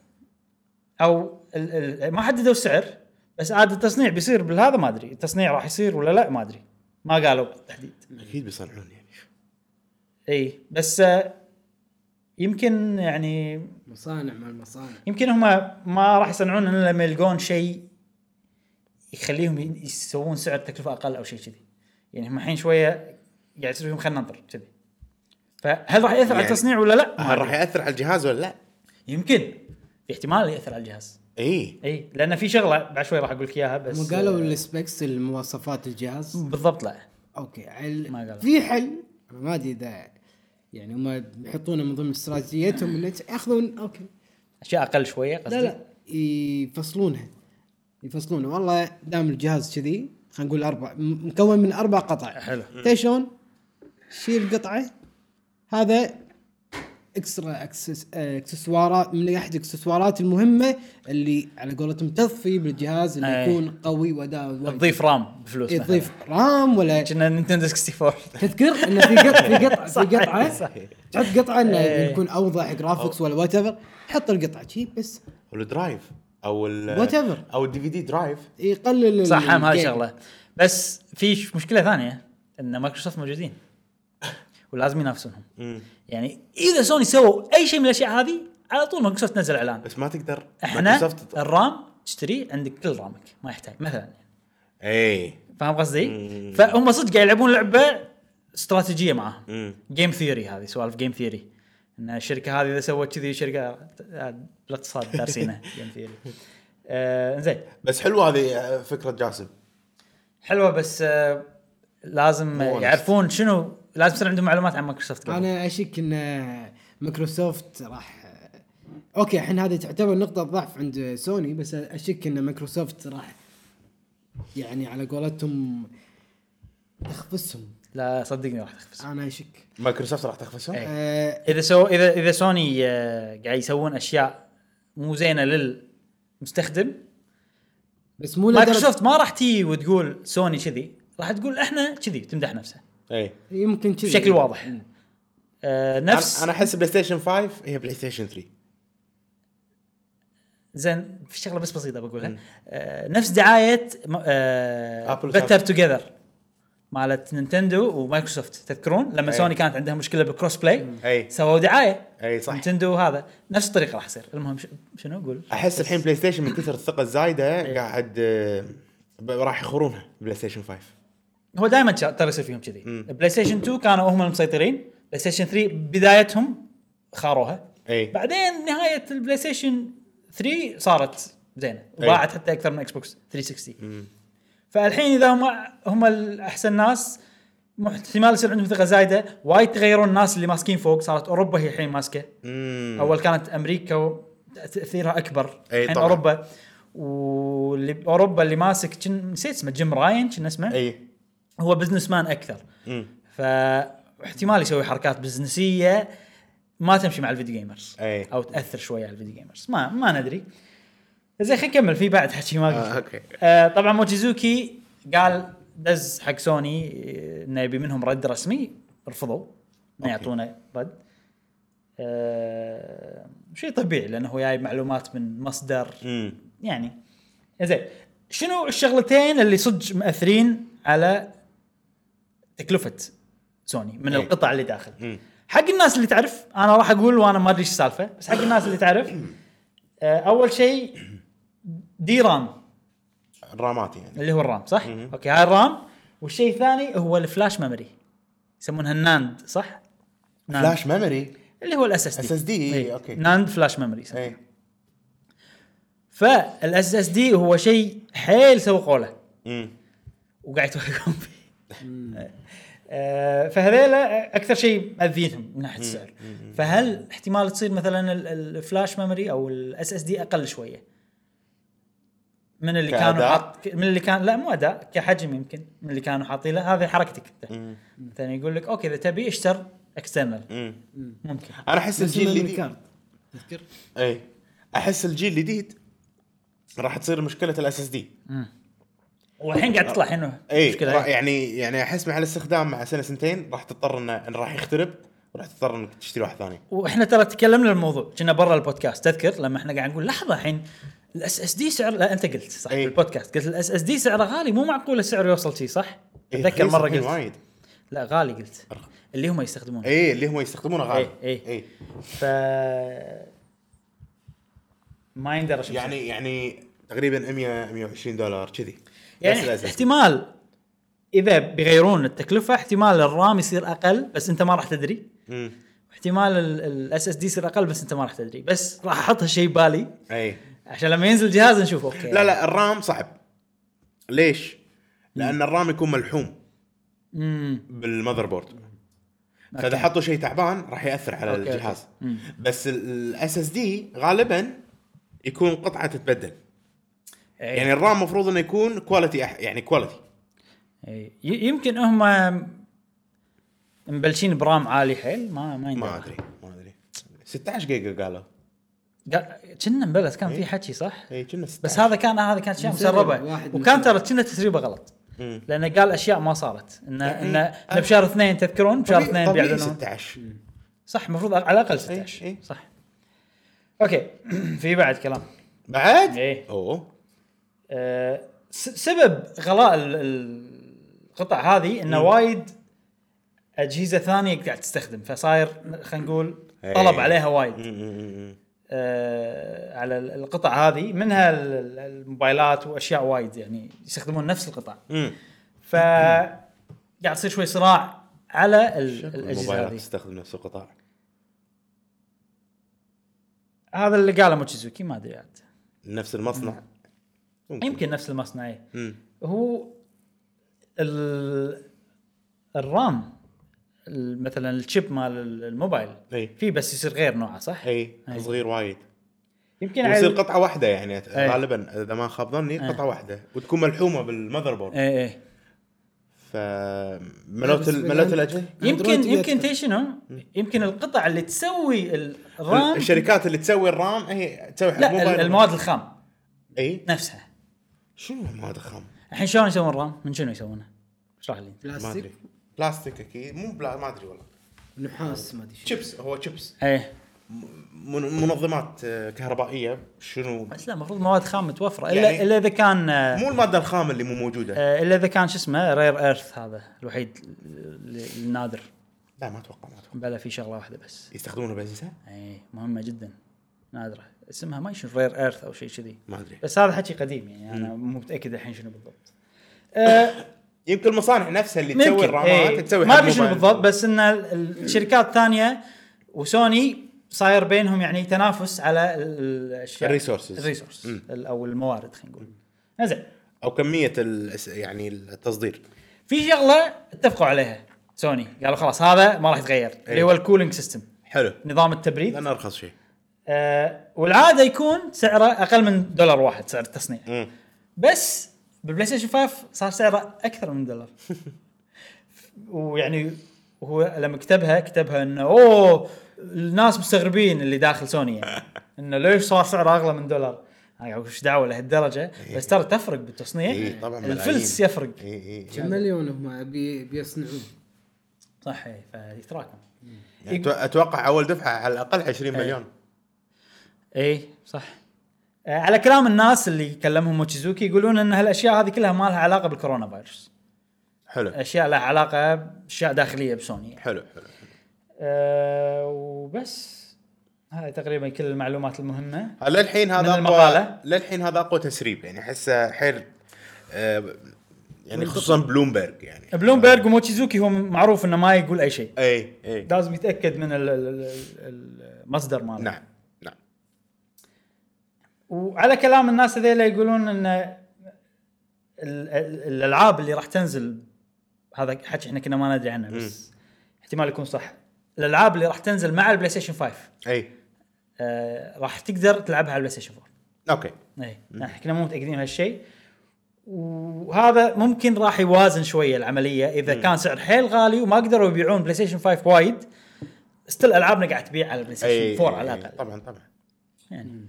Speaker 1: او ال ال ما حددوا السعر بس عاد التصنيع بيصير بالهذا ما ادري التصنيع راح يصير ولا لا ما ادري ما قالوا بالتحديد
Speaker 3: اكيد بيصنعون يعني
Speaker 1: اي بس آه، يمكن يعني
Speaker 2: مصانع مع المصانع
Speaker 1: يمكن هم ما راح يصنعون الا لما يلقون شيء يخليهم ي- يسوون سعر تكلفه اقل او شيء كذي يعني هم الحين شويه قاعد يصير فيهم خلينا ننطر كذي فهل راح ياثر على
Speaker 3: يعني
Speaker 1: التصنيع ولا لا؟ ما
Speaker 3: هل راح
Speaker 1: أدري.
Speaker 3: ياثر على الجهاز ولا لا؟
Speaker 1: يمكن في احتمال ياثر على الجهاز
Speaker 3: اي
Speaker 1: اي لان في شغله بعد شوي راح اقول لك اياها بس آه.
Speaker 2: هم قالوا السبيكس المواصفات الجهاز
Speaker 1: بالضبط لا
Speaker 2: اوكي عل...
Speaker 1: ما قالوا.
Speaker 2: في حل أنا ما ادري اذا يعني هم يحطونه من ضمن استراتيجيتهم انه ياخذون اوكي
Speaker 1: اشياء اقل شويه قصدي
Speaker 2: لا لا يفصلونها يفصلونها والله دام الجهاز كذي خلينا نقول اربع م- مكون من اربع قطع
Speaker 1: حلو.
Speaker 2: تدري شلون؟ شيل قطعه هذا اكسترا أكسس- اكسسوارات من احد الاكسسوارات المهمه اللي على قولتهم تضفي بالجهاز انه
Speaker 1: أي.
Speaker 2: يكون قوي ودا وايد.
Speaker 1: تضيف رام بفلوس مثلاً.
Speaker 2: يضيف رام ولا
Speaker 1: كنا نينتندو 64
Speaker 2: تذكر انه في قطع في قطع في قطعه
Speaker 1: صحيح.
Speaker 2: تحط قطعه انه
Speaker 1: إيه.
Speaker 2: يكون اوضح جرافكس ولا وات ايفر حط القطعه شي بس
Speaker 3: والدرايف او ال
Speaker 2: Whatever.
Speaker 3: او الدي في دي درايف
Speaker 2: يقلل
Speaker 1: صح هم هذه
Speaker 2: الجيم.
Speaker 1: شغله بس في ش- مشكله ثانيه ان مايكروسوفت موجودين ولازم ينافسونهم
Speaker 3: مم.
Speaker 1: يعني اذا سوني سووا اي شيء من الاشياء هذه على طول مايكروسوفت نزل اعلان
Speaker 3: بس ما تقدر
Speaker 1: احنا
Speaker 3: مايكروسوفت
Speaker 1: الرام تشتري عندك كل رامك ما يحتاج مثلا
Speaker 3: اي
Speaker 1: فاهم قصدي؟
Speaker 3: مم.
Speaker 1: فهم صدق قاعد يلعبون لعبه استراتيجيه معاهم
Speaker 3: مم.
Speaker 1: جيم ثيوري هذه سوالف جيم ثيوري ان الشركه هذه اذا سوت كذي شركه بالاقتصاد دارسينها جيم ثيوري آه زين
Speaker 3: بس حلوه هذه آه، فكره جاسم
Speaker 1: حلوه بس آه لازم
Speaker 3: مو honest.
Speaker 1: يعرفون شنو لازم يصير عندهم معلومات عن مايكروسوفت قبل.
Speaker 2: انا اشك ان مايكروسوفت راح اوكي الحين هذه تعتبر نقطة ضعف عند سوني بس اشك ان مايكروسوفت راح يعني على قولتهم تخفسهم
Speaker 1: لا صدقني راح تخفز
Speaker 2: انا اشك
Speaker 3: مايكروسوفت راح تخفسهم
Speaker 1: إيه.
Speaker 2: أه
Speaker 1: اذا سو اذا اذا سوني آه قاعد يسوون اشياء مو زينه للمستخدم
Speaker 2: بس مو لدرجة
Speaker 1: مايكروسوفت ما راح تي وتقول سوني كذي راح تقول احنا كذي تمدح نفسها
Speaker 3: اي
Speaker 2: يمكن كذي
Speaker 3: طيب.
Speaker 1: بشكل واضح آه
Speaker 3: نفس
Speaker 1: نفس
Speaker 3: انا احس بلاي ستيشن 5 هي بلاي ستيشن 3
Speaker 1: زين في شغله بس بسيطه بقولها آه نفس دعايه م- آه
Speaker 3: Apple
Speaker 1: بتر
Speaker 3: Samsung.
Speaker 1: توجذر مالت نينتندو ومايكروسوفت تذكرون لما
Speaker 3: أي.
Speaker 1: سوني كانت عندها مشكله بالكروس بلاي
Speaker 3: أي.
Speaker 1: سووا دعايه
Speaker 3: أي صح.
Speaker 1: نينتندو هذا نفس الطريقه راح يصير المهم ش- شنو اقول
Speaker 3: احس الحين بلاي ستيشن من كثر الثقه الزايده قاعد آه، ب- راح يخورونها بلاي ستيشن 5
Speaker 1: هو دائما ترى يصير فيهم كذي بلاي ستيشن 2 كانوا هم المسيطرين بلاي ستيشن 3 بدايتهم خاروها
Speaker 3: أي.
Speaker 1: بعدين نهايه البلاي ستيشن 3 صارت زينه
Speaker 3: أي.
Speaker 1: وباعت حتى اكثر من اكس بوكس 360 فالحين اذا هم هم الاحسن ناس مح- احتمال يصير عندهم ثقه زايده وايد تغيرون الناس اللي ماسكين فوق صارت اوروبا هي الحين ماسكه
Speaker 3: امم
Speaker 1: اول كانت امريكا و- تاثيرها اكبر
Speaker 3: أي
Speaker 1: الحين
Speaker 3: طبعاً.
Speaker 1: اوروبا واللي باوروبا اللي ماسك كن- نسيت اسمه جيم راين كان اسمه
Speaker 3: اي
Speaker 1: هو بزنس مان اكثر
Speaker 3: مم.
Speaker 1: فاحتمال يسوي حركات بزنسيه ما تمشي مع الفيديو جيمرز
Speaker 3: أي.
Speaker 1: او تاثر شويه على الفيديو جيمرز ما ما ندري زين خلينا نكمل في بعد حكي ما
Speaker 3: آه،
Speaker 1: قلت.
Speaker 3: أوكي.
Speaker 1: آه طبعا موتيزوكي قال دز حق سوني آه، انه يبي منهم رد رسمي رفضوا ما يعطونا رد آه شيء طبيعي لانه هو جايب معلومات من مصدر
Speaker 3: امم
Speaker 1: يعني زين شنو الشغلتين اللي صدق مأثرين على تكلفة سوني من
Speaker 3: إيه.
Speaker 1: القطع اللي داخل
Speaker 3: مم.
Speaker 1: حق الناس اللي تعرف انا راح اقول وانا ما ادري ايش السالفه بس حق الناس اللي تعرف آه، اول شيء دي رام
Speaker 3: الرامات يعني
Speaker 1: اللي هو الرام صح؟ اوكي هاي الرام والشيء الثاني هو الفلاش ميموري يسمونها الناند صح؟ ناند.
Speaker 3: فلاش ميموري
Speaker 1: اللي هو الاس اس دي
Speaker 3: SSD إيه، أوكي. إيه.
Speaker 1: ناند فلاش ميموري يسمونها.
Speaker 3: اي
Speaker 1: فالاس اس دي هو شيء حيل سوقوا له
Speaker 3: امم
Speaker 1: وقاعد يتوهقون فيه آه، فهذيلا اكثر شيء مأذينهم من ناحيه السعر فهل احتمال تصير مثلا ال- ال- الفلاش ميموري او الاس اس دي اقل شويه من اللي كانوا
Speaker 3: كأداء؟
Speaker 1: حاط من اللي كان لا مو اداء كحجم يمكن من اللي كانوا حاطين له هذه حركتك انت مثلا يقول لك اوكي اذا تبي اشتر اكسترنال
Speaker 3: امم
Speaker 1: ممكن
Speaker 3: انا احس
Speaker 2: نفس
Speaker 3: الجيل
Speaker 2: الميموري
Speaker 3: الجديد
Speaker 2: كارد تذكر
Speaker 3: اي احس الجيل الجديد راح تصير مشكله الاس اس دي
Speaker 1: والحين قاعد تطلع الحين
Speaker 3: اي
Speaker 1: مشكلة. إيه.
Speaker 3: را- يعني يعني احس مع الاستخدام مع سنه سنتين راح تضطر انه إن راح يخترب وراح تضطر انك تشتري واحد ثاني
Speaker 1: واحنا ترى تكلمنا الموضوع كنا برا البودكاست تذكر لما احنا قاعد نقول لحظه الحين الاس اس دي سعر لا انت قلت صح
Speaker 3: أي.
Speaker 1: في البودكاست قلت الاس اس دي سعره غالي مو معقول السعر يوصل شي صح؟
Speaker 3: إيه،
Speaker 1: اتذكر
Speaker 3: رخيص
Speaker 1: مره
Speaker 3: الحين
Speaker 1: قلت
Speaker 3: وايد إيه.
Speaker 1: لا غالي قلت اللي هم يستخدمونه
Speaker 3: اي اللي هم يستخدمونه غالي
Speaker 1: إيه، إيه.
Speaker 3: إيه.
Speaker 1: ف ما يندرى شو
Speaker 3: يعني يعني تقريبا 100 120 دولار كذي بس
Speaker 1: يعني
Speaker 3: الأساسي.
Speaker 1: احتمال اذا بيغيرون التكلفه احتمال الرام يصير اقل بس انت ما راح تدري
Speaker 3: مم.
Speaker 1: احتمال الاس اس دي يصير اقل بس انت ما راح تدري بس راح احط هالشيء بالي
Speaker 3: اي
Speaker 1: عشان لما ينزل الجهاز نشوف اوكي
Speaker 3: إيه. لا لا الرام صعب ليش؟ لان الرام يكون ملحوم
Speaker 1: امم
Speaker 3: بالمذر بورد فاذا حطوا شيء تعبان راح ياثر على
Speaker 1: أوكي،
Speaker 3: الجهاز
Speaker 1: أوكي. مم.
Speaker 3: بس الاس اس دي غالبا يكون قطعه تتبدل
Speaker 1: إيه.
Speaker 3: يعني الرام المفروض انه يكون كواليتي أح... يعني كواليتي
Speaker 1: إي. ي- يمكن هم مبلشين برام عالي حيل ما ما
Speaker 3: ما
Speaker 1: يندرى
Speaker 3: ادري ما ادري 16 جيجا قالوا
Speaker 1: قا- كنا مبلش كان في حكي صح؟
Speaker 3: اي كنا
Speaker 1: بس
Speaker 3: 16
Speaker 1: هذا كان هذا كان اشياء
Speaker 2: مسرب،
Speaker 1: مسربه
Speaker 2: واحد
Speaker 1: وكان
Speaker 2: مسرب.
Speaker 1: ترى كنا تسريبه غلط
Speaker 3: مم.
Speaker 1: لانه قال اشياء ما صارت انه
Speaker 3: يعني-
Speaker 1: انه إنه بشهر اثنين تذكرون بشهر
Speaker 3: طبيعي-
Speaker 1: اثنين
Speaker 3: طبيعي
Speaker 1: بيعلنون
Speaker 3: 16
Speaker 1: صح المفروض على الاقل
Speaker 3: إي،
Speaker 1: 16
Speaker 3: إي.
Speaker 1: صح اوكي في بعد كلام
Speaker 3: بعد؟
Speaker 1: إيه.
Speaker 3: اوه
Speaker 1: آه، س- سبب غلاء ال- ال- القطع هذه انه وايد اجهزه ثانيه قاعد تستخدم فصاير خلينا نقول طلب
Speaker 3: إيه.
Speaker 1: عليها
Speaker 3: مم،
Speaker 1: وايد
Speaker 3: مم، مم،
Speaker 1: آه على ال- القطع هذه منها ال- ال- الموبايلات واشياء وايد يعني يستخدمون نفس القطع
Speaker 3: مم.
Speaker 1: ف قاعد يصير شوي صراع على ال- الاجهزه
Speaker 3: الموبايلات
Speaker 1: هذه
Speaker 3: تستخدم نفس القطاع
Speaker 1: هذا اللي قاله موتشيزوكي ما ادري عاد
Speaker 3: نفس المصنع
Speaker 1: يمكن نفس إيه. المصنعيه
Speaker 3: مم.
Speaker 1: هو ال... الرام ال- مثلا الشيب مال ال- الموبايل
Speaker 3: إي.
Speaker 1: في بس يصير غير نوعه صح؟
Speaker 3: اي
Speaker 1: أي.
Speaker 3: إيه، صغير وايد
Speaker 1: يمكن
Speaker 3: ويصير
Speaker 1: على إيه.
Speaker 3: قطعه واحده يعني غالبا اذا ما خاب ظني قطعه واحده وتكون ملحومه بالمذر بورد
Speaker 1: اي اي
Speaker 3: فملوت
Speaker 2: بالنسبة
Speaker 3: ملوت
Speaker 2: لي-
Speaker 3: الاجهزه
Speaker 1: يمكن
Speaker 2: أندرويد
Speaker 1: يمكن
Speaker 2: يدخل.
Speaker 1: تدري شنو؟ يمكن القطع اللي تسوي ال- الرام
Speaker 3: الشركات اللي تسوي الرام هي تسوي حق
Speaker 1: لا ال-
Speaker 3: موبايل
Speaker 1: المواد الخام
Speaker 3: اي
Speaker 1: نفسها
Speaker 3: شنو المواد الخام؟
Speaker 1: الحين شلون يسوون الرام؟ من شنو يسوونه؟ اشرح لي انت
Speaker 3: ما
Speaker 2: بلاستيك
Speaker 3: ادري بلاستيك اكيد مو بلا ما ادري والله
Speaker 2: نحاس ما ادري شو.
Speaker 3: شيبس هو شيبس
Speaker 1: ايه
Speaker 3: من- منظمات آه، كهربائية شنو
Speaker 1: بس لا المفروض مواد خام متوفره الا
Speaker 3: يعني-
Speaker 1: الا اذا كان آه،
Speaker 3: مو المادة الخام اللي مو موجودة
Speaker 1: آه، الا اذا كان شو اسمه رير ايرث هذا الوحيد ال- النادر
Speaker 3: لا ما اتوقع ما اتوقع
Speaker 1: بلا في شغله واحده بس
Speaker 3: يستخدمونه بالاجهزة؟
Speaker 1: اي مهمه جدا نادره اسمها إيه، ما شنو رير ايرث او شيء كذي
Speaker 3: ما ادري
Speaker 1: بس هذا حكي قديم يعني انا مو متاكد الحين شنو بالضبط آه
Speaker 3: يمكن المصانع نفسها اللي
Speaker 1: ممكن
Speaker 3: تسوي الرامات
Speaker 1: إيه.
Speaker 3: تسوي
Speaker 1: ما
Speaker 3: حق
Speaker 1: ادري شنو
Speaker 3: موبايل.
Speaker 1: بالضبط بس ان ال- الشركات الثانيه وسوني صاير بينهم يعني تنافس على ال- الاشياء
Speaker 3: الريسورسز.
Speaker 1: الريسورس
Speaker 3: مم.
Speaker 1: ال- او الموارد خلينا نقول زين
Speaker 3: او كمية ال- يعني التصدير
Speaker 1: في شغله اتفقوا عليها
Speaker 3: إيه.
Speaker 1: سوني قالوا خلاص هذا ما راح يتغير اللي هو الكولينج سيستم
Speaker 3: حلو
Speaker 1: نظام التبريد
Speaker 3: لان ارخص شيء
Speaker 1: آه والعاده يكون سعره اقل من دولار واحد سعر التصنيع
Speaker 3: مم.
Speaker 1: بس بالبلاي ستيشن 5 صار سعره اكثر من دولار ويعني هو لما كتبها كتبها انه اوه الناس مستغربين اللي داخل سوني يعني انه ليش صار سعره اغلى من دولار؟ انا قاعد وش دعوه لهالدرجه بس ترى تفرق بالتصنيع
Speaker 3: إيه، طبعاً
Speaker 1: الفلس
Speaker 3: ملايين.
Speaker 1: يفرق
Speaker 3: اي اي
Speaker 2: كم مليون هم بي- بيصنعون
Speaker 1: صح إيه، فيتراكم
Speaker 3: يعني أتو- اتوقع اول دفعه على الاقل 20
Speaker 1: إيه.
Speaker 3: مليون
Speaker 1: اي صح آه، على كلام الناس اللي كلمهم موتشيزوكي يقولون ان هالاشياء هذه كلها ما لها علاقه بالكورونا فايروس
Speaker 3: حلو
Speaker 1: اشياء لها علاقه باشياء داخليه بسوني يعني.
Speaker 3: حلو حلو
Speaker 1: أه وبس هذه تقريبا كل المعلومات المهمه
Speaker 3: للحين هذا
Speaker 1: من
Speaker 3: اقوى
Speaker 1: المقالة.
Speaker 3: للحين هذا اقوى تسريب يعني احسه حيل آه، يعني خصوصا بلومبرج يعني
Speaker 1: بلومبرج وموتشيزوكي هو معروف انه ما يقول اي شيء
Speaker 3: اي اي
Speaker 1: لازم يتاكد من ال- ال- ال- ال- المصدر ماله
Speaker 3: نعم نعم
Speaker 1: وعلى كلام الناس هذيلا يقولون ان ال- ال- الالعاب اللي راح تنزل هذا حكي احنا كنا ما ندري عنه بس احتمال يكون صح الالعاب اللي راح تنزل مع البلاي ستيشن 5
Speaker 3: اي
Speaker 1: آه راح تقدر تلعبها على البلاي ستيشن 4
Speaker 3: اوكي
Speaker 1: اي احنا إيه. نعم، مو متاكدين من هالشيء وهذا ممكن راح يوازن شويه العمليه اذا كان سعر حيل غالي وما قدروا يبيعون بلاي ستيشن 5 وايد استل العابنا قاعد تبيع على البلاي
Speaker 3: اي
Speaker 1: ستيشن 4 على
Speaker 3: إي،
Speaker 1: الاقل
Speaker 3: طبعا طبعا
Speaker 1: يعني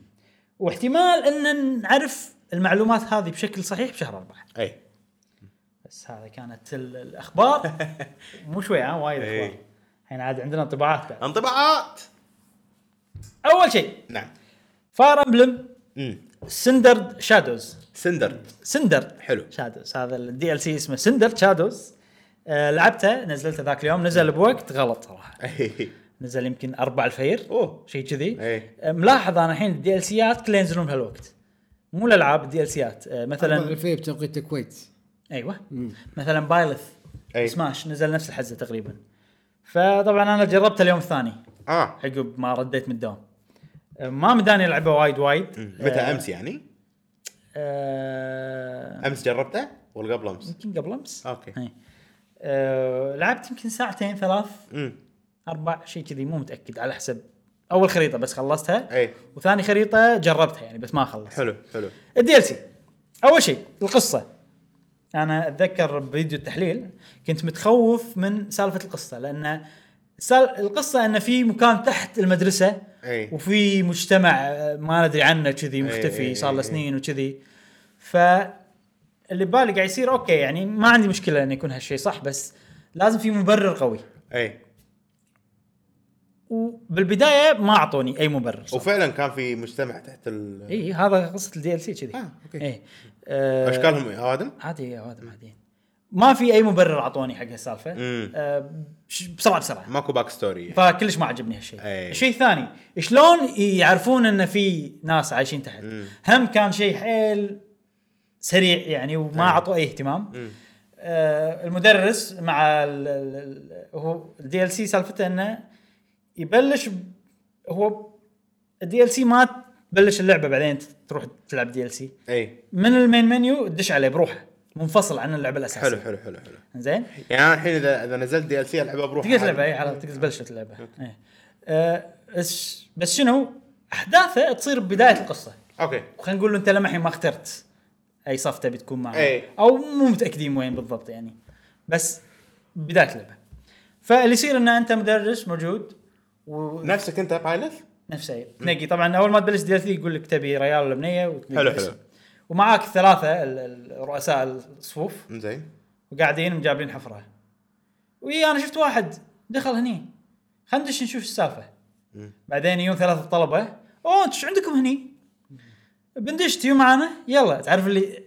Speaker 1: واحتمال ان نعرف المعلومات هذه بشكل صحيح بشهر اربعه
Speaker 3: اي
Speaker 1: بس هذا كانت ال- الاخبار مو شوي ها وايد
Speaker 3: إي.
Speaker 1: اخبار الحين عاد عندنا انطباعات بعد
Speaker 3: انطباعات
Speaker 1: اول شيء
Speaker 3: نعم
Speaker 1: فار امبلم
Speaker 3: امم
Speaker 1: سندرد شادوز
Speaker 3: سندر
Speaker 1: سندر
Speaker 3: حلو.
Speaker 1: شادوز هذا الدي ال سي اسمه سندر شادوز آه لعبته نزلته ذاك اليوم نزل بوقت غلط صراحه
Speaker 3: اي
Speaker 1: نزل يمكن أربع الفير
Speaker 3: اوه
Speaker 1: شيء كذي
Speaker 3: إيه.
Speaker 1: آه، ملاحظ انا الحين الدي ال سيات كلها ينزلون بهالوقت مو الالعاب الدي ال سيات آه مثلا
Speaker 2: مثلا في بتوقيت الكويت
Speaker 1: ايوه مثلا بايلث
Speaker 3: أي.
Speaker 1: سماش نزل نفس الحزه تقريبا فطبعا انا جربته اليوم الثاني
Speaker 3: اه
Speaker 1: عقب ما رديت من الدوام آه، ما مداني العبها وايد وايد
Speaker 3: متى امس يعني
Speaker 1: آه،
Speaker 3: امس جربته ولا قبل امس
Speaker 1: يمكن قبل امس
Speaker 3: أوكي.
Speaker 1: إي. أه إيه. لعبت يمكن ساعتين ثلاث اربع شيء كذي مو متاكد على حسب اول خريطه بس خلصتها
Speaker 3: اي
Speaker 1: وثاني خريطه جربتها يعني بس ما خلصت
Speaker 3: إيه. حلو حلو
Speaker 1: الدي ال سي اول شيء القصه انا اتذكر بفيديو التحليل كنت متخوف من سالفه القصه لان سال القصه ان في مكان تحت المدرسه
Speaker 3: أي.
Speaker 1: وفي مجتمع آه، ما ندري عنه كذي
Speaker 3: أي، أي،
Speaker 1: مختفي صار
Speaker 3: أي،
Speaker 1: له
Speaker 3: أي.
Speaker 1: سنين وكذي ف اللي ببالي قاعد يصير اوكي يعني ما عندي مشكله ان يكون هالشيء صح بس لازم في مبرر قوي
Speaker 3: اي
Speaker 1: وبالبدايه ما اعطوني اي مبرر صح.
Speaker 3: وفعلا كان في مجتمع تحت ال
Speaker 1: اي هذا قصه الدي ال سي كذي
Speaker 3: آه، أوكي.
Speaker 1: إي. آه،
Speaker 3: اشكالهم اوادم
Speaker 1: عادي يا واد عادي ما في اي مبرر اعطوني حق هالسالفه
Speaker 3: مم.
Speaker 1: آه، بش- بسرعه بسرعه
Speaker 3: ماكو باك ستوري
Speaker 1: فكلش ما عجبني هالشيء
Speaker 3: أي.
Speaker 1: الشيء الثاني شلون يعرفون ان في ناس عايشين تحت هم كان شيء حيل سريع يعني وما اعطوا اي اهتمام آه المدرس مع ال- ال- ال- هو الدي ال سي سالفته انه يبلش ب- هو الدي ال سي ما تبلش اللعبه بعدين تروح تلعب دي ال سي
Speaker 3: اي
Speaker 1: من المين منيو تدش عليه بروحه منفصل عن اللعبه الاساسيه
Speaker 3: حلو حلو حلو حلو
Speaker 1: زين
Speaker 3: يعني انا الحين اذا اذا نزلت دي ال سي العبها بروحي
Speaker 1: تقدر تلعبها اي على تقدر تبلش تلعبها إيه. آه، بس بس شنو احداثه تصير ببدايه القصه
Speaker 3: اوكي
Speaker 1: خلينا نقول له انت لمحي ما اخترت اي صف تبي تكون معه
Speaker 3: إي.
Speaker 1: او مو متاكدين وين بالضبط يعني بس بدايه اللعبه فاللي يصير ان انت مدرس موجود و...
Speaker 3: نفسك انت بايلث
Speaker 1: نفسه تنقي طبعا اول ما تبلش دي يقول لك تبي ريال ولا بنيه وتنقي
Speaker 3: حلو،
Speaker 1: اسم.
Speaker 3: حلو.
Speaker 1: ومعاك الثلاثه ال- ال- رؤساء الصفوف
Speaker 3: زين
Speaker 1: وقاعدين مجابلين حفره وي انا شفت واحد دخل هني خلينا ندش نشوف السالفه بعدين يجون ثلاثه طلبه اوه انتم شو عندكم هني؟ بندش تيو معانا يلا تعرف اللي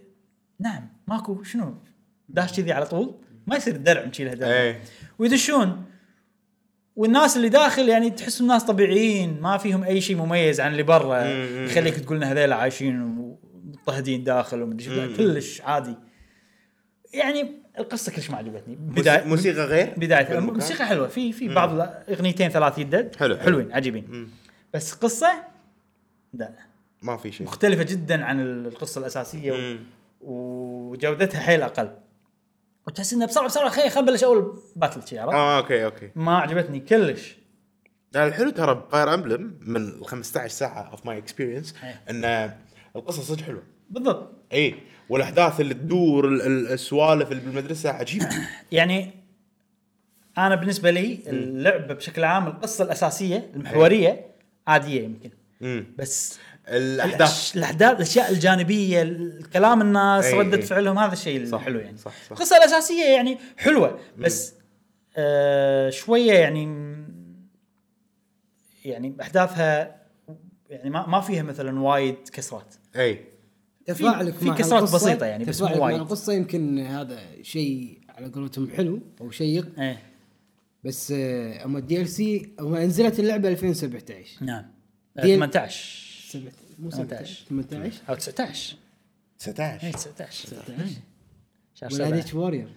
Speaker 1: نعم ماكو شنو داش كذي على طول ما يصير الدرع نشيله درع
Speaker 3: إيه.
Speaker 1: ويدشون والناس اللي داخل يعني تحس الناس طبيعيين ما فيهم اي شيء مميز عن اللي برا
Speaker 3: مم.
Speaker 1: يخليك تقول ان هذيلا عايشين ومضطهدين داخل ومدري شو. لا، كلش عادي يعني القصه كلش ما عجبتني
Speaker 3: بداية
Speaker 1: بدايه
Speaker 3: موسيقى غير
Speaker 1: بدايه
Speaker 3: بالمكان؟
Speaker 1: الموسيقى حلوه في في بعض الاغنيتين ثلاث يدد
Speaker 3: حلو، حلو.
Speaker 1: حلوين عجيبين بس قصه لا
Speaker 3: ما في شيء
Speaker 1: مختلفه جدا عن القصه الاساسيه و...
Speaker 3: مم.
Speaker 1: وجودتها حيل اقل وتحس انه بسرعه بسرعه خي خل بلش اول باتل شي عرفت؟
Speaker 3: اه اوكي اوكي
Speaker 1: ما عجبتني كلش
Speaker 3: آه، يعني الحلو ترى فاير امبلم من ال 15 ساعه اوف ماي اكسبيرينس ان القصه صدق حلوه
Speaker 1: بالضبط
Speaker 3: اي والاحداث اللي تدور ال- ال- السوالف اللي بالمدرسه عجيبه
Speaker 1: يعني انا بالنسبه لي اللعبه بشكل عام القصه الاساسيه المحوريه عاديه يمكن
Speaker 3: مم.
Speaker 1: بس
Speaker 3: الاحداث
Speaker 1: الأش- الاحداث الاشياء الجانبيه ال- كلام الناس
Speaker 3: أي،
Speaker 1: رده
Speaker 3: أي.
Speaker 1: فعلهم هذا الشيء
Speaker 3: إيه، صح،
Speaker 1: الحلو يعني
Speaker 3: صح، صح.
Speaker 1: القصه الاساسيه يعني حلوه بس آه شويه يعني م- يعني احداثها يعني ما ما فيها مثلا وايد كسرات
Speaker 3: اي
Speaker 2: تفاعلك
Speaker 1: في
Speaker 2: مع
Speaker 1: كسرات
Speaker 2: القصة-
Speaker 1: بسيطة يعني، بس مو
Speaker 2: تفاعلك
Speaker 1: وايد.
Speaker 2: مع القصه يمكن هذا شيء على قولتهم حلو او شيق
Speaker 1: ايه
Speaker 3: إيه.
Speaker 2: بس آه، اما الدي ال سي نزلت اللعبه 2017
Speaker 1: نعم آه،
Speaker 2: ديل-
Speaker 1: 18
Speaker 2: سبعة- مو
Speaker 1: 18.
Speaker 2: 17 18
Speaker 1: او 19 اي
Speaker 3: 19
Speaker 1: 19 شهر
Speaker 2: ولا هذيك إيه. وارير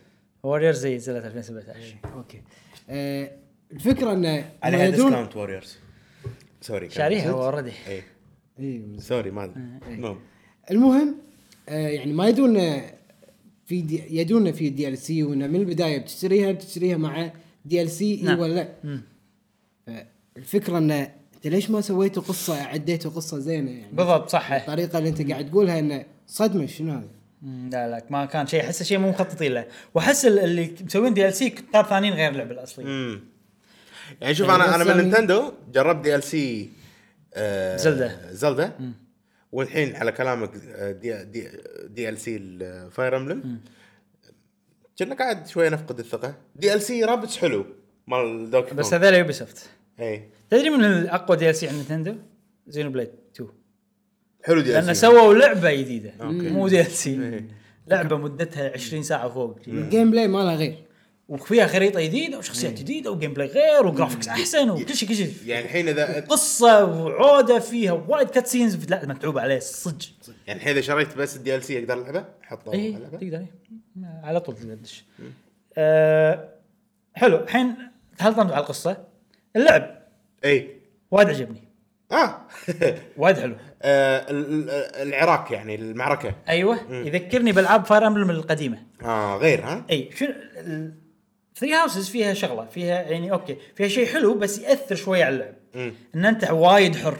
Speaker 1: ووريرز زي نزلت 2017
Speaker 2: اوكي آه، الفكره انه
Speaker 3: عليها
Speaker 2: ينادون-
Speaker 3: ديسكاونت ووريرز سوري
Speaker 1: شاريها هو اوريدي
Speaker 3: اي
Speaker 2: إيه،
Speaker 3: سوري ما المهم
Speaker 2: المهم آه يعني ما يدون في دي يدون في دي ال سي وانه من البدايه بتشتريها بتشتريها مع دي ال سي اي
Speaker 1: نعم.
Speaker 2: ولا لا الفكره انه انت ليش ما سويتوا قصه عديتوا قصه زينه يعني
Speaker 1: بالضبط صح إيه.
Speaker 2: الطريقه اللي انت قاعد تقولها انه صدمه شنو هذا؟
Speaker 1: مم، لا لا ما كان شيء احسه شيء مو مخططين له واحس ال- اللي مسوين دي ال سي كتاب ثانيين غير اللعبه الاصليه
Speaker 3: امم يعني شوف
Speaker 2: يعني
Speaker 3: انا انا
Speaker 2: بس
Speaker 3: من
Speaker 2: يعني-
Speaker 3: نينتندو جربت دي ال سي
Speaker 1: زلدة.
Speaker 3: آه، زلدة والحين على كلامك آه، دي دي دي ال سي الفاير امبلم كنا قاعد شويه نفقد الثقه دي ال سي رابتس حلو مال إيه. دوكي
Speaker 1: بس
Speaker 3: كونغ.
Speaker 1: هذول يوبي سوفت
Speaker 3: اي
Speaker 1: تدري من الاقوى دي ال سي عند نتندو؟ زينو بليد 2
Speaker 3: حلو دي
Speaker 1: لان
Speaker 3: ال سي
Speaker 1: سووا لعبه جديده
Speaker 3: أوكي.
Speaker 1: مو دي ال سي لعبه مدتها 20 ساعه فوق
Speaker 2: الجيم بلاي مالها غير
Speaker 1: وفيها خريطه جديده وشخصيات جديده وجيم بلاي غير وجرافكس احسن وكل شيء كل شيء
Speaker 3: يعني الحين اذا
Speaker 1: قصه وعوده فيها وايد كات سينز لا متعوب عليه صدق
Speaker 3: يعني الحين اذا شريت بس الدي ال سي اقدر العبه احطه
Speaker 1: اي
Speaker 3: ألعبه؟
Speaker 1: تقدر إيه. على طول تقدر تدش آه، حلو الحين تهلطمت على القصه اللعب
Speaker 3: اي
Speaker 1: وايد عجبني
Speaker 3: اه
Speaker 1: وايد حلو
Speaker 3: آه، ال- ال- العراق يعني المعركه
Speaker 1: ايوه يذكرني بالعاب فاير امبلم القديمه
Speaker 3: اه غير ها
Speaker 1: اي إيه، شنو ثري هاوسز فيها شغله فيها يعني اوكي فيها شيء حلو بس ياثر شوي على اللعب
Speaker 3: مم.
Speaker 1: ان انت وايد حر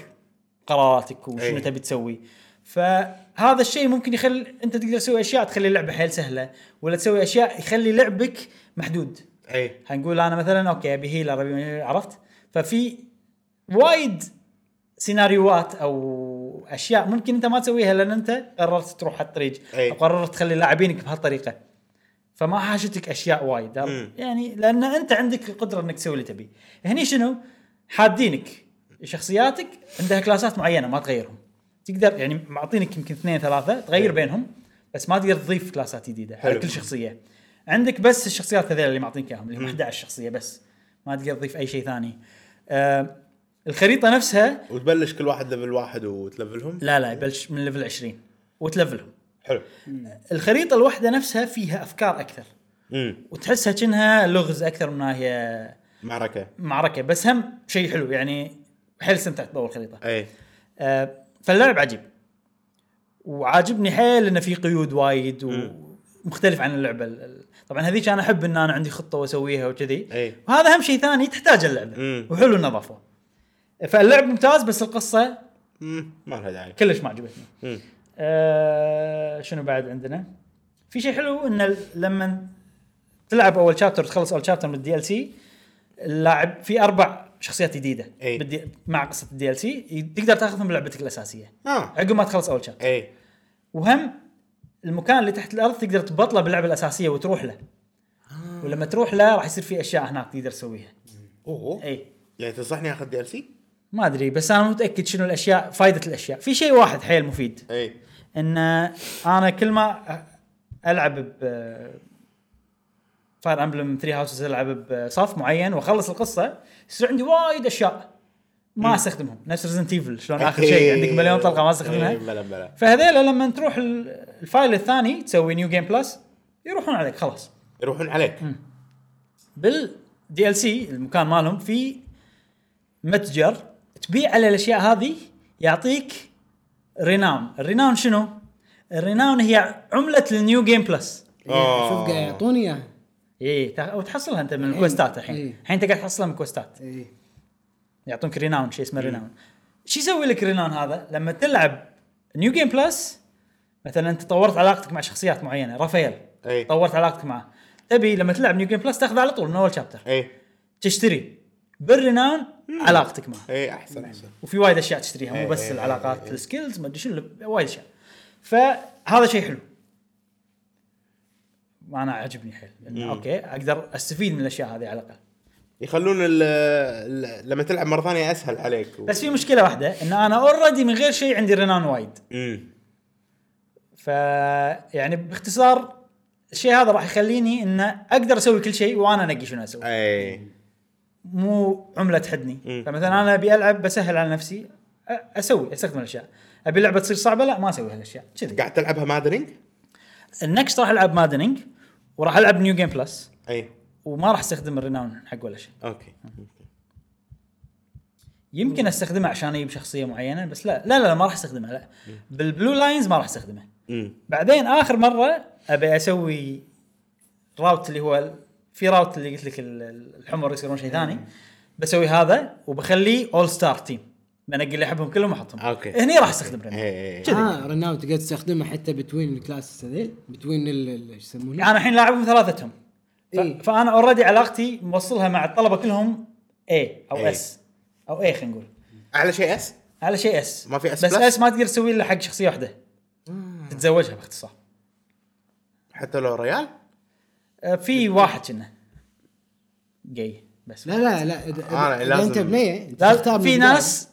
Speaker 1: قراراتك وشنو
Speaker 3: إيه.
Speaker 1: تبي تسوي فهذا الشيء ممكن يخلي انت تقدر تسوي اشياء تخلي اللعبه حيل سهله ولا تسوي اشياء يخلي لعبك محدود
Speaker 3: اي
Speaker 1: حنقول انا مثلا اوكي ابي هيلر أبي- عرفت ففي وايد سيناريوهات او اشياء ممكن انت ما تسويها لان انت قررت تروح هالطريق
Speaker 3: أي.
Speaker 1: او قررت تخلي لاعبينك بهالطريقه فما حاشتك اشياء وايد عرفت؟
Speaker 3: مم.
Speaker 1: يعني لان انت عندك القدره انك تسوي اللي تبي هني شنو حادينك شخصياتك عندها كلاسات معينه ما تغيرهم تقدر يعني معطينك يمكن اثنين ثلاثه تغير بينهم بس ما تقدر تضيف كلاسات جديده على
Speaker 3: حلو.
Speaker 1: كل شخصيه عندك بس الشخصيات هذول اللي معطينك اياهم اللي هم 11 شخصيه بس ما تقدر تضيف اي شيء ثاني آه الخريطه نفسها
Speaker 3: وتبلش كل واحد ليفل واحد وتلفلهم
Speaker 1: لا لا يبلش من ليفل 20 وتلفلهم
Speaker 3: حلو
Speaker 1: الخريطه الواحده نفسها فيها افكار اكثر
Speaker 3: امم
Speaker 1: وتحسها كأنها لغز اكثر من هي
Speaker 3: معركه
Speaker 1: معركه بس هم شيء حلو يعني حيل استمتعت باول خريطه
Speaker 3: اي
Speaker 1: آه، فاللعب عجيب وعاجبني حيل انه في قيود وايد ومختلف عن اللعبه ال- ال- طبعا هذيك انا احب ان انا عندي خطه واسويها وكذي
Speaker 3: أي.
Speaker 1: وهذا اهم شيء ثاني تحتاج اللعبه
Speaker 3: إيه. مم.
Speaker 1: وحلو انه ضافوه فاللعب ممتاز بس القصه
Speaker 3: امم ما لها داعي
Speaker 1: كلش ما عجبتني
Speaker 3: امم
Speaker 1: آه شنو بعد عندنا؟ في شيء حلو ان ال- لما تلعب اول شابتر تخلص اول شابتر من الدي ال سي اللاعب في اربع شخصيات جديده
Speaker 3: أي.
Speaker 1: بالدي- مع قصه الدي ال سي تقدر تاخذهم بلعبتك الاساسيه
Speaker 3: اه
Speaker 1: عقب ما تخلص اول شابتر
Speaker 3: اي
Speaker 1: وهم المكان اللي تحت الارض تقدر تبطله باللعبه الاساسيه وتروح له ولما تروح له راح يصير في اشياء هناك تقدر تسويها
Speaker 3: اوه
Speaker 1: اي
Speaker 3: يعني تنصحني اخذ دي ال سي؟
Speaker 1: ما ادري بس انا متاكد شنو الاشياء فائده الاشياء في شيء واحد حيل مفيد
Speaker 3: اي
Speaker 1: ان انا كل ما العب ب فاير امبلم 3 هاوسز العب بصف معين واخلص القصه يصير عندي وايد اشياء ما استخدمهم نفس ريزنت ايفل شلون اخر شيء عندك مليون طلقه ما استخدمها
Speaker 3: إي، إيه، بلا بلا
Speaker 1: فهذيلا لما تروح ال- الفايل الثاني تسوي نيو جيم بلس يروحون عليك خلاص
Speaker 3: يروحون عليك
Speaker 1: بالدي ال سي المكان مالهم في متجر تبيع على الاشياء هذه يعطيك ريناون الريناون شنو؟ الريناون هي عمله النيو جيم بلس
Speaker 3: آه.
Speaker 2: يعني شوف قاعد يعطوني اياها
Speaker 1: إيه، اي وتحصلها انت من الكوستات الحين
Speaker 2: إيه.
Speaker 1: الحين انت قاعد تحصلها من الكوستات
Speaker 2: إيه.
Speaker 1: يعطونك ريناون شيء اسمه ريناون شو يسوي لك ريناون هذا لما تلعب نيو جيم بلس مثلا انت طورت علاقتك مع شخصيات معينه رافائيل
Speaker 3: أي.
Speaker 1: طورت علاقتك معه تبي لما تلعب نيو جيم بلس تاخذه على طول من اول شابتر
Speaker 3: اي
Speaker 1: تشتري بالريناون علاقتك معه
Speaker 3: اي احسن احسن
Speaker 1: وفي وايد اشياء تشتريها مو
Speaker 3: إيه
Speaker 1: بس
Speaker 3: إيه
Speaker 1: العلاقات السكيلز ما ادري شنو وايد اشياء فهذا شيء حلو ما انا عاجبني حيل إنه اوكي اقدر استفيد من الاشياء هذه على الاقل
Speaker 3: يخلون ال- ال- لما تلعب مره ثانيه اسهل عليك و...
Speaker 1: بس في مشكله واحده ان انا اوريدي من غير شيء عندي رنان وايد
Speaker 3: مم.
Speaker 1: ف يعني باختصار الشيء هذا راح يخليني ان اقدر اسوي كل شيء وانا انقي شنو اسوي
Speaker 3: اي
Speaker 1: مو عمله تحدني
Speaker 3: مم.
Speaker 1: فمثلا انا ابي العب بسهل على نفسي أ- اسوي استخدم الاشياء ابي لعبه تصير صعبه لا ما اسوي هالاشياء كذي
Speaker 3: قاعد تلعبها مادرينج؟
Speaker 1: النكست راح العب مادنينج وراح العب نيو جيم بلس
Speaker 3: اي
Speaker 1: وما راح استخدم الريناون حق ولا شيء
Speaker 3: اوكي
Speaker 1: يمكن استخدمه عشان اجيب شخصيه معينه بس لا لا لا, لا ما راح استخدمه لا بالبلو لاينز ما راح استخدمه
Speaker 3: مم.
Speaker 1: بعدين اخر مره ابي اسوي راوت اللي هو ال- في راوت اللي قلت لك ال- ال- الحمر يصيرون شيء ثاني بسوي هذا وبخليه اول ستار تيم بنقي اللي احبهم كلهم واحطهم
Speaker 3: أوكي.
Speaker 1: هني راح استخدم ريناون
Speaker 3: اي
Speaker 1: كذي.
Speaker 2: اه رناوت تقدر تستخدمه حتى بتوين الكلاسز هذيل بتوين ال- ال- ايش يسمونه؟
Speaker 1: انا الحين لاعبهم ثلاثتهم ف...
Speaker 2: إيه.
Speaker 1: فانا اوريدي علاقتي موصلها مع الطلبه كلهم اي او
Speaker 3: إيه.
Speaker 1: اس او اي خلينا نقول
Speaker 3: اعلى شيء اس؟
Speaker 1: على شيء اس
Speaker 3: ما في S
Speaker 1: بس
Speaker 3: plus؟ آه.
Speaker 1: اس ما تقدر تسوي الا حق شخصيه واحده تتزوجها باختصار
Speaker 3: حتى لو ريال؟
Speaker 1: آه،
Speaker 3: إيه.
Speaker 1: في واحد كنا جاي بس
Speaker 2: لا لا لا إذا- إذا-
Speaker 3: أنا
Speaker 2: إذا
Speaker 3: لازم-
Speaker 2: انت بنيه انت
Speaker 1: لا،
Speaker 2: تختار من
Speaker 1: في
Speaker 2: البداية.
Speaker 1: ناس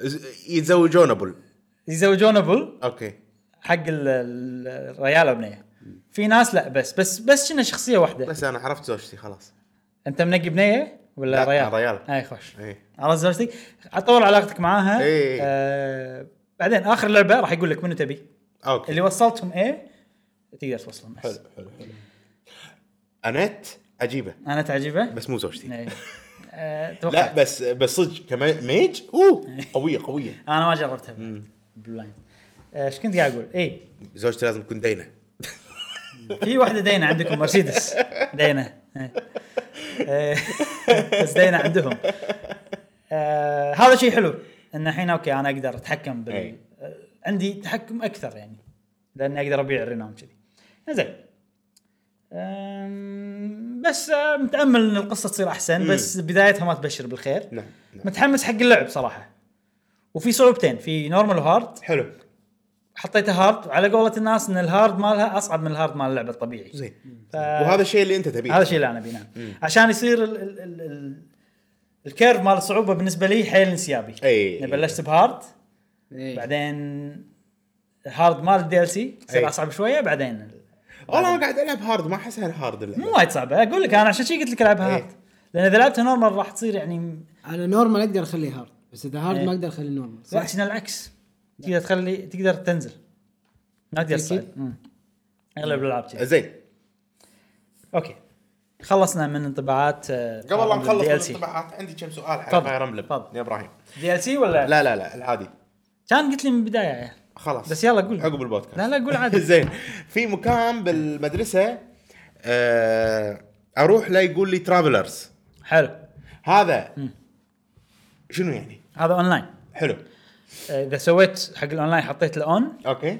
Speaker 3: ز- يتزوجون ابل
Speaker 1: يزوجون ابل
Speaker 3: اوكي
Speaker 1: حق ال- ال- الريال وبنيه في ناس لا بس بس بس كنا شخصيه واحده
Speaker 3: بس انا عرفت زوجتي خلاص
Speaker 1: انت منقي بنيه ولا
Speaker 3: لا،
Speaker 1: ريال؟
Speaker 3: ريال. إيه.
Speaker 1: اي خوش
Speaker 3: اي
Speaker 1: عرفت زوجتك اطور علاقتك معاها
Speaker 3: إي.
Speaker 1: آه بعدين اخر لعبه راح يقول لك منو تبي
Speaker 3: اوكي
Speaker 1: اللي وصلتهم ايه تقدر توصلهم بس
Speaker 3: حلو حلو حلو انت عجيبه
Speaker 1: انا تعجبه
Speaker 3: بس مو زوجتي
Speaker 1: إيه. آه
Speaker 3: لا
Speaker 1: توقعت
Speaker 3: بس بس صدق كميج اوه قويه قويه
Speaker 1: انا ما جربتها بلاين ايش كنت قاعد إيه. اقول؟ اي
Speaker 3: زوجتي لازم تكون دينه
Speaker 1: في واحده دينه عندكم مرسيدس دينه إيه. إيه. بس دينه عندهم آه هذا شيء حلو ان الحين اوكي انا اقدر اتحكم بال
Speaker 3: إي.
Speaker 1: آه، عندي تحكم اكثر يعني لاني اقدر ابيع الريناون كذي زين آم، بس آه، متامل ان القصه تصير احسن بس بدايتها ما تبشر بالخير
Speaker 3: نعم نعم
Speaker 1: متحمس حق اللعب صراحه وفي صعوبتين في نورمال وهارد
Speaker 3: حلو
Speaker 1: حطيته هارد على قولة الناس ان الهارد مالها اصعب من الهارد مال اللعبه الطبيعي
Speaker 3: زين
Speaker 1: ف...
Speaker 3: وهذا آه، الشيء اللي انت تبيه
Speaker 1: هذا الشيء اللي انا ابيه نعم. عشان يصير ال... ال... ال... ال... الكيرف مال الصعوبه بالنسبه لي حيل انسيابي
Speaker 3: إي.
Speaker 1: يعني بلشت بهارد
Speaker 2: إيه.
Speaker 1: بعدين هارد مال الدي ال سي يصير
Speaker 3: إي.
Speaker 1: اصعب شويه بعدين ال-
Speaker 3: والله انا قاعد العب هارد ما احسها هارد
Speaker 1: مو وايد صعبه اقول لك انا عشان شي قلت لك العبها
Speaker 3: إي.
Speaker 1: هارد لان اذا لعبتها نورمال راح تصير يعني
Speaker 2: انا نورمال اقدر اخليه هارد بس اذا هارد
Speaker 1: إيه.
Speaker 2: ما اقدر اخليه نورمال صح؟
Speaker 1: لكن العكس تقدر تخلي تقدر تنزل ما تقدر
Speaker 2: أكيد.
Speaker 1: تصعد مم. اغلب الالعاب كذي
Speaker 3: زين
Speaker 1: اوكي خلصنا من انطباعات آه،
Speaker 3: قبل لا نخلص من الانطباعات عندي كم سؤال حق
Speaker 1: تفضل.
Speaker 3: فاير امبلم
Speaker 1: تفضل.
Speaker 3: يا ابراهيم
Speaker 1: دي ال سي ولا لا.
Speaker 3: لا لا لا العادي
Speaker 1: كان قلت لي من البدايه يعني.
Speaker 3: خلاص
Speaker 1: بس يلا قول.
Speaker 3: عقب البودكاست
Speaker 1: لا، لا، قول عادي.
Speaker 3: زين في مكان بالمدرسه آه، اروح له يقول لي ترافلرز
Speaker 1: حلو
Speaker 3: هذا شنو يعني؟
Speaker 1: هذا اونلاين
Speaker 3: حلو
Speaker 1: آه، اذا سويت حق الاونلاين حطيت له اون
Speaker 3: اوكي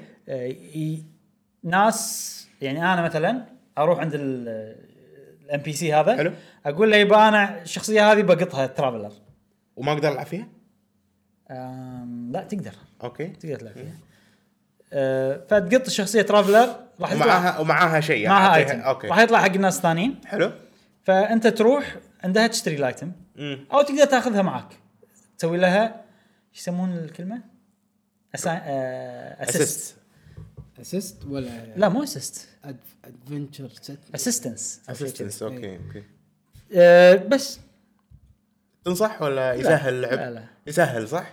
Speaker 1: ناس يعني انا مثلا اروح عند الام بي سي هذا
Speaker 3: حلو.
Speaker 1: اقول له يبا انا الشخصيه هذه بقطها ترافلر
Speaker 3: وما اقدر العب فيها؟
Speaker 1: آم، لا تقدر
Speaker 3: اوكي
Speaker 1: تقدر تلعب فيها آه، فتقط الشخصيه ترافلر راح يطلع
Speaker 3: ومعاها ومعاها شيء يعني
Speaker 1: معها
Speaker 3: أعطيها-
Speaker 1: ايتم راح
Speaker 3: اوكي
Speaker 1: يطلع حق الناس الثانيين
Speaker 3: حلو
Speaker 1: فانت تروح عندها تشتري الايتم
Speaker 3: مم.
Speaker 1: او تقدر تاخذها معك تسوي لها شو يسمون الكلمه؟ أسا... آه... اسيست
Speaker 3: اسيست
Speaker 2: اسيست ولا
Speaker 1: لا إيه. مو اسيست
Speaker 2: ادفنتشر ست
Speaker 1: اسيستنس
Speaker 3: اسيست
Speaker 1: إيه.
Speaker 3: اوكي اوكي
Speaker 1: آه بس
Speaker 3: تنصح ولا يسهل
Speaker 1: لا،
Speaker 3: اللعب؟
Speaker 1: لا.
Speaker 3: يسهل صح؟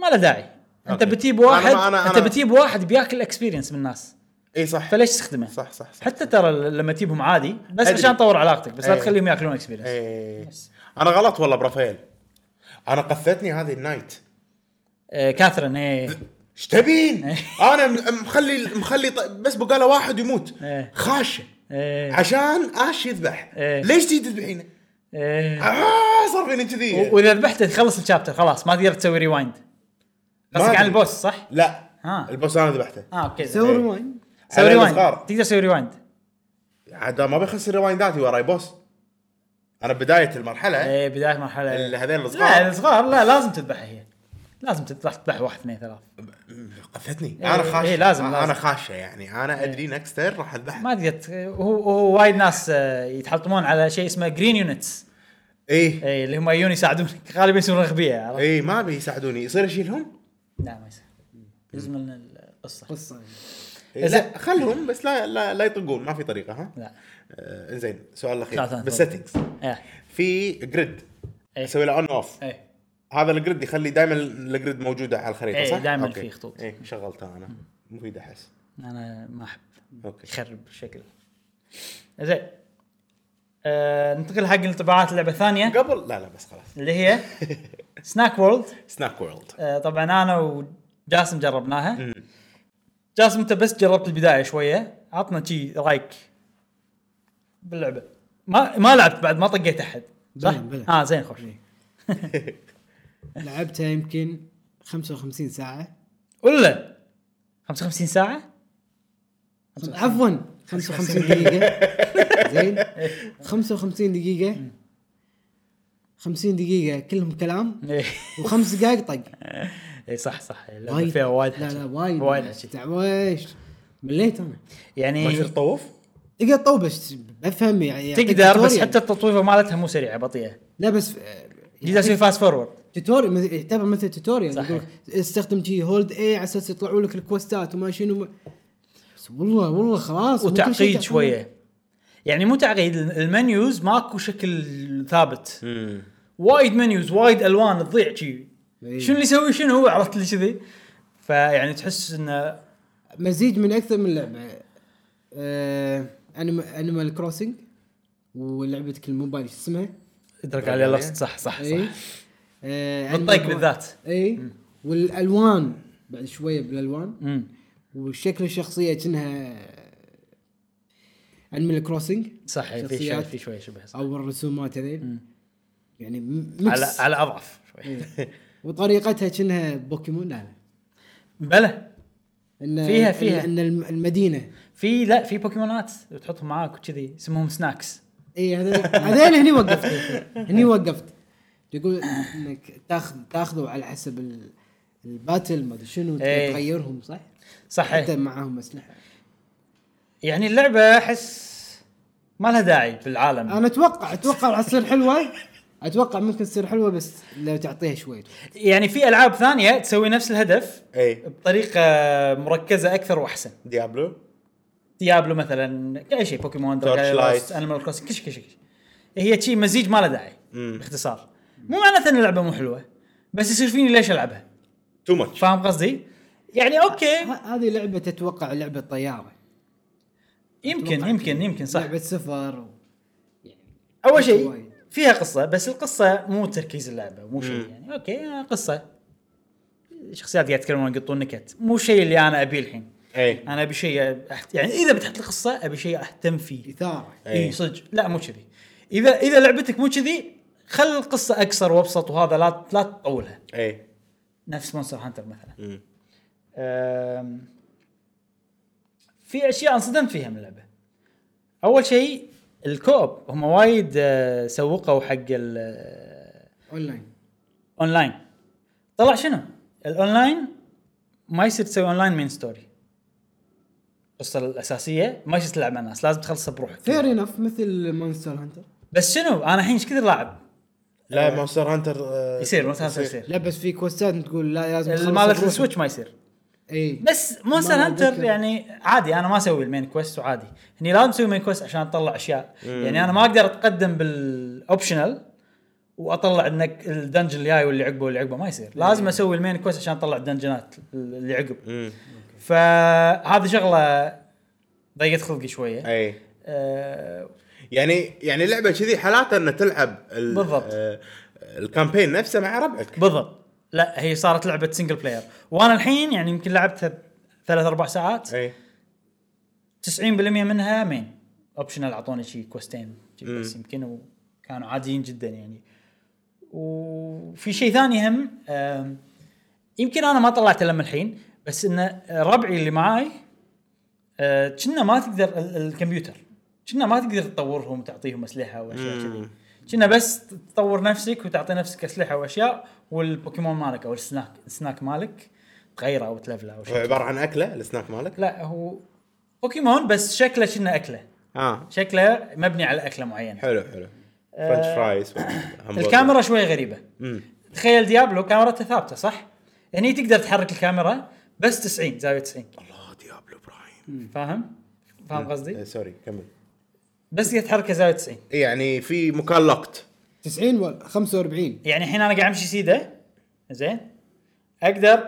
Speaker 1: ما له داعي انت
Speaker 3: أوكي.
Speaker 1: بتجيب
Speaker 3: أنا-
Speaker 1: واحد
Speaker 3: أنا- أنا-
Speaker 1: انت بتجيب واحد بياكل اكسبيرينس من الناس
Speaker 3: اي إيه، صح
Speaker 1: فليش تستخدمه؟
Speaker 3: صح صح صح
Speaker 1: حتى ترى لما تجيبهم عادي بس
Speaker 3: أدري.
Speaker 1: عشان تطور علاقتك بس لا
Speaker 3: إيه.
Speaker 1: تخليهم ياكلون اكسبيرينس
Speaker 3: ايه انا غلط والله برافائيل انا قفتني هذه النايت
Speaker 1: آه كاثرين ايه
Speaker 3: ايش تبين؟
Speaker 1: إيه.
Speaker 3: انا م- مخلي مخلي ط- بس بقاله واحد يموت
Speaker 1: إيه.
Speaker 3: خاشه
Speaker 1: ايه
Speaker 3: عشان اش يذبح
Speaker 1: إيه.
Speaker 3: ليش تيجي تذبحينه؟
Speaker 1: إيه.
Speaker 3: آه، صار فيني كذي
Speaker 1: و- واذا ذبحته تخلص الشابتر خلاص ما تقدر تسوي ريوايند قصدك
Speaker 3: أدري.
Speaker 1: عن البوس صح؟
Speaker 3: لا
Speaker 1: ها.
Speaker 3: البوس انا ذبحته
Speaker 1: اه اوكي سوي
Speaker 2: سوي
Speaker 3: إيه.
Speaker 2: ريوايند
Speaker 3: على
Speaker 1: ريوايند
Speaker 3: الصغار.
Speaker 1: تقدر تسوي ريوايند
Speaker 3: عاد ما بيخسر ريواينداتي وراي بوس انا بدايه المرحله
Speaker 1: اي بدايه مرحله
Speaker 3: ال- هذين
Speaker 1: إيه. لا
Speaker 3: الصغار
Speaker 1: الصغار لا لازم تذبحها هي لازم تذبح تذبح واحد اثنين ثلاث
Speaker 3: قفتني
Speaker 1: إيه،
Speaker 3: انا خاشه
Speaker 1: إيه، لازم،
Speaker 3: انا
Speaker 1: لازم. إيه.
Speaker 3: خاشه يعني انا ادري نكست تيرن راح اذبح
Speaker 1: ما تقدر ت- هو هو وايد ناس آه، يتحطمون على شيء اسمه جرين يونتس
Speaker 3: ايه
Speaker 1: اي اللي هم يجون يساعدونك غالبا يصيرون اغبياء عرفت؟
Speaker 3: ايه ما بيساعدوني يصير اشيلهم
Speaker 1: لا ما يصير جزء من القصه
Speaker 2: قصه
Speaker 3: إيه،
Speaker 1: إذا-
Speaker 3: لا خلهم بس لا لا, لا يطقون ما في طريقه ها
Speaker 1: لا
Speaker 3: آه، انزين سؤال الاخير
Speaker 1: لا، لا، لا.
Speaker 3: بالسيتنجز
Speaker 1: ايه
Speaker 3: في جريد
Speaker 1: إيه.
Speaker 3: اسوي له اون اوف
Speaker 1: ايه
Speaker 3: هذا الجريد يخلي دائما الجريد موجوده على الخريطه
Speaker 1: إيه،
Speaker 3: صح؟
Speaker 1: دايماً
Speaker 3: أوكي.
Speaker 1: في خطوط.
Speaker 3: ايه شغلتها انا مفيد احس
Speaker 1: انا ما احب
Speaker 3: اوكي
Speaker 1: يخرب شكله زين آه ننتقل حق انطباعات اللعبه الثانيه
Speaker 3: قبل لا لا بس خلاص
Speaker 1: اللي هي سناك وورلد
Speaker 3: سناك وورلد
Speaker 1: آه طبعا انا وجاسم جربناها جاسم انت بس جربت البدايه شويه عطنا شي رايك باللعبه ما ما لعبت بعد ما طقيت احد صح؟
Speaker 2: بلى، بلى. إيه.
Speaker 1: اه زين خوش
Speaker 2: لعبتها يمكن 55 ساعه
Speaker 1: ولا 55 ساعه؟
Speaker 2: عفوا 55 دقيقة زين 55 دقيقة 50 دقيقة كلهم كلام
Speaker 1: ايه
Speaker 2: وخمس دقائق طق
Speaker 1: إيه، صح صح اللعبه فيها وايد
Speaker 2: لا
Speaker 1: حكي.
Speaker 2: لا وايد
Speaker 1: وايد حكي.
Speaker 2: تعويش مليت انا
Speaker 1: يعني
Speaker 3: ما يصير طوف؟
Speaker 2: تقدر طوبش بفهم يعني يعطيك
Speaker 1: تقدر بس
Speaker 2: tutorial. يعني
Speaker 1: حتى التطويفه مالتها مو سريعه بطيئه
Speaker 2: لا بس
Speaker 1: تقدر تسوي فاست فورورد
Speaker 2: توتوريال مثل- يعتبر مثل توتوريال
Speaker 1: صحيح.
Speaker 2: يقول استخدم شي هولد اي على اساس يطلعوا لك الكوستات وما شنو بس والله والله خلاص مو كل شيء
Speaker 1: وتعقيد
Speaker 2: تعقيد.
Speaker 1: شويه يعني مو تعقيد المنيوز ماكو شكل ثابت وايد منيوز وايد الوان تضيع شي
Speaker 2: إيه.
Speaker 1: شنو اللي يسوي شنو هو عرفت لي كذي فيعني تحس انه
Speaker 2: مزيج من اكثر من لعبه آه انيمال كروسنج ولعبتك الموبايل شو اسمها؟
Speaker 1: ادرك عليه لفظ صح صح
Speaker 2: اي
Speaker 1: صح
Speaker 2: آه
Speaker 1: بالطيق بالذات
Speaker 2: اي والالوان بعد شويه بالالوان
Speaker 1: امم
Speaker 2: وشكل الشخصيه كأنها انيمال كروسنج
Speaker 1: صح إيه، في شوي
Speaker 2: شخصيات.
Speaker 1: في شوي شبه صح.
Speaker 2: او الرسومات هذيل يعني م-
Speaker 1: على
Speaker 2: ميكس
Speaker 1: على اضعف شوي
Speaker 2: إيه. وطريقتها كأنها بوكيمون لا لا
Speaker 1: بلى
Speaker 2: ان
Speaker 1: فيها- فيها.
Speaker 2: ان الم- المدينه
Speaker 1: في لا في بوكيمونات تحطهم معاك وكذي اسمهم سناكس
Speaker 2: اي هذول هذول إيه، هني وقفت هني وقفت يقول انك تاخذ تاخذه على حسب ال- الباتل ما ادري شنو
Speaker 1: إيه.
Speaker 2: تغيرهم صح؟
Speaker 1: صح إيه.
Speaker 2: حتى معاهم اسلحه
Speaker 1: يعني اللعبه احس ما لها داعي بالعالم
Speaker 2: انا اتوقع اتوقع راح تصير حلوه اتوقع ممكن تصير حلوه بس لو تعطيها شوي
Speaker 1: يعني في العاب ثانيه تسوي نفس الهدف
Speaker 3: ايه
Speaker 1: بطريقه مركزه اكثر واحسن
Speaker 3: ديابلو
Speaker 1: ديابلو مثلا اي شيء بوكيمون
Speaker 3: Torchlight.
Speaker 1: انيمال كروسنج كل شيء كل شيء كل شيء. هي شيء مزيج ما له داعي
Speaker 3: مم.
Speaker 1: باختصار مو معناته ان اللعبه مو حلوه بس يصير فيني ليش العبها
Speaker 3: تو ماتش
Speaker 1: فاهم قصدي؟ يعني
Speaker 2: ه-
Speaker 1: اوكي
Speaker 2: هذه لعبه تتوقع لعبه طياره
Speaker 1: يمكن يمكن
Speaker 2: يعني
Speaker 1: يمكن صح
Speaker 2: لعبه سفر و...
Speaker 1: اول شيء
Speaker 2: وايد.
Speaker 1: فيها قصه بس القصه مو تركيز اللعبه مو شيء يعني اوكي آه، قصه شخصيات قاعد يتكلمون يقطون نكت مو شيء اللي انا ابيه الحين
Speaker 3: ايه
Speaker 1: انا ابي شيء أحت... يعني اذا بتحط لي قصه ابي شيء اهتم فيه
Speaker 2: اثاره
Speaker 3: إيه.
Speaker 1: اي صدق لا مو كذي اذا اذا لعبتك مو كذي خل القصه اقصر وابسط وهذا لا لا تطولها
Speaker 3: ايه
Speaker 1: نفس مونستر هانتر مثلا
Speaker 3: مم.
Speaker 1: أم... في اشياء انصدمت فيها من اللعبه اول شيء الكوب هم وايد آه، سوقوا حق
Speaker 2: اونلاين
Speaker 1: الاونلاين طلع شنو الاونلاين ما يصير تسوي اونلاين مين ستوري القصه الاساسيه ما يصير تلعب مع الناس لازم تخلصها بروحك
Speaker 2: فير انف مثل مونستر هانتر
Speaker 1: بس شنو انا الحين ايش كثر لاعب
Speaker 3: لا
Speaker 1: إيه.
Speaker 3: مونستر هانتر آه،
Speaker 1: يصير مثلا يصير
Speaker 2: لا بس في كوستات تقول لا لازم
Speaker 1: مالت السويتش ما يصير
Speaker 2: اي
Speaker 1: بس مونستر
Speaker 2: ما
Speaker 1: هانتر
Speaker 2: أتذكر.
Speaker 1: يعني عادي انا ما اسوي المين كويست وعادي هني لازم اسوي مين كويست عشان اطلع اشياء يعني انا ما اقدر اتقدم بالاوبشنال واطلع انك الدنجن اللي جاي واللي عقبه واللي عقبه ما يصير لازم اسوي المين كويست عشان اطلع الدنجنات اللي عقب
Speaker 3: مم.
Speaker 1: فهذه شغله ضيقت خلقي شويه
Speaker 3: ايه
Speaker 1: أه
Speaker 3: يعني يعني لعبه كذي حالاتها ان تلعب ال-
Speaker 1: بالضبط.
Speaker 3: آه، الكامبين نفسه مع ربعك
Speaker 1: بالضبط لا هي صارت لعبه سنجل بلاير وانا الحين يعني يمكن لعبتها ثلاث اربع ساعات
Speaker 3: ايه
Speaker 1: 90% منها مين اوبشنال اعطوني شي كوستين شي بس يمكن كانوا عاديين جدا يعني وفي شيء ثاني هم آم، يمكن انا ما طلعته لما الحين بس ان ربعي اللي معاي آه، كنا ما تقدر ال- الكمبيوتر كنا ما تقدر تطورهم وتعطيهم اسلحه واشياء كذي كنا بس تطور نفسك وتعطي نفسك اسلحه واشياء والبوكيمون مالك او السناك السناك مالك تغيره او تلفله او
Speaker 3: هو
Speaker 1: شيء
Speaker 3: عباره عن اكله السناك مالك
Speaker 1: لا هو بوكيمون بس شكله كنا اكله
Speaker 3: اه
Speaker 1: شكله مبني على اكله معينه
Speaker 3: حلو حلو فرنش فرايز
Speaker 1: آه، الكاميرا شوي غريبه تخيل ديابلو كاميرته ثابته صح هني تقدر تحرك الكاميرا بس 90 زاويه 90
Speaker 3: الله ديابلو برايم
Speaker 1: فاهم فاهم قصدي
Speaker 3: سوري آه، كمل
Speaker 1: بس هي تحركها زاويه 90
Speaker 3: يعني في مكان لوكت
Speaker 2: 90 و 45
Speaker 1: يعني الحين انا قاعد امشي سيده زين اقدر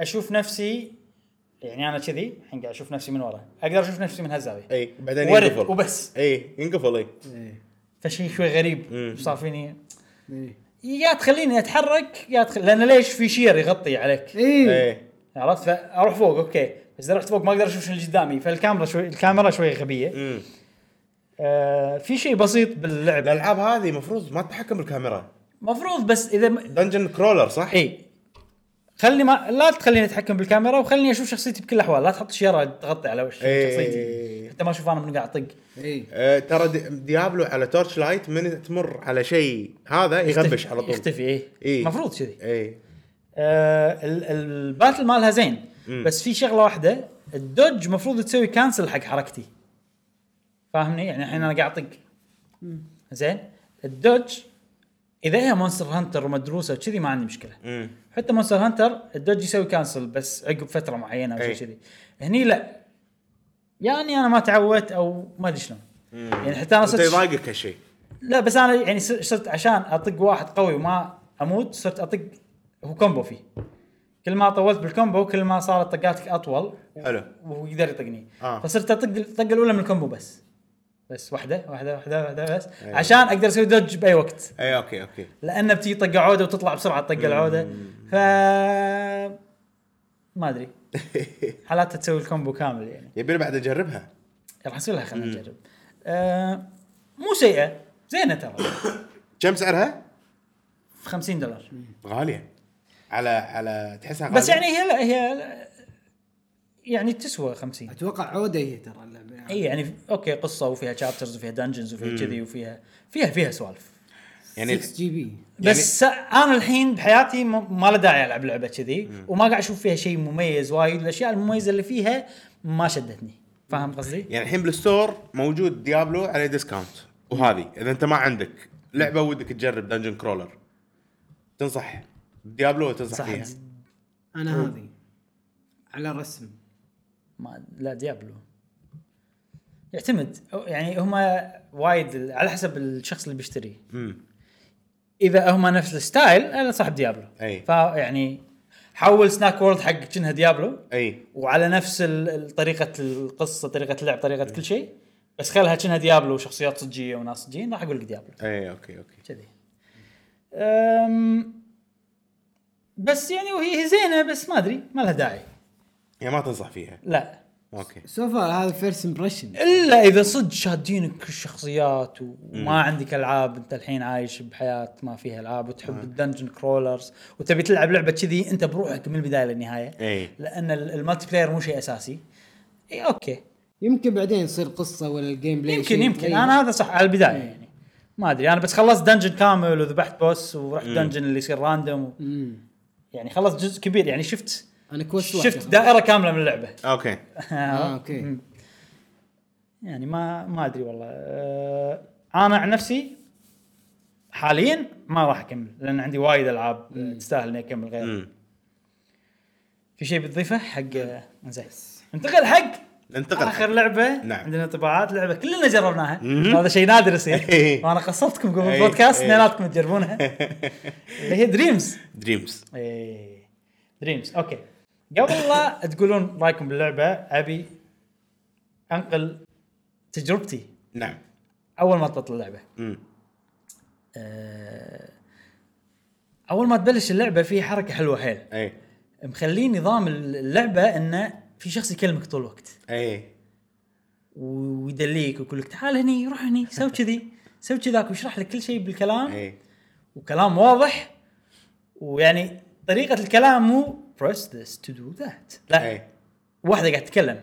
Speaker 1: اشوف نفسي يعني انا كذي الحين قاعد اشوف نفسي من ورا اقدر اشوف نفسي من هالزاويه
Speaker 3: اي إيه، بعدين
Speaker 1: ورد
Speaker 3: ينقفل
Speaker 1: وبس
Speaker 3: اي ينقفل إيه. اي
Speaker 2: ايه
Speaker 1: فشي شوي غريب صار فيني
Speaker 2: ايه
Speaker 1: يا تخليني اتحرك يا تخل... لان ليش في شير يغطي عليك
Speaker 2: ايه
Speaker 3: اي
Speaker 1: عرفت فاروح فوق اوكي بس اذا رحت فوق ما اقدر اشوف شنو اللي قدامي فالكاميرا شوي الكاميرا شوي غبيه
Speaker 3: أمم.
Speaker 1: آه في شيء بسيط باللعب
Speaker 3: الالعاب هذه المفروض ما تتحكم بالكاميرا
Speaker 1: مفروض بس اذا م...
Speaker 3: دنجن كرولر صح؟
Speaker 1: اي خلني ما لا تخليني اتحكم بالكاميرا وخليني اشوف شخصيتي بكل الاحوال لا تحط شيره تغطي على وش
Speaker 3: إيه.
Speaker 1: شخصيتي حتى ما اشوف انا من قاعد اطق
Speaker 2: ايه
Speaker 3: آه، ترى دي- ديابلو على تورش لايت من تمر على شيء هذا يغبش على طول
Speaker 1: يختفي اي
Speaker 3: إيه.
Speaker 1: مفروض كذي
Speaker 3: اي
Speaker 1: آه ال- الباتل مالها زين بس في شغله واحده الدوج مفروض تسوي كانسل حق حركتي فاهمني يعني الحين انا قاعد اطق زين الدوج اذا هي مونستر هانتر ومدروسه وكذي ما عندي مشكله
Speaker 3: أمم.
Speaker 1: حتى مونستر هانتر الدوج يسوي كانسل بس عقب فتره معينه او شيء
Speaker 3: أي.
Speaker 1: كذي هني لا يعني انا ما تعودت او ما ادري شلون يعني حتى انا
Speaker 3: انت
Speaker 1: صرت
Speaker 3: يضايقك هالشيء
Speaker 1: لا بس انا يعني صر- صرت عشان اطق واحد قوي وما اموت صرت اطق هو كومبو فيه كل ما طولت بالكومبو كل ما صارت طقاتك اطول
Speaker 3: حلو
Speaker 1: وهو يقدر يطقني
Speaker 3: آه.
Speaker 1: آه. فصرت اطق الطقه الاولى من الكومبو بس بس واحده واحده واحده واحده بس أيوة. عشان اقدر اسوي دوج باي وقت
Speaker 3: اي اوكي اوكي
Speaker 1: لانه بتجي طقه عوده وتطلع بسرعه الطقه العوده ف ما ادري حالاتها تسوي الكومبو كامل يعني
Speaker 3: يبي لي بعد اجربها
Speaker 1: راح اسوي لها خلينا نجرب آه مو سيئه زينه ترى
Speaker 3: كم سعرها؟
Speaker 1: ب 50 دولار
Speaker 3: غاليه على على تحسها غاليه
Speaker 1: بس يعني هي لا هي لا يعني تسوى 50
Speaker 2: اتوقع عوده هي ترى اللعبة.
Speaker 1: اي يعني اوكي قصه وفيها شابترز وفيها دنجنز وفيها كذي وفيها فيها فيها سوالف
Speaker 3: يعني
Speaker 2: 6 جي بي
Speaker 1: بس انا الحين بحياتي م- ما له داعي العب لعبه كذي وما قاعد اشوف فيها شيء مميز وايد الاشياء المميزه اللي فيها ما شدتني فاهم قصدي؟
Speaker 3: يعني الحين بالستور موجود ديابلو عليه ديسكاونت وهذه اذا انت ما عندك لعبه ودك تجرب دنجن كرولر تنصح ديابلو تنصح
Speaker 1: صح
Speaker 3: فيها
Speaker 2: انا هذه على رسم
Speaker 1: ما لا ديابلو يعتمد أو- يعني هم وايد على حسب الشخص اللي بيشتري
Speaker 3: امم
Speaker 1: اذا هم نفس الستايل انا صاحب ديابلو
Speaker 3: أي.
Speaker 1: فيعني حول سناك وورلد حق كأنها ديابلو
Speaker 3: اي
Speaker 1: وعلى نفس ال- ال- طريقه القصه طريقه اللعب طريقه كل شيء بس خلها كأنها ديابلو وشخصيات صجيه وناس صجيين راح اقول لك ديابلو
Speaker 3: اي اوكي اوكي
Speaker 1: كذي أم، بس يعني وهي هي زينه بس ما ادري ما لها داعي
Speaker 3: يعني ما تنصح فيها
Speaker 1: لا
Speaker 3: اوكي
Speaker 2: سو فار هذا فيرست امبريشن
Speaker 1: الا اذا صدق شادينك الشخصيات و- وما عندك العاب انت الحين عايش بحياه ما فيها العاب وتحب الدنجن كرولرز وتبي تلعب لعبه كذي انت بروحك من البدايه للنهايه
Speaker 3: إي.
Speaker 1: لان ال- المالتي بلاير مو شيء إيه، اساسي اي اوكي
Speaker 2: يمكن بعدين يصير قصه ولا الجيم بلاي
Speaker 1: يمكن
Speaker 2: شيء إيه.
Speaker 1: يمكن
Speaker 2: يتغير.
Speaker 1: انا هذا صح على البدايه يعني ما ادري انا بس خلصت دنجن كامل وذبحت بوس ورحت دنجن اللي يصير راندوم و...
Speaker 2: أمم.
Speaker 1: يعني خلصت جزء كبير يعني شفت
Speaker 2: انا كويست واحد
Speaker 1: شفت دائره كامله من اللعبه
Speaker 3: اوكي
Speaker 2: اه اوكي
Speaker 1: يعني ما ما ادري والله أه انا عن نفسي حاليا ما راح اكمل لان عندي وايد العاب تستاهل اني اكمل غيرها
Speaker 3: امم
Speaker 1: في شيء بتضيفه حق زين انتقل حق
Speaker 3: ننتقل
Speaker 1: اخر لعبه
Speaker 3: نعم.
Speaker 1: عندنا طباعات لعبه كلنا جربناها هذا شيء نادر يصير وانا قصتكم قبل
Speaker 3: إيه.
Speaker 1: البودكاست
Speaker 3: إيه.
Speaker 1: اثنيناتكم تجربونها اللي هي دريمز
Speaker 3: دريمز
Speaker 1: ايه دريمز اوكي قبل لا تقولون رايكم باللعبه ابي انقل تجربتي
Speaker 3: نعم
Speaker 1: اول ما تبطل اللعبه
Speaker 3: امم
Speaker 1: أه، اول ما تبلش اللعبه في حركه حلوه حيل
Speaker 3: اي
Speaker 1: مخليه نظام اللعبه انه في شخص يكلمك طول الوقت
Speaker 3: اي
Speaker 1: ويدليك ويقول لك تعال هني روح هني سوي كذي سوي كذاك ويشرح لك كل شيء بالكلام
Speaker 3: إيه.
Speaker 1: وكلام واضح ويعني طريقه الكلام مو press this to do that لا
Speaker 3: إيه.
Speaker 1: واحده قاعده تتكلم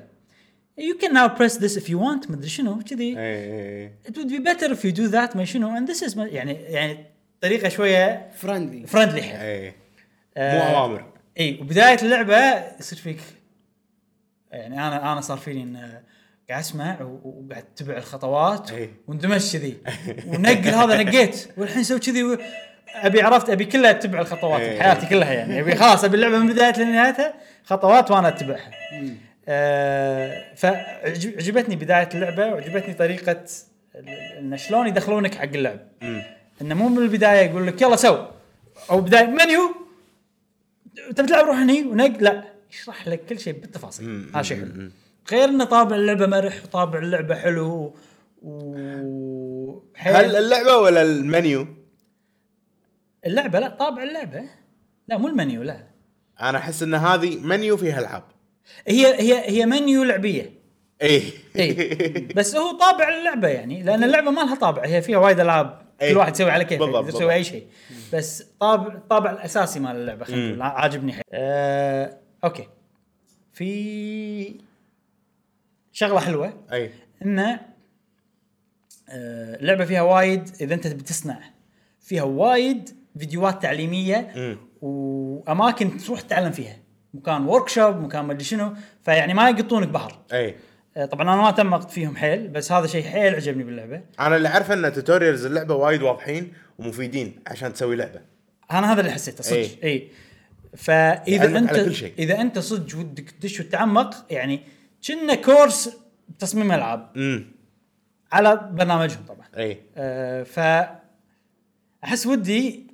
Speaker 1: you can now press this if you want مدري شنو كذي
Speaker 3: إيه، إيه.
Speaker 1: it would be better if you do that ما شنو and this is ما- يعني يعني طريقه شويه
Speaker 2: فرندلي
Speaker 1: فرندلي حيل
Speaker 3: إيه.
Speaker 1: آه،
Speaker 3: مو اوامر
Speaker 1: اي وبدايه اللعبه يصير فيك يعني انا انا صار فيني ان آه، قاعد اسمع و- و- وقاعد اتبع الخطوات
Speaker 3: إي.
Speaker 1: واندمج كذي ونقل هذا نقيت والحين سوي كذي و- ابي عرفت ابي كلها اتبع الخطوات
Speaker 3: إي.
Speaker 1: حياتي كلها يعني ابي خلاص ابي اللعبه من بدايتها لنهايتها خطوات وانا اتبعها. آه فعجبتني بدايه اللعبه وعجبتني طريقه ال- ال- انه شلون يدخلونك حق اللعب. انه مو من البدايه يقول لك يلا سو او بدايه منيو تبي تلعب روح هني ونق لا يشرح لك كل شيء بالتفاصيل هذا شيء حلو غير انه طابع اللعبه مرح وطابع اللعبه حلو و
Speaker 3: هل
Speaker 1: حيل
Speaker 3: اللعبه ولا المنيو؟
Speaker 1: اللعبه لا طابع اللعبه لا مو المنيو لا
Speaker 3: انا احس ان هذه منيو فيها العاب
Speaker 1: هي هي هي منيو لعبيه
Speaker 3: ايه
Speaker 1: اي بس هو طابع اللعبه يعني لان اللعبه ما لها طابع هي فيها وايد العاب
Speaker 3: إي.
Speaker 1: كل واحد يسوي على كيفه
Speaker 3: بالضبط،
Speaker 1: يقدر يسوي
Speaker 3: بالضبط.
Speaker 1: اي شيء بس طابع الطابع الاساسي مال اللعبه خلينا نقول عاجبني حيل آه، اوكي في شغله حلوه
Speaker 3: اي
Speaker 1: انه آه، اللعبه فيها وايد اذا انت بتصنع فيها وايد فيديوهات تعليميه
Speaker 3: مم.
Speaker 1: واماكن تروح تتعلم فيها مكان ورك شوب مكان مدري شنو فيعني ما يقطونك بحر
Speaker 3: اي
Speaker 1: آه، طبعا انا ما تعمقت فيهم حيل بس هذا شيء حيل عجبني باللعبه
Speaker 3: انا اللي اعرفه ان توتوريالز اللعبه وايد واضحين ومفيدين عشان تسوي لعبه
Speaker 1: انا هذا اللي حسيته صدق
Speaker 3: إيه.
Speaker 1: اي فاذا
Speaker 3: يعلمك
Speaker 1: انت
Speaker 3: على كل شيء.
Speaker 1: اذا انت صدق ودك تدش وتتعمق يعني كنا كورس تصميم العاب
Speaker 3: امم
Speaker 1: على برنامجهم طبعا
Speaker 3: اي
Speaker 1: آه، ف احس ودي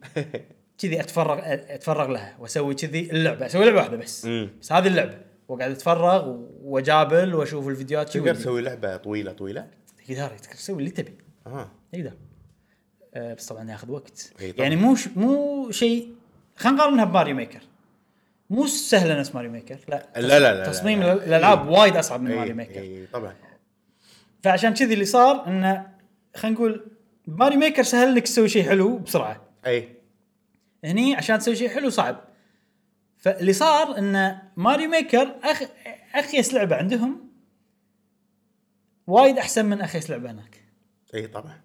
Speaker 1: كذي اتفرغ اتفرغ لها واسوي كذي اللعبه اسوي لعبه واحده بس
Speaker 3: مم.
Speaker 1: بس هذه اللعبه واقعد اتفرغ واجابل واشوف الفيديوهات شي
Speaker 3: تقدر
Speaker 1: ودي.
Speaker 3: تسوي لعبه طويله طويله؟
Speaker 1: تقدر تقدر تسوي اللي تبي
Speaker 3: اه
Speaker 1: يقدر آه، بس طبعا ياخذ وقت
Speaker 3: إي طبعاً.
Speaker 1: يعني مو ش... مو شيء خلينا نقارنها بماريو ميكر مو سهله نفس ماريو ميكر لا
Speaker 3: لا لا لا لا.
Speaker 1: تصميم
Speaker 3: إي.
Speaker 1: الالعاب وايد اصعب من ماريو
Speaker 3: اي
Speaker 1: ميكر
Speaker 3: اي طبعا
Speaker 1: فعشان كذي اللي صار انه خلينا نقول ماري ميكر سهل لك تسوي شيء حلو بسرعه
Speaker 3: اي
Speaker 1: هني عشان تسوي شيء حلو صعب فاللي صار ان ماري ميكر أخ... اخيس لعبه عندهم وايد احسن من اخيس لعبه هناك
Speaker 3: اي طبعا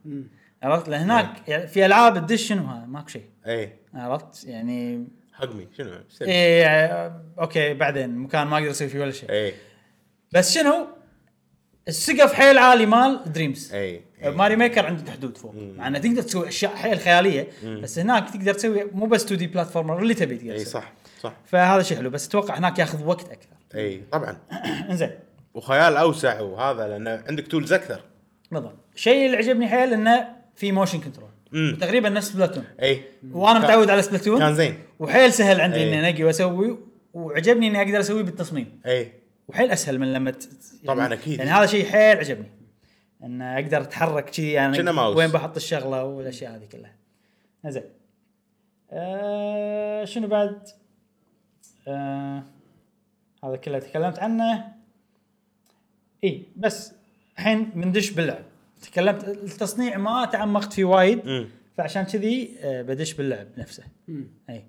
Speaker 1: عرفت لهناك يعني في العاب تدش شنو ها ماكو شيء
Speaker 3: اي
Speaker 1: عرفت يعني
Speaker 3: حقمي إيه، شنو؟ سلم.
Speaker 2: إيه.
Speaker 1: ايه آه، اوكي بعدين مكان ما اقدر اسوي فيه ولا شيء
Speaker 3: اي
Speaker 1: بس شنو السقف حيل عالي مال دريمز
Speaker 3: اي اي
Speaker 1: ماري ميكر عنده حدود فوق مع انه تقدر تسوي اشياء حيل خياليه بس هناك تقدر تسوي مو بس 2 دي بلاتفورمر اللي تبي تقدر
Speaker 3: اي
Speaker 1: تسوي.
Speaker 3: إيه، صح صح
Speaker 1: فهذا شيء حلو بس اتوقع هناك ياخذ وقت اكثر
Speaker 3: اي طبعا
Speaker 1: انزين
Speaker 3: وخيال اوسع وهذا لان عندك تولز اكثر
Speaker 1: بالضبط الشيء اللي عجبني حيل انه في موشن كنترول
Speaker 3: مم.
Speaker 1: تقريبا نفس بلاتون
Speaker 3: اي
Speaker 1: وانا
Speaker 3: كان-
Speaker 1: متعود على سبلاتون
Speaker 3: إيه. كان زين
Speaker 1: وحيل سهل عندي
Speaker 3: إيه.
Speaker 1: اني انقي واسوي وعجبني اني اقدر اسويه بالتصميم
Speaker 3: اي
Speaker 1: وحيل اسهل من لما ت...
Speaker 3: طبعاً
Speaker 1: يعني-
Speaker 3: أكيد.
Speaker 1: يعني هذا شيء حيل عجبني ان اقدر اتحرك كذي
Speaker 3: كأنه
Speaker 1: انا
Speaker 3: ماوس.
Speaker 1: يعني وين بحط الشغله والاشياء هذه كلها زين آه شنو بعد آه هذا كله تكلمت عنه اي بس الحين بندش باللعب تكلمت التصنيع ما تعمقت فيه وايد
Speaker 3: مم.
Speaker 1: فعشان كذي آه بدش باللعب نفسه اي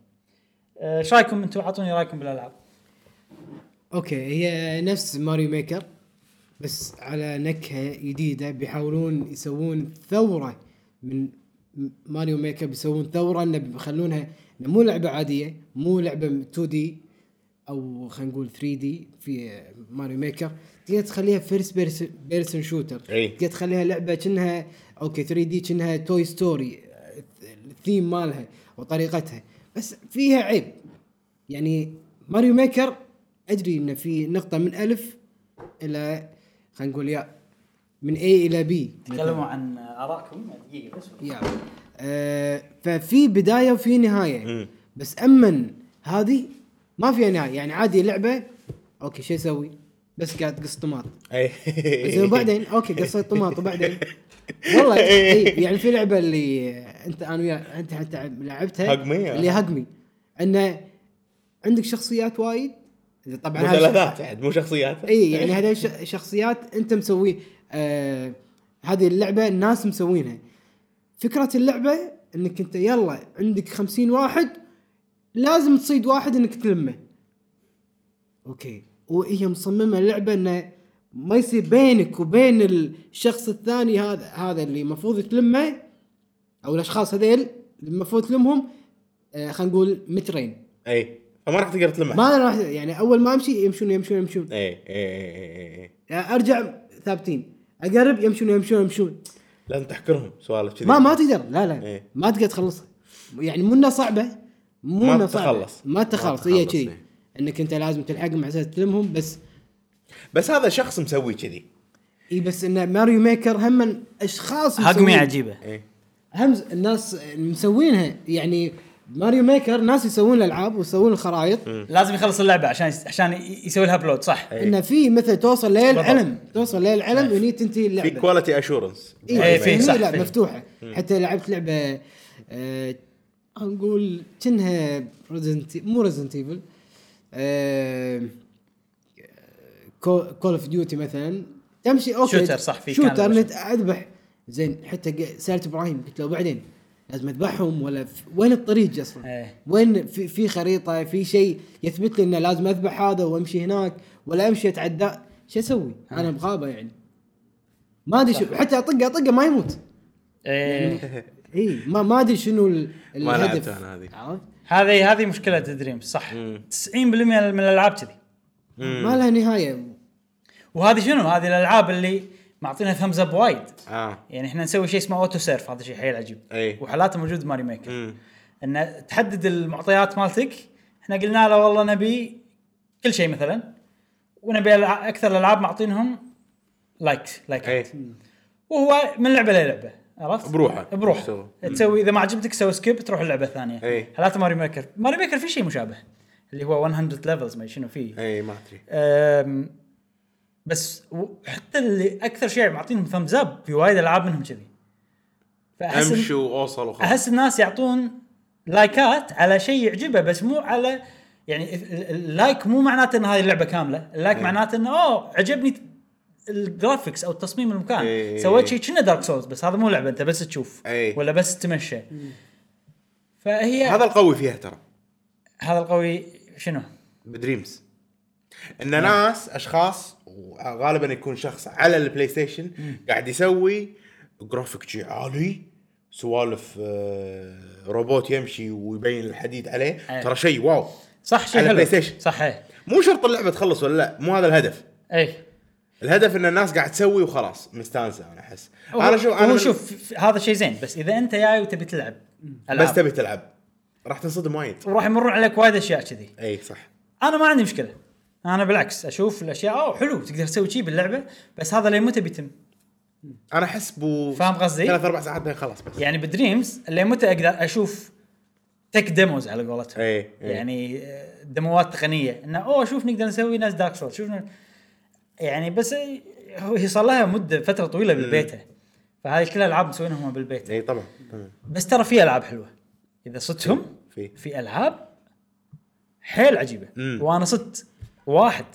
Speaker 1: آه، ايش رايكم انتم اعطوني رايكم بالالعاب
Speaker 2: اوكي هي نفس ماريو ميكر بس على نكهه جديده بيحاولون يسوون ثوره من م- ماريو ميكر بيسوون ثوره انه بيخلونها إنه مو لعبه عاديه مو لعبه 2 دي او خلينا نقول 3 دي في ماريو ميكر تقدر تخليها فيرست بيرسون شوتر
Speaker 3: إي.
Speaker 2: تقدر تخليها لعبه كأنها اوكي 3 دي كأنها توي ستوري الثيم مالها وطريقتها بس فيها عيب يعني ماريو ميكر ادري ان في نقطه من الف الى خلينا نقول يا من اي الى بي
Speaker 1: تكلموا عن ارائكم دقيقه بس
Speaker 2: يا آه ففي بدايه وفي نهايه
Speaker 3: مم.
Speaker 2: بس اما هذه ما فيها نهايه يعني عادي لعبه اوكي شو اسوي؟ بس قاعد تقص طماط
Speaker 3: اي
Speaker 2: زين وبعدين اوكي قصيت طماط وبعدين والله إي، يعني في لعبه اللي انت انا ويا انت حتى لعبتها
Speaker 3: هجمية.
Speaker 2: اللي هجمي انه عندك شخصيات وايد طبعا هذا
Speaker 3: مثلثات بعد مو شخصيات
Speaker 2: اي يعني هذول الش- شخصيات انت مسوي آه هذه اللعبه الناس مسوينها فكره اللعبه انك انت يلا عندك 50 واحد لازم تصيد واحد انك تلمه اوكي وهي مصممه اللعبه انه ما يصير بينك وبين الشخص الثاني هذا هذا اللي المفروض تلمه او الاشخاص هذيل المفروض تلمهم آه خلينا نقول مترين
Speaker 3: اي إيه. فما راح تقدر إيه، تلمح
Speaker 2: ما راح يعني اول ما امشي يمشون يمشون يمشون
Speaker 3: اي اي اي اي اي
Speaker 2: يعني ارجع ثابتين اقرب يمشون يمشون يمشون
Speaker 3: لازم تحكرهم سوالف كذي
Speaker 2: ما ما تقدر لا لا
Speaker 3: إيه.
Speaker 2: ما تقدر تخلصها يعني مو انها صعبه مو
Speaker 3: ما
Speaker 2: انها صعبه
Speaker 3: تتخلص.
Speaker 2: ما تخلص هي
Speaker 3: تتخلص،
Speaker 2: كذي
Speaker 3: إيه.
Speaker 2: انك انت لازم تلحقهم على اساس تلمهم بس
Speaker 3: بس هذا شخص مسوي كذي
Speaker 2: اي بس ان ماريو ميكر هم اشخاص
Speaker 1: هاجمي
Speaker 2: مسوين-
Speaker 1: عجيبه
Speaker 3: اي
Speaker 2: هم الناس مسوينها يعني ماريو ميكر ناس يسوون الالعاب ويسوون الخرائط
Speaker 1: لازم يخلص اللعبه عشان عشان ي- يسوي لها ابلود صح
Speaker 3: إيه.
Speaker 2: انه في مثل توصل
Speaker 1: بالضبط.
Speaker 2: للعلم توصل للعلم وني تنتهي
Speaker 3: في
Speaker 2: اللعبه
Speaker 3: كواليتي اشورنس
Speaker 1: إيه، في،
Speaker 2: هي
Speaker 1: صح،
Speaker 2: لا
Speaker 1: في.
Speaker 2: مفتوحه حتى لعبت لعبه آه، نقول كأنها ريزنت مو آه، ريزنت ايفل كول اوف ديوتي مثلا تمشي اوكي
Speaker 1: شوتر، صح، في كان
Speaker 2: شوتر
Speaker 1: لعبة
Speaker 2: نت اذبح زين حتى ق- سالت ابراهيم قلت له بعدين لازم اذبحهم ولا في وين الطريق اصلا؟
Speaker 1: إيه.
Speaker 2: وين في في خريطه في شيء يثبت لي انه لازم اذبح هذا وامشي هناك ولا امشي اتعدى شو اسوي؟
Speaker 1: إيه.
Speaker 2: انا بغابه يعني ما ادري شو- حتى اطقه اطقه ما يموت
Speaker 1: ايه
Speaker 2: اي ما ما ادري شنو ال-
Speaker 3: ما
Speaker 2: الهدف
Speaker 3: لعبتها أنا هذه.
Speaker 2: عرفت؟
Speaker 1: هذه هذه مشكله دريم صح 90% من الالعاب كذي
Speaker 2: ما لها نهايه
Speaker 1: وهذه شنو هذه الالعاب اللي معطينها ثمز اب وايد
Speaker 3: اه
Speaker 1: يعني احنا نسوي شيء اسمه اوتو سيرف هذا شيء حيل عجيب
Speaker 3: أي.
Speaker 1: وحالاته موجود ماري ميكر
Speaker 3: امم
Speaker 1: ان تحدد المعطيات مالتك احنا قلنا له والله نبي كل شيء مثلا ونبي الع- اكثر الالعاب معطينهم لايك
Speaker 3: اي
Speaker 1: لايك وهو من لعبه للعبه عرفت؟
Speaker 3: بروحه.
Speaker 1: بروحه
Speaker 3: يسوي.
Speaker 1: تسوي اذا ما عجبتك تسوي سكيب تروح اللعبه الثانيه
Speaker 3: أي.
Speaker 1: حالات ماري ميكر ماري ميكر في شيء مشابه اللي هو 100 ليفلز ما شنو فيه
Speaker 3: اي ما ادري
Speaker 1: أم، بس و- حتى اللي اكثر شيء معطينهم ثمز اب في وايد العاب منهم كذي فاحس
Speaker 3: امشي
Speaker 1: إن-
Speaker 3: واوصل وخلاص
Speaker 1: احس الناس يعطون لايكات على شيء يعجبه بس مو على يعني ال- ال- اللايك مو معناته ان هذه اللعبه كامله اللايك
Speaker 3: إيه.
Speaker 1: معناته انه اوه عجبني ت- الجرافكس او تصميم المكان
Speaker 3: إيه.
Speaker 1: سويت شيء كنا دارك سولز بس هذا مو لعبه انت بس تشوف
Speaker 3: إيه.
Speaker 1: ولا بس تمشى فهي
Speaker 3: هذا القوي فيها ترى
Speaker 1: هذا القوي شنو؟
Speaker 3: بدريمز ان
Speaker 1: نعم.
Speaker 3: ناس اشخاص وغالبا يكون شخص على البلاي ستيشن قاعد يسوي جرافيك شي عالي سوالف آه، روبوت يمشي ويبين الحديد عليه
Speaker 1: أي.
Speaker 3: ترى شيء واو
Speaker 1: صح شيء
Speaker 3: على
Speaker 1: حلو.
Speaker 3: بلاي ستيشن.
Speaker 1: صح ايه
Speaker 3: مو شرط اللعبه تخلص ولا لا مو هذا الهدف
Speaker 1: ايه
Speaker 3: الهدف ان الناس قاعد تسوي وخلاص مستانسه انا احس
Speaker 1: هو-
Speaker 3: انا شوف انا
Speaker 1: هو
Speaker 3: من-
Speaker 1: شوف ف- هذا شيء زين بس اذا انت جاي وتبي تلعب
Speaker 3: بس
Speaker 1: ألعاب،
Speaker 3: تبي تلعب راح تنصدم وايد
Speaker 1: وراح يمرون عليك وايد اشياء كذي
Speaker 3: اي صح
Speaker 1: انا ما عندي مشكله انا بالعكس اشوف الاشياء اوه حلو تقدر تسوي شيء باللعبه بس هذا لين متى بيتم
Speaker 3: انا احس بو
Speaker 1: فاهم قصدي؟
Speaker 3: ثلاث اربع ساعات بعدين خلاص بس
Speaker 1: يعني بدريمز لين متى اقدر اشوف تك ديموز على قولتهم
Speaker 3: إيه، إيه.
Speaker 1: يعني آه، دموات تقنيه انه اوه شوف نقدر نسوي ناس دارك سول شوف ن- يعني بس آه، هو- هي صار لها مده فتره طويله بالبيتا فهذه كلها العاب مسوينها هم بالبيتا
Speaker 3: اي طبعا طبعا
Speaker 1: بس ترى في العاب حلوه اذا صدتهم
Speaker 3: في.
Speaker 1: في العاب حيل عجيبه
Speaker 3: مم. إيه.
Speaker 1: وانا صدت واحد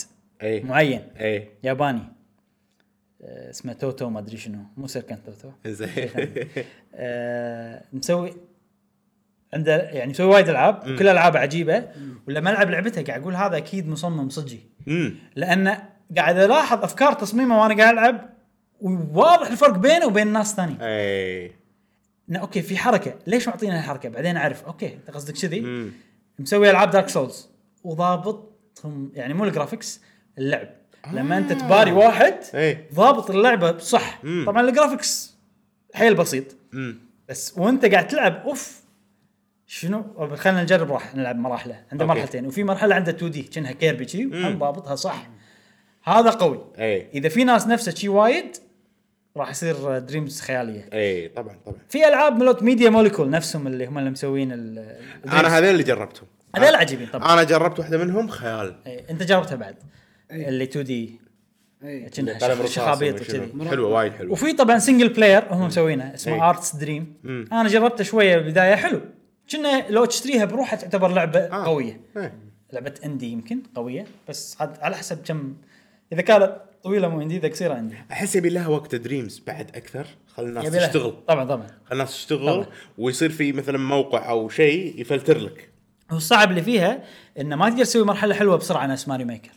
Speaker 3: اي
Speaker 1: معين
Speaker 3: اي
Speaker 1: ياباني آه، اسمه توتو ما ادري شنو مو سيركن توتو
Speaker 3: زين
Speaker 1: آه، مسوي عنده يعني مسوي وايد العاب وكل العابه عجيبه ولما العب لعبته قاعد اقول هذا اكيد مصمم صجي
Speaker 3: امم
Speaker 1: لان قاعد الاحظ افكار تصميمه وانا قاعد العب وواضح الفرق بينه وبين ناس ثانيين
Speaker 3: اي
Speaker 1: إنه اوكي في حركه ليش معطينا الحركه بعدين اعرف اوكي انت قصدك كذي
Speaker 3: امم
Speaker 1: مسوي العاب دارك سولز وضابطهم يعني مو الجرافكس اللعب لما انت تباري واحد
Speaker 3: إيه.
Speaker 1: ضابط اللعبه صح
Speaker 3: مم.
Speaker 1: طبعا الجرافكس حيل بسيط
Speaker 3: امم
Speaker 1: بس وانت قاعد تلعب اوف شنو خلينا نجرب راح نلعب مراحله عنده
Speaker 3: أوكي.
Speaker 1: مرحلتين وفي مرحله عنده 2 دي كأنها كيربي شي وهم ضابطها صح هذا قوي
Speaker 3: اي
Speaker 1: اذا في ناس نفسه شي وايد راح يصير دريمز خياليه
Speaker 3: اي طبعا طبعا
Speaker 1: في العاب ملوت ميديا موليكول نفسهم اللي هم اللي مسوين ال
Speaker 3: انا هذول اللي جربتهم
Speaker 1: هذول عجيبين طبعا
Speaker 3: انا جربت واحده منهم خيال
Speaker 1: إيه، انت جربتها بعد
Speaker 2: إيه.
Speaker 1: اللي 2 دي
Speaker 2: اي
Speaker 3: قلم
Speaker 1: كأنها
Speaker 3: رصاص
Speaker 1: شخابيط
Speaker 3: وشنو.
Speaker 1: وكذي
Speaker 3: حلوه وايد حلوه
Speaker 1: وفي طبعا سنجل بلاير هم مسوينه
Speaker 3: إيه.
Speaker 1: اسمه ارتس دريم
Speaker 3: مم.
Speaker 1: انا جربته شويه بدايه حلو كنا لو تشتريها بروحها تعتبر لعبه
Speaker 3: آه.
Speaker 1: قويه
Speaker 3: إيه.
Speaker 1: لعبه اندي يمكن قويه بس عاد على حسب كم اذا كانت طويله مو عندي اذا قصيره عندي
Speaker 3: احس يبي لها وقت دريمز بعد اكثر خلي الناس
Speaker 1: يبي لها.
Speaker 3: تشتغل
Speaker 1: طبعا طبعا
Speaker 3: خلي الناس
Speaker 1: طبعاً.
Speaker 3: تشتغل ويصير في مثلا موقع او شيء يفلتر لك
Speaker 1: والصعب اللي فيها انه ما تقدر تسوي مرحله حلوه بسرعه ناس ماري ميكر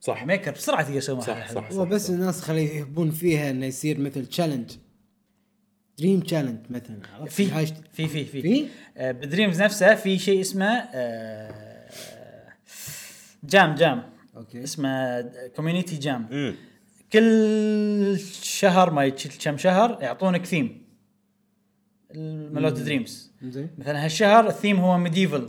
Speaker 3: صح
Speaker 1: ميكر بسرعه تقدر تسوي مرحله
Speaker 3: صح
Speaker 1: حلوه
Speaker 3: صح,
Speaker 2: هو
Speaker 3: صح.
Speaker 2: بس الناس خلي يهبون فيها انه يصير مثل تشالنج دريم تشالنج مثلا عرفت؟
Speaker 1: في
Speaker 2: عايش-
Speaker 1: في في في
Speaker 2: في؟
Speaker 1: آه، بدريمز نفسه في شيء اسمه آه، جام جام
Speaker 2: اوكي
Speaker 1: اسمه كوميونيتي جام
Speaker 3: مم.
Speaker 1: كل شهر ما يتش- كم شهر يعطونك ثيم ملوت دريمز
Speaker 2: زين
Speaker 1: مثلا هالشهر الثيم هو ميديفل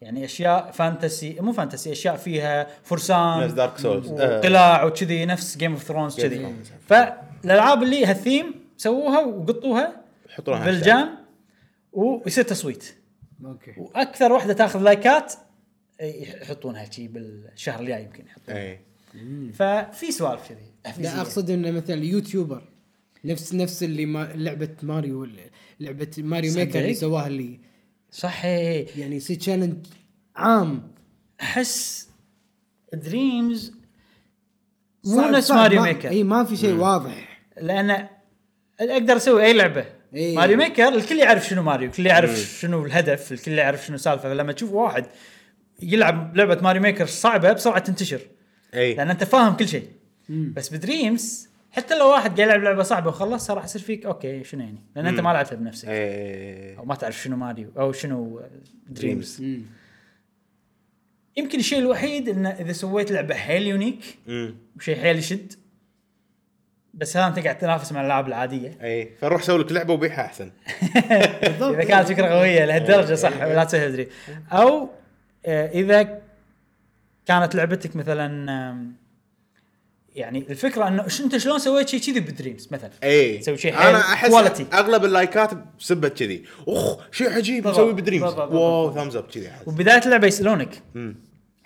Speaker 1: يعني اشياء فانتسي مو فانتسي اشياء فيها فرسان
Speaker 3: نفس Dark Souls. آه،
Speaker 1: وقلاع وكذي نفس جيم اوف ثرونز
Speaker 3: Game of
Speaker 1: كذي
Speaker 3: Thrones.
Speaker 1: فالالعاب اللي هالثيم سووها وقطوها
Speaker 3: يحطون لها
Speaker 1: بالجام ويصير تصويت
Speaker 2: اوكي
Speaker 1: واكثر واحده تاخذ لايكات إيه، يحطونها شي بالشهر الجاي يمكن يحطونها
Speaker 3: اي
Speaker 1: ففي سوالف كذي
Speaker 2: لا اقصد انه مثلا يوتيوبر نفس نفس اللي ما لعبه ماريو وال- لعبه ماريو
Speaker 1: صدق؟
Speaker 2: ميكر اللي سواها اللي
Speaker 1: صح إي.
Speaker 2: يعني يصير تشالنج عام
Speaker 1: احس دريمز مو
Speaker 2: صعب-
Speaker 1: نفس
Speaker 2: صعب
Speaker 1: ماريو
Speaker 2: ما- إيه.
Speaker 1: ميكر
Speaker 2: اي ما في شيء واضح
Speaker 1: لان اقدر اسوي اي لعبه
Speaker 2: إي.
Speaker 1: ماريو ميكر الكل يعرف شنو ماريو الكل يعرف شنو الهدف الكل يعرف شنو السالفه لما تشوف واحد يلعب لعبه ماريو ميكر صعبه بسرعه تنتشر
Speaker 3: اي
Speaker 1: لان انت فاهم كل شيء بس بدريمز حتى لو واحد قاعد يلعب لعبه صعبه وخلصها راح يصير فيك اوكي شنو يعني لان انت ما لعبتها بنفسك
Speaker 3: إيه. اي
Speaker 1: او ما تعرف شنو ماريو او شنو دريمز
Speaker 3: دريمز
Speaker 1: يمكن الشيء الوحيد انه اذا سويت لعبه حيل يونيك وشيء حيل يشد بس هذا انت قاعد تنافس مع الالعاب العاديه
Speaker 3: اي فروح إيه. سوي لك لعبه وبيعها احسن
Speaker 2: بالضبط
Speaker 1: اذا كانت فكره قويه
Speaker 3: إيه،
Speaker 1: لهالدرجه صح لا تسوي تدري او آه، اذا كانت لعبتك مثلا آم، يعني الفكره انه ش- انت شلون سويت شيء كذي بدريمز مثلا
Speaker 3: اي
Speaker 1: تسوي شيء حيل
Speaker 3: انا احس
Speaker 1: quality.
Speaker 3: اغلب اللايكات بسبه كذي اخ شيء عجيب
Speaker 1: بالضبط،
Speaker 3: مسوي بدريمز
Speaker 1: بالضبط، بالضبط.
Speaker 3: واو ثامز اب كذي أحس.
Speaker 1: وبدايه اللعبه يسالونك
Speaker 3: مم.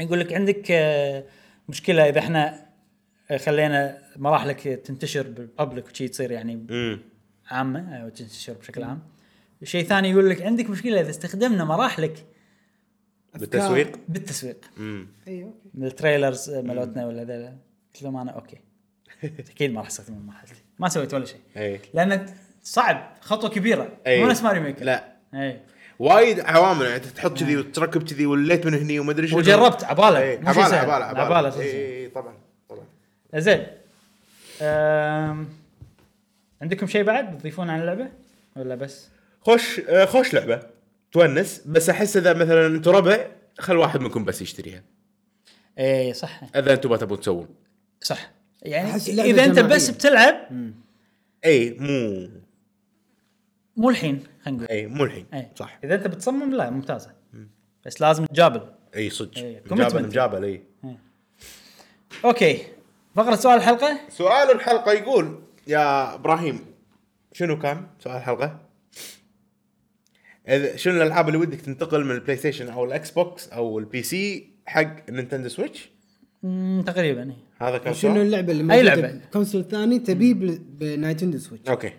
Speaker 1: يقول لك عندك آه، مشكله اذا احنا آه، خلينا مراحلك تنتشر بالببليك وشي تصير يعني
Speaker 3: مم.
Speaker 1: عامه او تنتشر بشكل عام شيء ثاني يقول لك عندك مشكله اذا استخدمنا مراحلك
Speaker 3: بالتسويق
Speaker 1: بالتسويق
Speaker 3: مم.
Speaker 2: اي اوكي
Speaker 1: من التريلرز مالتنا ولا ذا قلت لهم انا اوكي اكيد ما راح استخدم مرحلتي ما سويت ولا شيء
Speaker 3: اي
Speaker 1: لان صعب خطوه كبيره
Speaker 3: أي.
Speaker 1: مو نفس ماري ميكر
Speaker 3: إيه.
Speaker 1: إيه.
Speaker 3: لا
Speaker 1: اي
Speaker 3: وايد عوامل يعني تحط
Speaker 1: نعم.
Speaker 3: كذي وتركب كذي وليت من هني وما ادري شنو
Speaker 1: وجربت عباله
Speaker 3: اي
Speaker 1: مو شيء
Speaker 3: عباله
Speaker 1: سهل.
Speaker 3: عباله عباله
Speaker 1: عباله
Speaker 3: اي طبعا طبعا
Speaker 1: زين أم، عندكم شيء بعد تضيفون عن اللعبه ولا بس؟
Speaker 3: خوش آه، خوش لعبه تونس بس احس اذا مثلا انتم ربع خل واحد منكم بس يشتريها
Speaker 1: اي صح
Speaker 3: اذا انتم ما تبون تسوون
Speaker 1: صح يعني
Speaker 2: أحس لعبة
Speaker 1: اذا انت بس
Speaker 2: جماعية.
Speaker 1: بتلعب
Speaker 3: اي إيه، مو
Speaker 1: مو الحين خلينا نقول
Speaker 3: اي مو الحين
Speaker 1: أي.
Speaker 3: صح
Speaker 1: اذا انت بتصمم لا ممتازه بس لازم تجابل
Speaker 3: اي إيه، صدق إيه.
Speaker 1: إي،
Speaker 3: مجابل
Speaker 1: commitment.
Speaker 3: مجابل اي
Speaker 1: اوكي فقره سؤال الحلقه
Speaker 3: سؤال الحلقه يقول يا ابراهيم شنو كان سؤال الحلقه؟ إذا- شنو الالعاب اللي ودك تنتقل من البلاي ستيشن او الاكس بوكس او البي سي حق نينتندو سويتش؟
Speaker 1: مم، تقريبا إيه.
Speaker 3: هذا كان
Speaker 2: شنو
Speaker 3: سؤال
Speaker 2: اللعبه اللي
Speaker 1: أي
Speaker 2: موجوده
Speaker 1: لعبة؟
Speaker 2: بالكونسول الثاني تبيه بل- بنايتندو سويتش
Speaker 3: اوكي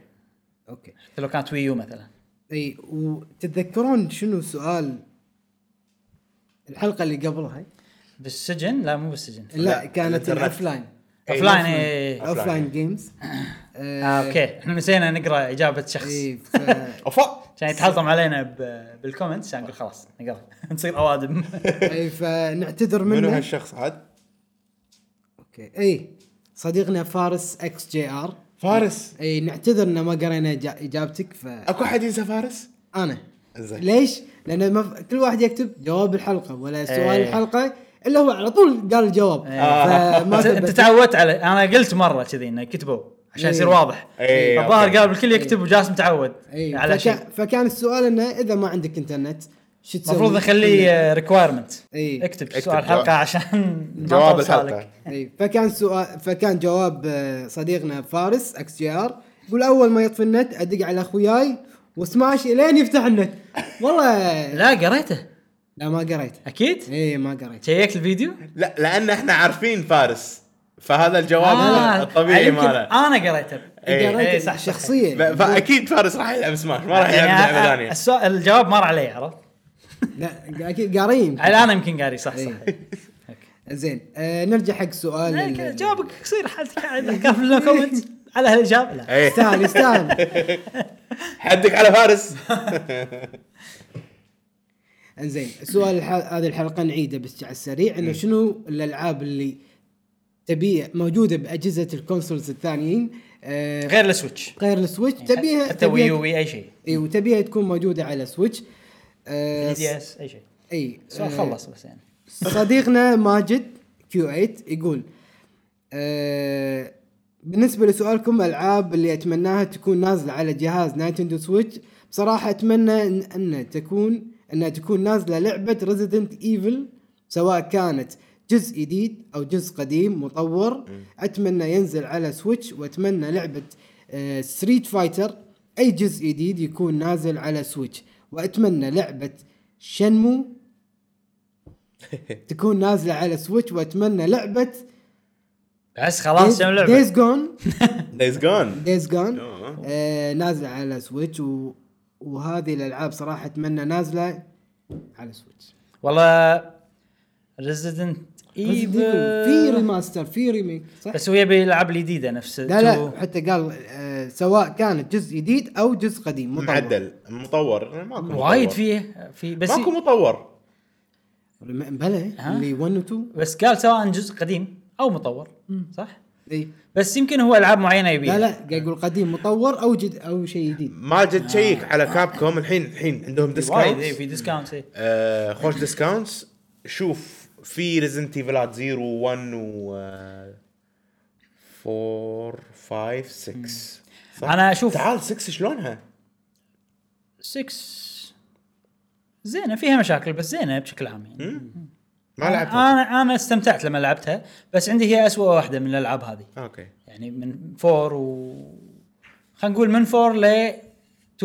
Speaker 2: اوكي
Speaker 1: حتى لو كانت ويو مثلا
Speaker 2: اي وتتذكرون شنو سؤال الحلقه اللي قبلها
Speaker 1: بالسجن لا مو بالسجن
Speaker 2: لا كانت
Speaker 3: الإنترنت.
Speaker 2: الاوف لاين
Speaker 1: اوف لاين إيه.
Speaker 3: أوف-
Speaker 2: اوف لاين جيمز
Speaker 1: آه، اوكي احنا نسينا نقرا اجابه شخص
Speaker 2: اي
Speaker 3: اوفا
Speaker 1: عشان يتحطم علينا ب- بالكومنتس عشان نقول خلاص نقرا نصير اوادم
Speaker 2: اي فنعتذر
Speaker 3: منو
Speaker 2: منه
Speaker 3: هالشخص عاد؟
Speaker 2: اوكي اي صديقنا فارس اكس جي ار
Speaker 3: فارس
Speaker 2: اي نعتذر ان ما قرينا جا- اجابتك فانا
Speaker 3: اكو احد ينسى فارس؟ زين
Speaker 2: ليش؟ لان ما ف- كل واحد يكتب جواب الحلقه ولا سؤال
Speaker 1: إيه.
Speaker 2: الحلقه الا هو على طول قال الجواب
Speaker 3: آه.
Speaker 2: فما
Speaker 1: انت أنت
Speaker 2: ثبت.
Speaker 1: تعودت على انا قلت مره كذي انه كتبوا عشان
Speaker 2: إيه.
Speaker 1: يصير واضح
Speaker 3: إيه،
Speaker 1: الظاهر
Speaker 3: أوكي.
Speaker 1: قال الكل يكتب وجاسم تعود
Speaker 2: اي
Speaker 1: على شيء
Speaker 2: فكا فكان السؤال انه اذا ما عندك انترنت شو تسوي؟
Speaker 1: المفروض نخليه ريكوايرمنت
Speaker 2: إيه.
Speaker 1: اكتب
Speaker 3: اكتب
Speaker 1: سؤال
Speaker 3: جواب.
Speaker 1: حلقه عشان ما
Speaker 3: جواب
Speaker 1: توصلك.
Speaker 3: الحلقه
Speaker 2: اي طيب، فكان سؤال فكان جواب آه، صديقنا فارس اكس جي ار يقول اول ما يطفي النت ادق على اخوياي وسماش الين يفتح النت والله
Speaker 1: لا قريته
Speaker 2: لا ما قريت
Speaker 1: اكيد
Speaker 2: اي ما قريت
Speaker 1: شيكت الفيديو
Speaker 3: لا لان احنا عارفين فارس فهذا الجواب
Speaker 1: آه،
Speaker 3: الطبيعي
Speaker 1: يمكن
Speaker 3: ماله
Speaker 1: انا قريته
Speaker 3: إيه.
Speaker 2: قريت
Speaker 1: إيه، صح، صح.
Speaker 2: شخصيه
Speaker 3: ب- فاكيد فارس راح يلعب سماش ما راح يلعب
Speaker 1: يعني
Speaker 3: لعبه ثانيه
Speaker 1: السؤال الجواب مار علي عرفت؟
Speaker 2: لا اكيد قارين
Speaker 1: على انا يمكن قاري صح صح
Speaker 2: إيه.
Speaker 1: أوكي.
Speaker 2: زين آه نرجع حق سؤال
Speaker 1: لا،
Speaker 2: ال-
Speaker 1: كذا يعني جوابك قصير حالتك قبل لا كومنت على هالاجابه لا
Speaker 3: ايه
Speaker 2: يستاهل يستاهل
Speaker 3: حدك على فارس
Speaker 2: انزين سؤال الح... هذه الحلقه نعيده بس على السريع انه شنو الالعاب اللي تبي موجوده باجهزه الكونسولز الثانيين آه
Speaker 1: غير السويتش يعني
Speaker 2: غير السويتش تبيها
Speaker 1: حتى
Speaker 2: تبيها
Speaker 1: ويو وي اي شيء
Speaker 2: اي إيه، وتبيها تكون موجوده على سويتش آه
Speaker 1: دي اس اي شيء
Speaker 2: اي
Speaker 1: سؤال
Speaker 2: آه،
Speaker 1: خلص بس يعني
Speaker 2: صديقنا ماجد كيو 8 يقول آه بالنسبة لسؤالكم الألعاب اللي أتمناها تكون نازلة على جهاز نايتندو سويتش بصراحة أتمنى إن, أن تكون أن تكون نازلة لعبة ريزيدنت ايفل سواء كانت جزء جديد أو جزء قديم مطور أتمنى ينزل على سويتش وأتمنى لعبة ستريت فايتر أي جزء جديد يكون نازل على سويتش وأتمنى لعبة شنمو تكون نازله على سويتش واتمنى لعبه
Speaker 1: بس خلاص شنو اللعبه؟
Speaker 2: دايز جون
Speaker 3: دايز جون
Speaker 2: دايز جون نازله آه، على سويتش و... وهذه الالعاب صراحه اتمنى نازله على سويتش
Speaker 1: والله ريزدنت ايفل
Speaker 2: في ريماستر في ريميك صح
Speaker 1: بس هو يبي يلعب الجديده نفس
Speaker 2: لا
Speaker 1: تو.
Speaker 2: لا حتى قال آه سواء كانت جزء جديد او جزء قديم مطور
Speaker 3: معدل مطور ماكو مطور.
Speaker 1: وايد فيه في بس
Speaker 3: ماكو مطور
Speaker 2: ريم- بلى
Speaker 1: ها؟
Speaker 2: اللي 1 و 2
Speaker 1: بس قال سواء جزء قديم او مطور صح؟
Speaker 2: اي
Speaker 1: بس يمكن هو العاب معينه يبيها
Speaker 2: لا لا قاعد يقول قديم مطور او جد او شيء جديد
Speaker 3: ماجد شيك على كاب كوم الحين الحين عندهم
Speaker 1: وايد إيه،
Speaker 3: ديسكاونت
Speaker 1: في ديسكاونت إيه.
Speaker 3: آه خوش ديسكاونت شوف في ريزنت ايفلات 0 1 و آه، 4 5 6 صح؟
Speaker 1: أنا أشوف-
Speaker 3: تعال 6 شلونها؟
Speaker 1: 6 زينه فيها مشاكل بس زينه بشكل عام يعني
Speaker 3: ما لعبتها
Speaker 1: انا انا استمتعت لما لعبتها بس عندي هي أسوأ واحده من الالعاب هذه
Speaker 3: اوكي
Speaker 1: يعني من 4 و خلينا نقول من 4 ل 2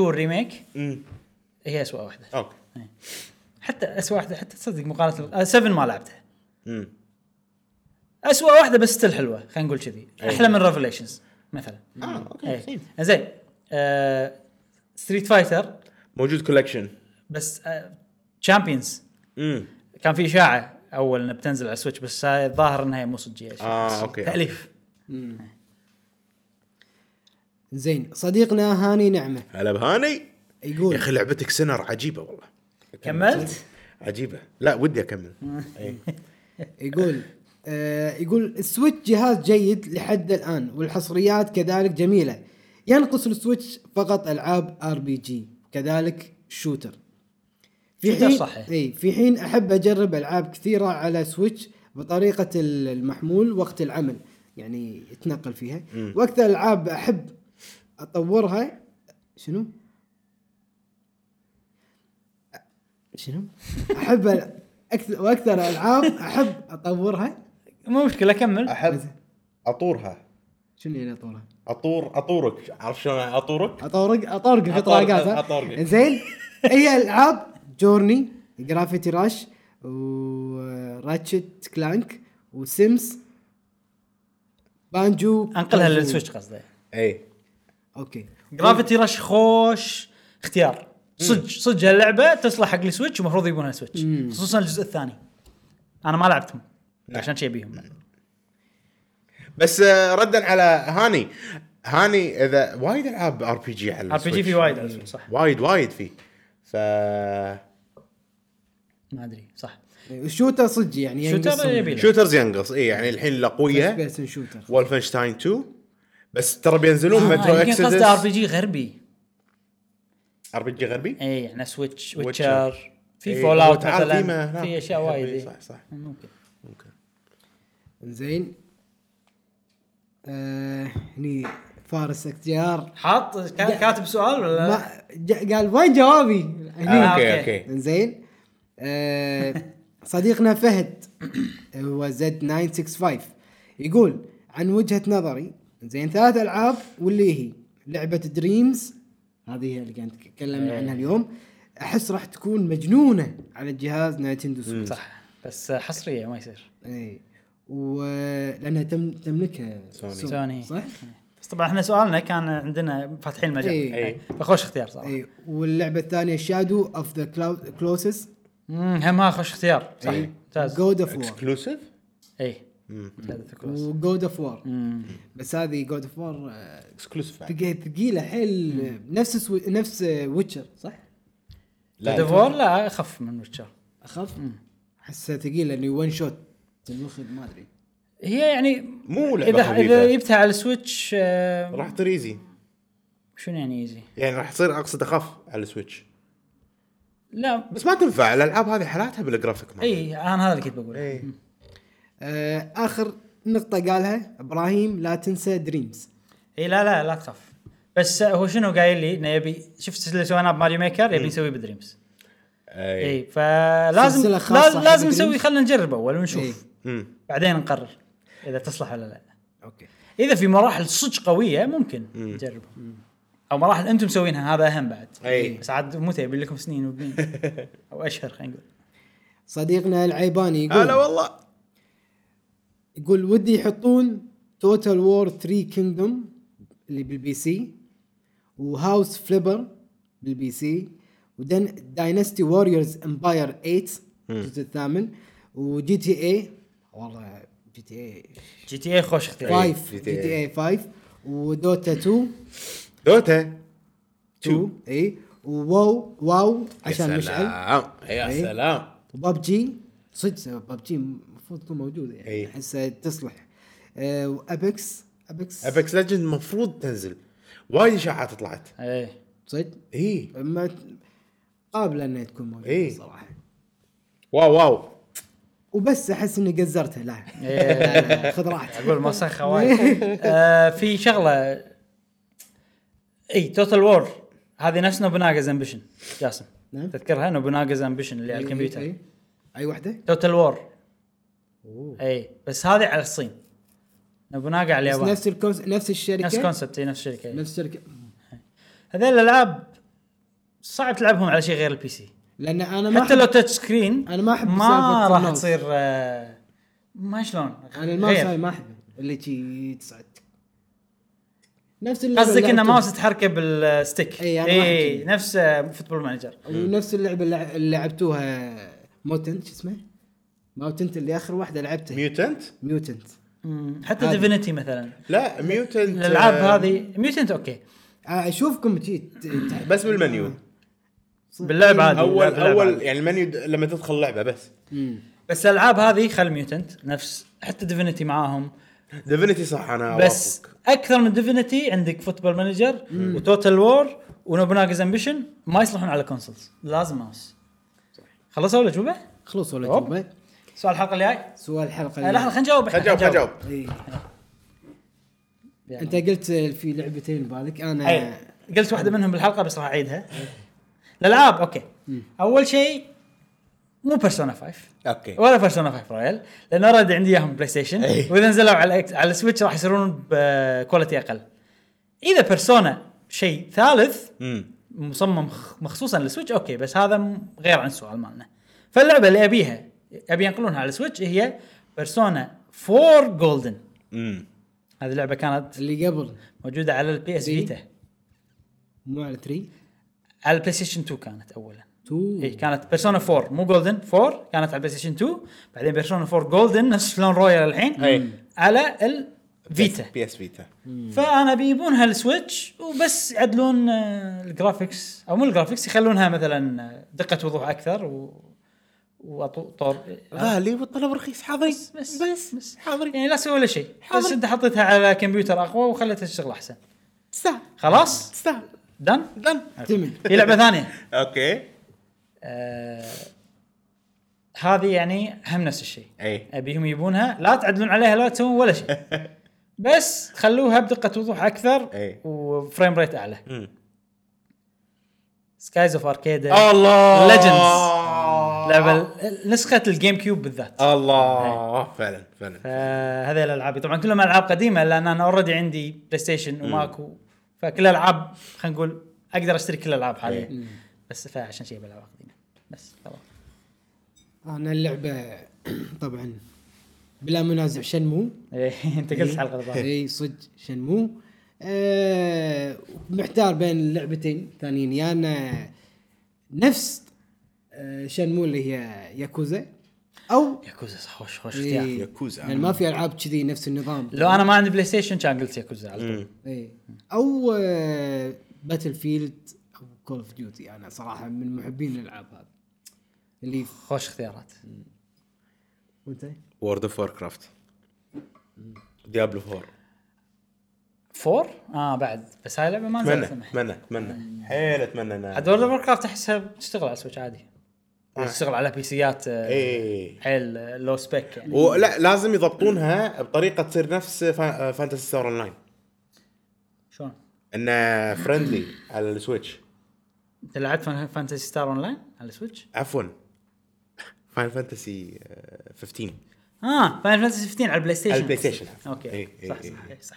Speaker 1: الريميك
Speaker 3: امم
Speaker 1: هي أسوأ واحده
Speaker 3: اوكي
Speaker 1: حتى أسوأ واحده حتى تصدق مقارنه 7 ما لعبتها
Speaker 3: امم
Speaker 1: أسوأ واحده بس تل حلوه خلينا نقول كذي احلى من ريفليشنز مثلا
Speaker 3: اه
Speaker 1: إيه.
Speaker 3: اوكي
Speaker 1: زين آه، ستريت فايتر
Speaker 3: موجود كولكشن
Speaker 1: بس تشامبيونز
Speaker 3: امم
Speaker 1: كان في اشاعه اول انها بتنزل على السويتش بس هاي الظاهر انها مو صجيه
Speaker 3: آه، أوكي.
Speaker 1: تاليف
Speaker 2: زين صديقنا هاني نعمه
Speaker 3: هلا بهاني
Speaker 2: يقول
Speaker 3: يا اخي لعبتك سنر عجيبه والله
Speaker 1: كملت؟
Speaker 3: عجيبه لا ودي إيه. اكمل
Speaker 2: يقول آه يقول السويتش جهاز جيد لحد الان والحصريات كذلك جميله ينقص السويتش فقط العاب ار بي جي كذلك شوتر في
Speaker 1: شوتر
Speaker 2: حين
Speaker 1: صحيح.
Speaker 2: اي في حين احب اجرب العاب كثيره على سويتش بطريقه ال- المحمول وقت العمل يعني يتنقل فيها واكثر العاب احب اطورها شنو؟ شنو؟ احب ال- اكثر واكثر العاب احب اطورها
Speaker 1: مو مشكله كمل
Speaker 3: احب اطورها
Speaker 2: شنو يعني اطورها؟
Speaker 3: اطور اطورك عارف شلون اطورك؟
Speaker 2: اطورق اطورق في
Speaker 3: أطورق-
Speaker 2: طرقات ها؟
Speaker 3: أطورق.
Speaker 2: زين هي العاب جورني جرافيتي راش وراتشت كلانك وسيمز بانجو
Speaker 1: انقلها
Speaker 2: كازوي.
Speaker 1: للسويتش قصدي
Speaker 3: اي
Speaker 2: اوكي
Speaker 1: جرافيتي رش خوش اختيار صدق صدق هاللعبه تصلح حق السويتش ومفروض يبونها سويتش خصوصا الجزء الثاني انا ما لعبتهم
Speaker 3: نعم.
Speaker 1: عشان شي ابيهم
Speaker 3: بس آه، ردا على هاني هاني اذا وايد العاب ار بي جي على
Speaker 1: ار بي جي
Speaker 3: السويتش.
Speaker 1: في وايد على السويتش، صح
Speaker 3: وايد وايد في ف
Speaker 1: ما ادري صح
Speaker 2: الشوتر صدق يعني
Speaker 1: شوتر
Speaker 2: ينقصهم.
Speaker 1: يبي له.
Speaker 3: شوترز ينقص اي يعني الحين الاقوياء
Speaker 2: بس شوتر
Speaker 3: وولفنشتاين 2 بس ترى بينزلون
Speaker 1: آه،
Speaker 3: مترو
Speaker 1: يمكن قصده ار بي
Speaker 3: اكسدس
Speaker 1: جي غربي
Speaker 3: ار بي جي غربي
Speaker 1: اي يعني سويتش
Speaker 3: ويتشر.
Speaker 1: ويتشر في
Speaker 3: إي،
Speaker 1: فول
Speaker 3: هو
Speaker 1: اوت
Speaker 3: تعال قيمة
Speaker 1: مثلا
Speaker 3: هناك.
Speaker 1: في اشياء وايد إيه.
Speaker 3: غربي،
Speaker 1: إي.
Speaker 3: إيه، صح صح
Speaker 1: ممكن
Speaker 3: ممكن
Speaker 2: زين آه، هني فارس اختيار
Speaker 1: حاط كا- كاتب سؤال ولا لا؟
Speaker 2: ما ج- قال وين جوابي؟ هني
Speaker 1: آه،
Speaker 3: اوكي
Speaker 1: أوكي.
Speaker 3: اوكي
Speaker 2: زين آه، صديقنا فهد آه، هو زد 965 يقول عن وجهه نظري زين ثلاث العاب واللي هي لعبه دريمز هذه هي اللي كانت تكلمنا
Speaker 1: إيه.
Speaker 2: عنها اليوم احس راح تكون مجنونه على الجهاز نايتندو سويتش
Speaker 1: صح بس حصريه ما يصير
Speaker 2: اي ولانها تم تملكها
Speaker 3: سوني.
Speaker 1: سوني.
Speaker 2: صح؟
Speaker 1: بس طبعا احنا سؤالنا كان عندنا فاتحين المجال
Speaker 2: إي.
Speaker 1: إي. فخوش اختيار صراحه
Speaker 2: اي واللعبه الثانيه شادو اوف ذا كلاوسس
Speaker 1: امم همها خوش اختيار صح
Speaker 2: إي.
Speaker 1: ممتاز
Speaker 2: جود اوف وور
Speaker 3: اكسكلوسيف
Speaker 1: اي
Speaker 3: مم.
Speaker 1: ثلاثة كروس
Speaker 2: وجود اوف وار
Speaker 1: مم.
Speaker 2: بس هذه جود اوف وار
Speaker 3: اكسكلوسيف بعد.
Speaker 2: ثقيله حيل نفس سو... نفس ويتشر صح؟
Speaker 3: لا،
Speaker 1: God of War لا اخف من ويتشر
Speaker 2: اخف احسها ثقيله اني ون شوت المخذ ما ادري
Speaker 1: هي يعني
Speaker 3: مو لعبة
Speaker 1: اذا
Speaker 3: خفيفة.
Speaker 1: اذا جبتها على السويتش آه،
Speaker 3: راح تصير ايزي
Speaker 1: شنو يعني ايزي؟
Speaker 3: يعني راح تصير اقصد اخف على السويتش
Speaker 1: لا
Speaker 3: بس ما تنفع الالعاب هذه حالاتها بالجرافيك مال.
Speaker 1: اي انا هذا اللي كنت بقوله
Speaker 3: اي
Speaker 2: آه اخر نقطه قالها ابراهيم لا تنسى دريمز
Speaker 1: اي لا لا لا تخاف بس هو شنو قايل لي انه يبي شفت اللي سويناه بماريو ميكر يبي يسويه بدريمز اي
Speaker 3: اي
Speaker 1: إيه، فلازم
Speaker 2: سلسلة خاصة
Speaker 1: لاز- لازم
Speaker 2: حق إيه.
Speaker 1: نسوي
Speaker 2: دريمز.
Speaker 1: خلينا نجرب اول
Speaker 2: إي.
Speaker 1: ونشوف
Speaker 3: مم.
Speaker 1: بعدين نقرر اذا تصلح ولا لا
Speaker 2: اوكي
Speaker 1: اذا في مراحل صدق قويه ممكن نجربها او مراحل انتم مسوينها هذا اهم بعد إيه،
Speaker 3: إي.
Speaker 1: بس عاد متى يبي لكم سنين وبنين او اشهر خلينا نقول
Speaker 2: صديقنا العيباني يقول
Speaker 3: هلا والله
Speaker 2: يقول ودي يحطون توتال وور 3 كينجدوم اللي بالبي سي وهاوس فليبر بالبي سي ودن داينستي ووريرز امباير 8 الجزء الثامن وجي تي اي والله جي تي اي
Speaker 1: جي تي اي خوش اختيار
Speaker 2: 5 جي
Speaker 3: GTA.
Speaker 2: تي اي 5 ودوتا 2
Speaker 3: دوتا
Speaker 2: 2 اي إيه، وواو واو عشان
Speaker 3: يا
Speaker 2: مشعل
Speaker 3: سلام يا
Speaker 2: إي.
Speaker 3: سلام
Speaker 2: وببجي صدق ببجي المفروض تكون موجوده يعني
Speaker 3: إي.
Speaker 2: احسها تصلح أه وابكس ابكس
Speaker 3: ابيكس ليجند المفروض تنزل وايد اشاعات طلعت
Speaker 1: ايه
Speaker 2: صدق
Speaker 3: اي
Speaker 2: ما ت- قابله انها تكون موجوده
Speaker 3: إي.
Speaker 2: إيه؟ صراحه
Speaker 3: واو واو
Speaker 2: وبس احس اني قزرتها لا
Speaker 1: إيه.
Speaker 2: لا، لا، لا، خذ راحتك
Speaker 1: اقول مسخه وايد آه، في شغله اي توتال وور هذه نفس نوبوناغاز امبيشن جاسم
Speaker 2: نعم. إيه،
Speaker 1: تذكرها نوبوناغاز امبيشن اللي على
Speaker 2: إي-
Speaker 1: الكمبيوتر
Speaker 2: إي. اي واحده؟
Speaker 1: توتال وور
Speaker 2: أوه.
Speaker 1: اي بس هذه على الصين نوبوناغا على
Speaker 2: بس
Speaker 1: اليابان
Speaker 2: نفس الكونس... نفس الشركه
Speaker 1: نفس كونسبت اي نفس الشركه إي.
Speaker 2: نفس الشركه
Speaker 1: هذول الالعاب صعب تلعبهم على شيء غير البي سي
Speaker 2: لان انا ما
Speaker 1: حتى
Speaker 2: أحب-
Speaker 1: لو تاتش سكرين
Speaker 2: أنا ما أحب
Speaker 1: ما
Speaker 2: سالفة
Speaker 1: راح
Speaker 2: الماوس.
Speaker 1: تصير آه، ما شلون
Speaker 2: انا الماوس
Speaker 1: غير.
Speaker 2: هاي ما احبه اللي شي تسعدك نفس اللعبة
Speaker 1: قصدك
Speaker 2: اللي
Speaker 1: ان
Speaker 2: لعبتها.
Speaker 1: ماوس تحركه بالستيك
Speaker 2: إي، أنا ما
Speaker 1: اي
Speaker 2: أحكي.
Speaker 1: نفس آه، فوتبول مانجر
Speaker 2: ونفس اللعبه أيوة، اللي اللي لعبتوها موتنت شو اسمه؟ موتنت اللي اخر واحده لعبتها
Speaker 3: ميوتنت
Speaker 2: ميوتنت
Speaker 1: مم. حتى
Speaker 2: هذه.
Speaker 1: ديفينيتي مثلا
Speaker 3: لا ميوتنت
Speaker 1: الالعاب
Speaker 3: آه،
Speaker 1: هذه ميوتنت اوكي
Speaker 2: اشوفكم جي آه، ت- ت-
Speaker 3: بس بالمنيو
Speaker 1: باللعب عادي
Speaker 3: اول
Speaker 1: باللعب- باللعب
Speaker 3: اول
Speaker 1: عادي.
Speaker 3: يعني المنيو د- لما تدخل اللعبه بس
Speaker 2: مم.
Speaker 1: بس الالعاب هذه خل ميوتنت نفس حتى ديفينيتي معاهم
Speaker 3: ديفينيتي صح انا
Speaker 1: بس
Speaker 3: أوافقك.
Speaker 1: اكثر من ديفينيتي عندك فوتبول مانجر وتوتال وور ونوبوناغاز امبيشن ما يصلحون على كونسولز لازم ماوس خلصوا الاجوبه؟
Speaker 2: خلص ولا
Speaker 1: أوب.
Speaker 2: جوبه
Speaker 1: سؤال الحلقه الجاي؟
Speaker 2: سؤال الحلقه
Speaker 1: آه، لحظه خلينا نجاوب إحنا،
Speaker 3: خل جاوب خل
Speaker 1: خلينا
Speaker 3: جاوب
Speaker 1: نجاوب.
Speaker 2: إيه.
Speaker 1: يلا.
Speaker 2: انت قلت في لعبتين بالك
Speaker 1: أي.
Speaker 2: انا
Speaker 1: إيه، قلت واحده منهم بالحلقه بس راح اعيدها الالعاب اوكي اول شيء مو بيرسونا 5
Speaker 3: اوكي
Speaker 1: ولا بيرسونا 5 رويال لان اوريدي عندي اياهم بلاي ستيشن
Speaker 3: أي.
Speaker 1: واذا نزلوا على الإكس- على السويتش راح يصيرون بكواليتي اقل اذا بيرسونا شيء ثالث
Speaker 3: امم
Speaker 1: مصمم خ- مخصوصا للسويتش اوكي بس هذا م- غير عن السؤال مالنا فاللعبه اللي ابيها ابي ينقلونها على السويتش هي بيرسونا 4 جولدن
Speaker 3: امم
Speaker 1: هذه اللعبه كانت
Speaker 2: اللي قبل
Speaker 1: موجوده على البي اس
Speaker 2: دي؟
Speaker 1: فيتا
Speaker 2: مو على 3
Speaker 1: على البلاي ستيشن 2 كانت اولا
Speaker 2: 2
Speaker 1: اي كانت بيرسونا 4 مو جولدن 4 كانت على البلاي ستيشن 2 بعدين بيرسونا 4 جولدن نفس شلون رويال الحين
Speaker 3: أي.
Speaker 1: على الفيتا
Speaker 3: بي اس فيتا
Speaker 1: فانا بيجيبونها السويتش وبس يعدلون آه، الجرافيكس او مو الجرافيكس يخلونها مثلا آه، دقه وضوح اكثر و وطور
Speaker 2: آه.
Speaker 3: غالي والطلب رخيص حاضرين
Speaker 1: بس بس, بس.
Speaker 3: حاضرين
Speaker 1: يعني لا سوى ولا شيء
Speaker 3: حاضر.
Speaker 1: بس انت حطيتها على كمبيوتر اقوى وخليتها تشتغل احسن
Speaker 3: تستاهل
Speaker 1: خلاص
Speaker 3: تستاهل
Speaker 1: دن
Speaker 3: دن
Speaker 2: تمن
Speaker 1: في لعبه ثانيه
Speaker 3: اوكي
Speaker 1: آه هذه يعني هم نفس الشيء
Speaker 3: اي
Speaker 1: ابيهم يبونها لا تعدلون عليها لا تسوون ولا شيء بس خلوها بدقه وضوح اكثر
Speaker 3: إي.
Speaker 1: وفريم ريت اعلى
Speaker 3: إيه. مم.
Speaker 1: سكايز اوف اركيدا
Speaker 3: الله
Speaker 1: Legends. لعبه ال- نسخه الجيم كيوب بالذات
Speaker 3: الله فعلا فعلا
Speaker 1: فهذه الالعاب طبعا كلهم العاب قديمه لان انا اوريدي عندي بلاي ستيشن وماكو فكل الالعاب خلينا نقول اقدر اشتري كل الالعاب
Speaker 3: إيه.
Speaker 1: حاليا بس فعشان شيء بلعب قديمه بس خلاص
Speaker 2: انا اللعبه طبعا بلا منازع شنمو
Speaker 1: إيه، انت قلت الحلقه الظاهر
Speaker 2: اي صدق شنمو آه محتار بين اللعبتين الثانيين يا انا نفس آه شنمو اللي هي ياكوزا او
Speaker 1: ياكوزا خوش خوش
Speaker 2: إيه.
Speaker 1: اختيار
Speaker 3: ياكوزا.
Speaker 2: يعني ما في العاب كذي نفس النظام
Speaker 1: لو انا ما عندي بلاي ستيشن كان قلت ياكوزا على طول
Speaker 2: إيه. آه، او باتل فيلد او كول اوف ديوتي انا صراحه من محبين الالعاب هذه اللي
Speaker 1: خوش اختيارات
Speaker 2: وانت
Speaker 3: وورد اوف وور كرافت ديابلو 4
Speaker 1: فور اه بعد بس هاي لعبه ما
Speaker 3: اتمنى
Speaker 1: نزلت سمح
Speaker 3: اتمنى
Speaker 1: يعني.
Speaker 3: اتمنى حيل اتمنى
Speaker 1: عاد
Speaker 3: انا
Speaker 1: وورد اوف كرافت احسها بتشتغل على سويتش عادي
Speaker 3: آه.
Speaker 1: تشتغل على بيسيات
Speaker 3: إيه.
Speaker 1: آه،
Speaker 3: اي
Speaker 1: حيل آه، لو سبيك يعني
Speaker 3: ولا لازم يضبطونها بطريقه تصير نفس فا- فانتسي ستار اون لاين
Speaker 1: شلون؟
Speaker 3: انه فرندلي على السويتش
Speaker 1: انت لعبت فان- فانتسي ستار اون لاين على السويتش؟
Speaker 3: عفوا فاين فانتسي 15
Speaker 1: اه فاينل فانتسي 15 على البلاي ستيشن
Speaker 3: آه، على البلاي ستيشن.
Speaker 1: اوكي
Speaker 3: إيه، إيه،
Speaker 1: صح
Speaker 3: إيه.
Speaker 1: صح إيه، صح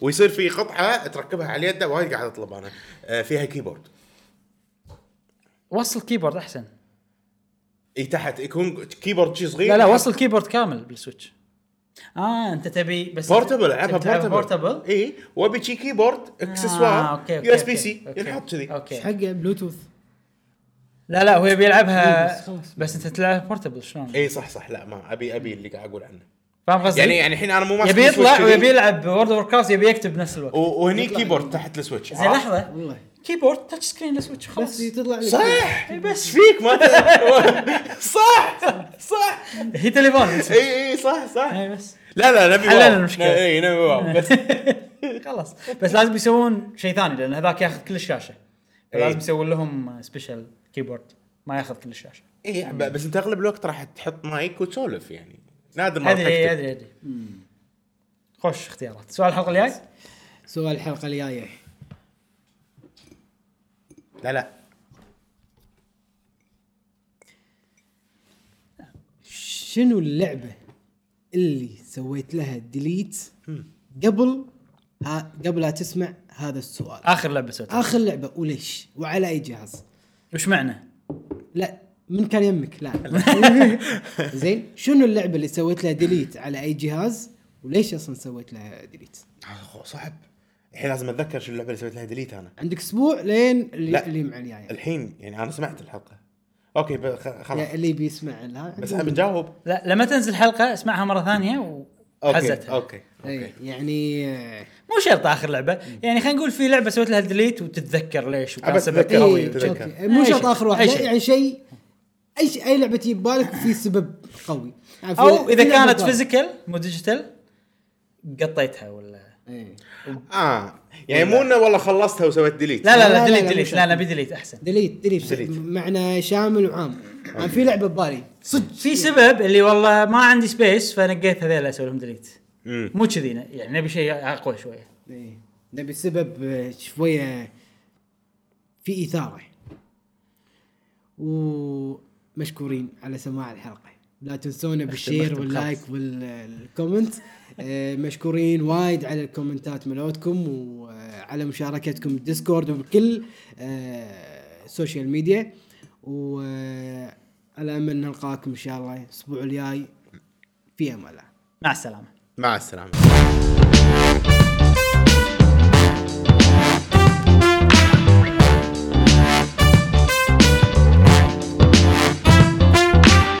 Speaker 3: ويصير في قطعه تركبها على يده وايد قاعد اطلب انا آه، فيها كيبورد
Speaker 1: وصل كيبورد احسن
Speaker 3: اي تحت يكون كيبورد شيء صغير
Speaker 1: لا لا وصل كيبورد كامل بالسويتش اه انت تبي بس
Speaker 3: بورتبل العبها
Speaker 1: تبي تلعب
Speaker 3: بورتبل
Speaker 1: بورتبل
Speaker 3: اي وابي شي كيبورد
Speaker 1: آه،
Speaker 3: اكسسوار يو اس بي سي ينحط كذي
Speaker 2: ايش
Speaker 1: اوكي
Speaker 2: حقه بلوتوث
Speaker 1: لا لا هو يبي
Speaker 2: إيه، بس
Speaker 1: يلعبها
Speaker 2: خلاص.
Speaker 1: بس انت تلعب بورتبل شلون؟
Speaker 3: اي صح صح لا ما ابي ابي اللي قاعد اقول عنه
Speaker 1: فاهم قصدي؟
Speaker 3: يعني يعني الحين انا مو ماسك
Speaker 1: يبي يطلع
Speaker 3: السويتش كذي،
Speaker 1: ويبي يلعب وورد اوف كرافت يبي يكتب بنفس الوقت
Speaker 3: و- وهني كيبورد تحت السويتش
Speaker 1: زين لحظه
Speaker 2: والله
Speaker 1: كيبورد تاتش سكرين السويتش
Speaker 2: بس
Speaker 1: خلاص
Speaker 2: دي تطلع لك
Speaker 3: صح
Speaker 1: إي
Speaker 3: ايش
Speaker 1: إيه، بس
Speaker 3: فيك ما ت- صح صح
Speaker 1: هي تليفون
Speaker 3: اي اي صح صح
Speaker 1: اي بس
Speaker 3: لا لا نبي
Speaker 1: إيه. حللنا
Speaker 3: واو.
Speaker 1: المشكلة. إيه.
Speaker 3: اي نبي واو بس
Speaker 1: خلاص بس لازم يسوون شيء ثاني لان هذاك ياخذ كل الشاشه فلازم
Speaker 3: إي.
Speaker 1: يسوون لهم سبيشل كيبورد ما ياخذ كل الشاشه
Speaker 3: اي ب- بس انت اغلب الوقت راح تحط مايك وتسولف يعني نادر ما راح
Speaker 1: ادري
Speaker 3: تكتب
Speaker 1: ادري ادري خوش اختيارات سؤال الحلقه الجاي
Speaker 2: سؤال الحلقه الجايه
Speaker 3: لا لا
Speaker 2: شنو اللعبه اللي سويت لها ديليت قبل ها قبل لا تسمع هذا السؤال
Speaker 1: اخر لعبه سويتها
Speaker 2: اخر لعبه وليش وعلى اي جهاز
Speaker 1: وش معنى؟
Speaker 2: لا من كان يمك لا زين شنو اللعبه اللي سويت لها ديليت على اي جهاز وليش اصلا سويت لها ديليت
Speaker 3: آه، صعب الحين لازم اتذكر شو اللعبه اللي سويت لها ديليت انا
Speaker 2: عندك اسبوع لين اللي,
Speaker 3: لا.
Speaker 2: اللي مع الجايه
Speaker 3: الحين يعني انا سمعت الحلقه اوكي ب- خ- خلاص
Speaker 2: يا اللي بيسمع لها
Speaker 3: بس احنا بنجاوب
Speaker 1: لا لما تنزل حلقه اسمعها مره ثانيه
Speaker 3: اوكي
Speaker 1: وحزتها
Speaker 3: اوكي
Speaker 2: اي يعني آه،
Speaker 1: مو شرط اخر لعبه يعني خلينا نقول في لعبه سويت لها ديليت وتتذكر ليش وكان
Speaker 3: أبى
Speaker 1: سبب
Speaker 3: أتذكر.
Speaker 1: قوي
Speaker 2: إيه،
Speaker 3: تذكر.
Speaker 2: أوكي. مو
Speaker 1: أي
Speaker 2: شرط
Speaker 1: شيء.
Speaker 2: اخر
Speaker 1: أي
Speaker 2: واحد
Speaker 1: شيء.
Speaker 2: لا، يعني شيء اي شيء اي لعبه تجي ببالك في سبب قوي يعني في-
Speaker 1: او
Speaker 2: في
Speaker 1: اذا
Speaker 2: لعبة
Speaker 1: كانت
Speaker 2: ببالك.
Speaker 1: فيزيكال مو ديجيتال قطيتها ولا
Speaker 2: إيه.
Speaker 3: اه يعني مو انه والله خلصتها وسويت ديليت
Speaker 1: لا لا لا
Speaker 2: لا،
Speaker 1: ديليت
Speaker 2: لا،
Speaker 1: ديليت
Speaker 2: مو
Speaker 1: لا لا بي ديليت احسن
Speaker 2: ديليت ديليت
Speaker 3: ديليت.
Speaker 2: معنى شامل وعام يعني في لعبه ببالي صدق
Speaker 1: في سبب اللي والله ما عندي سبيس فنقيت هذيلا اسوي لهم ديليت
Speaker 3: مم.
Speaker 1: مو كذي يعني نبي شيء اقوى شويه
Speaker 2: إيه. نبي سبب آه، شويه في اثاره ومشكورين على سماع الحلقه لا تنسونا بالشير
Speaker 1: أختم
Speaker 2: واللايك والكومنت آه، مشكورين وايد على الكومنتات ملوتكم وعلى مشاركتكم بالديسكورد وبكل آه، السوشيال ميديا وعلى امل نلقاكم ان شاء الله الاسبوع الجاي في امان الله
Speaker 1: مع السلامه
Speaker 3: مع السلامه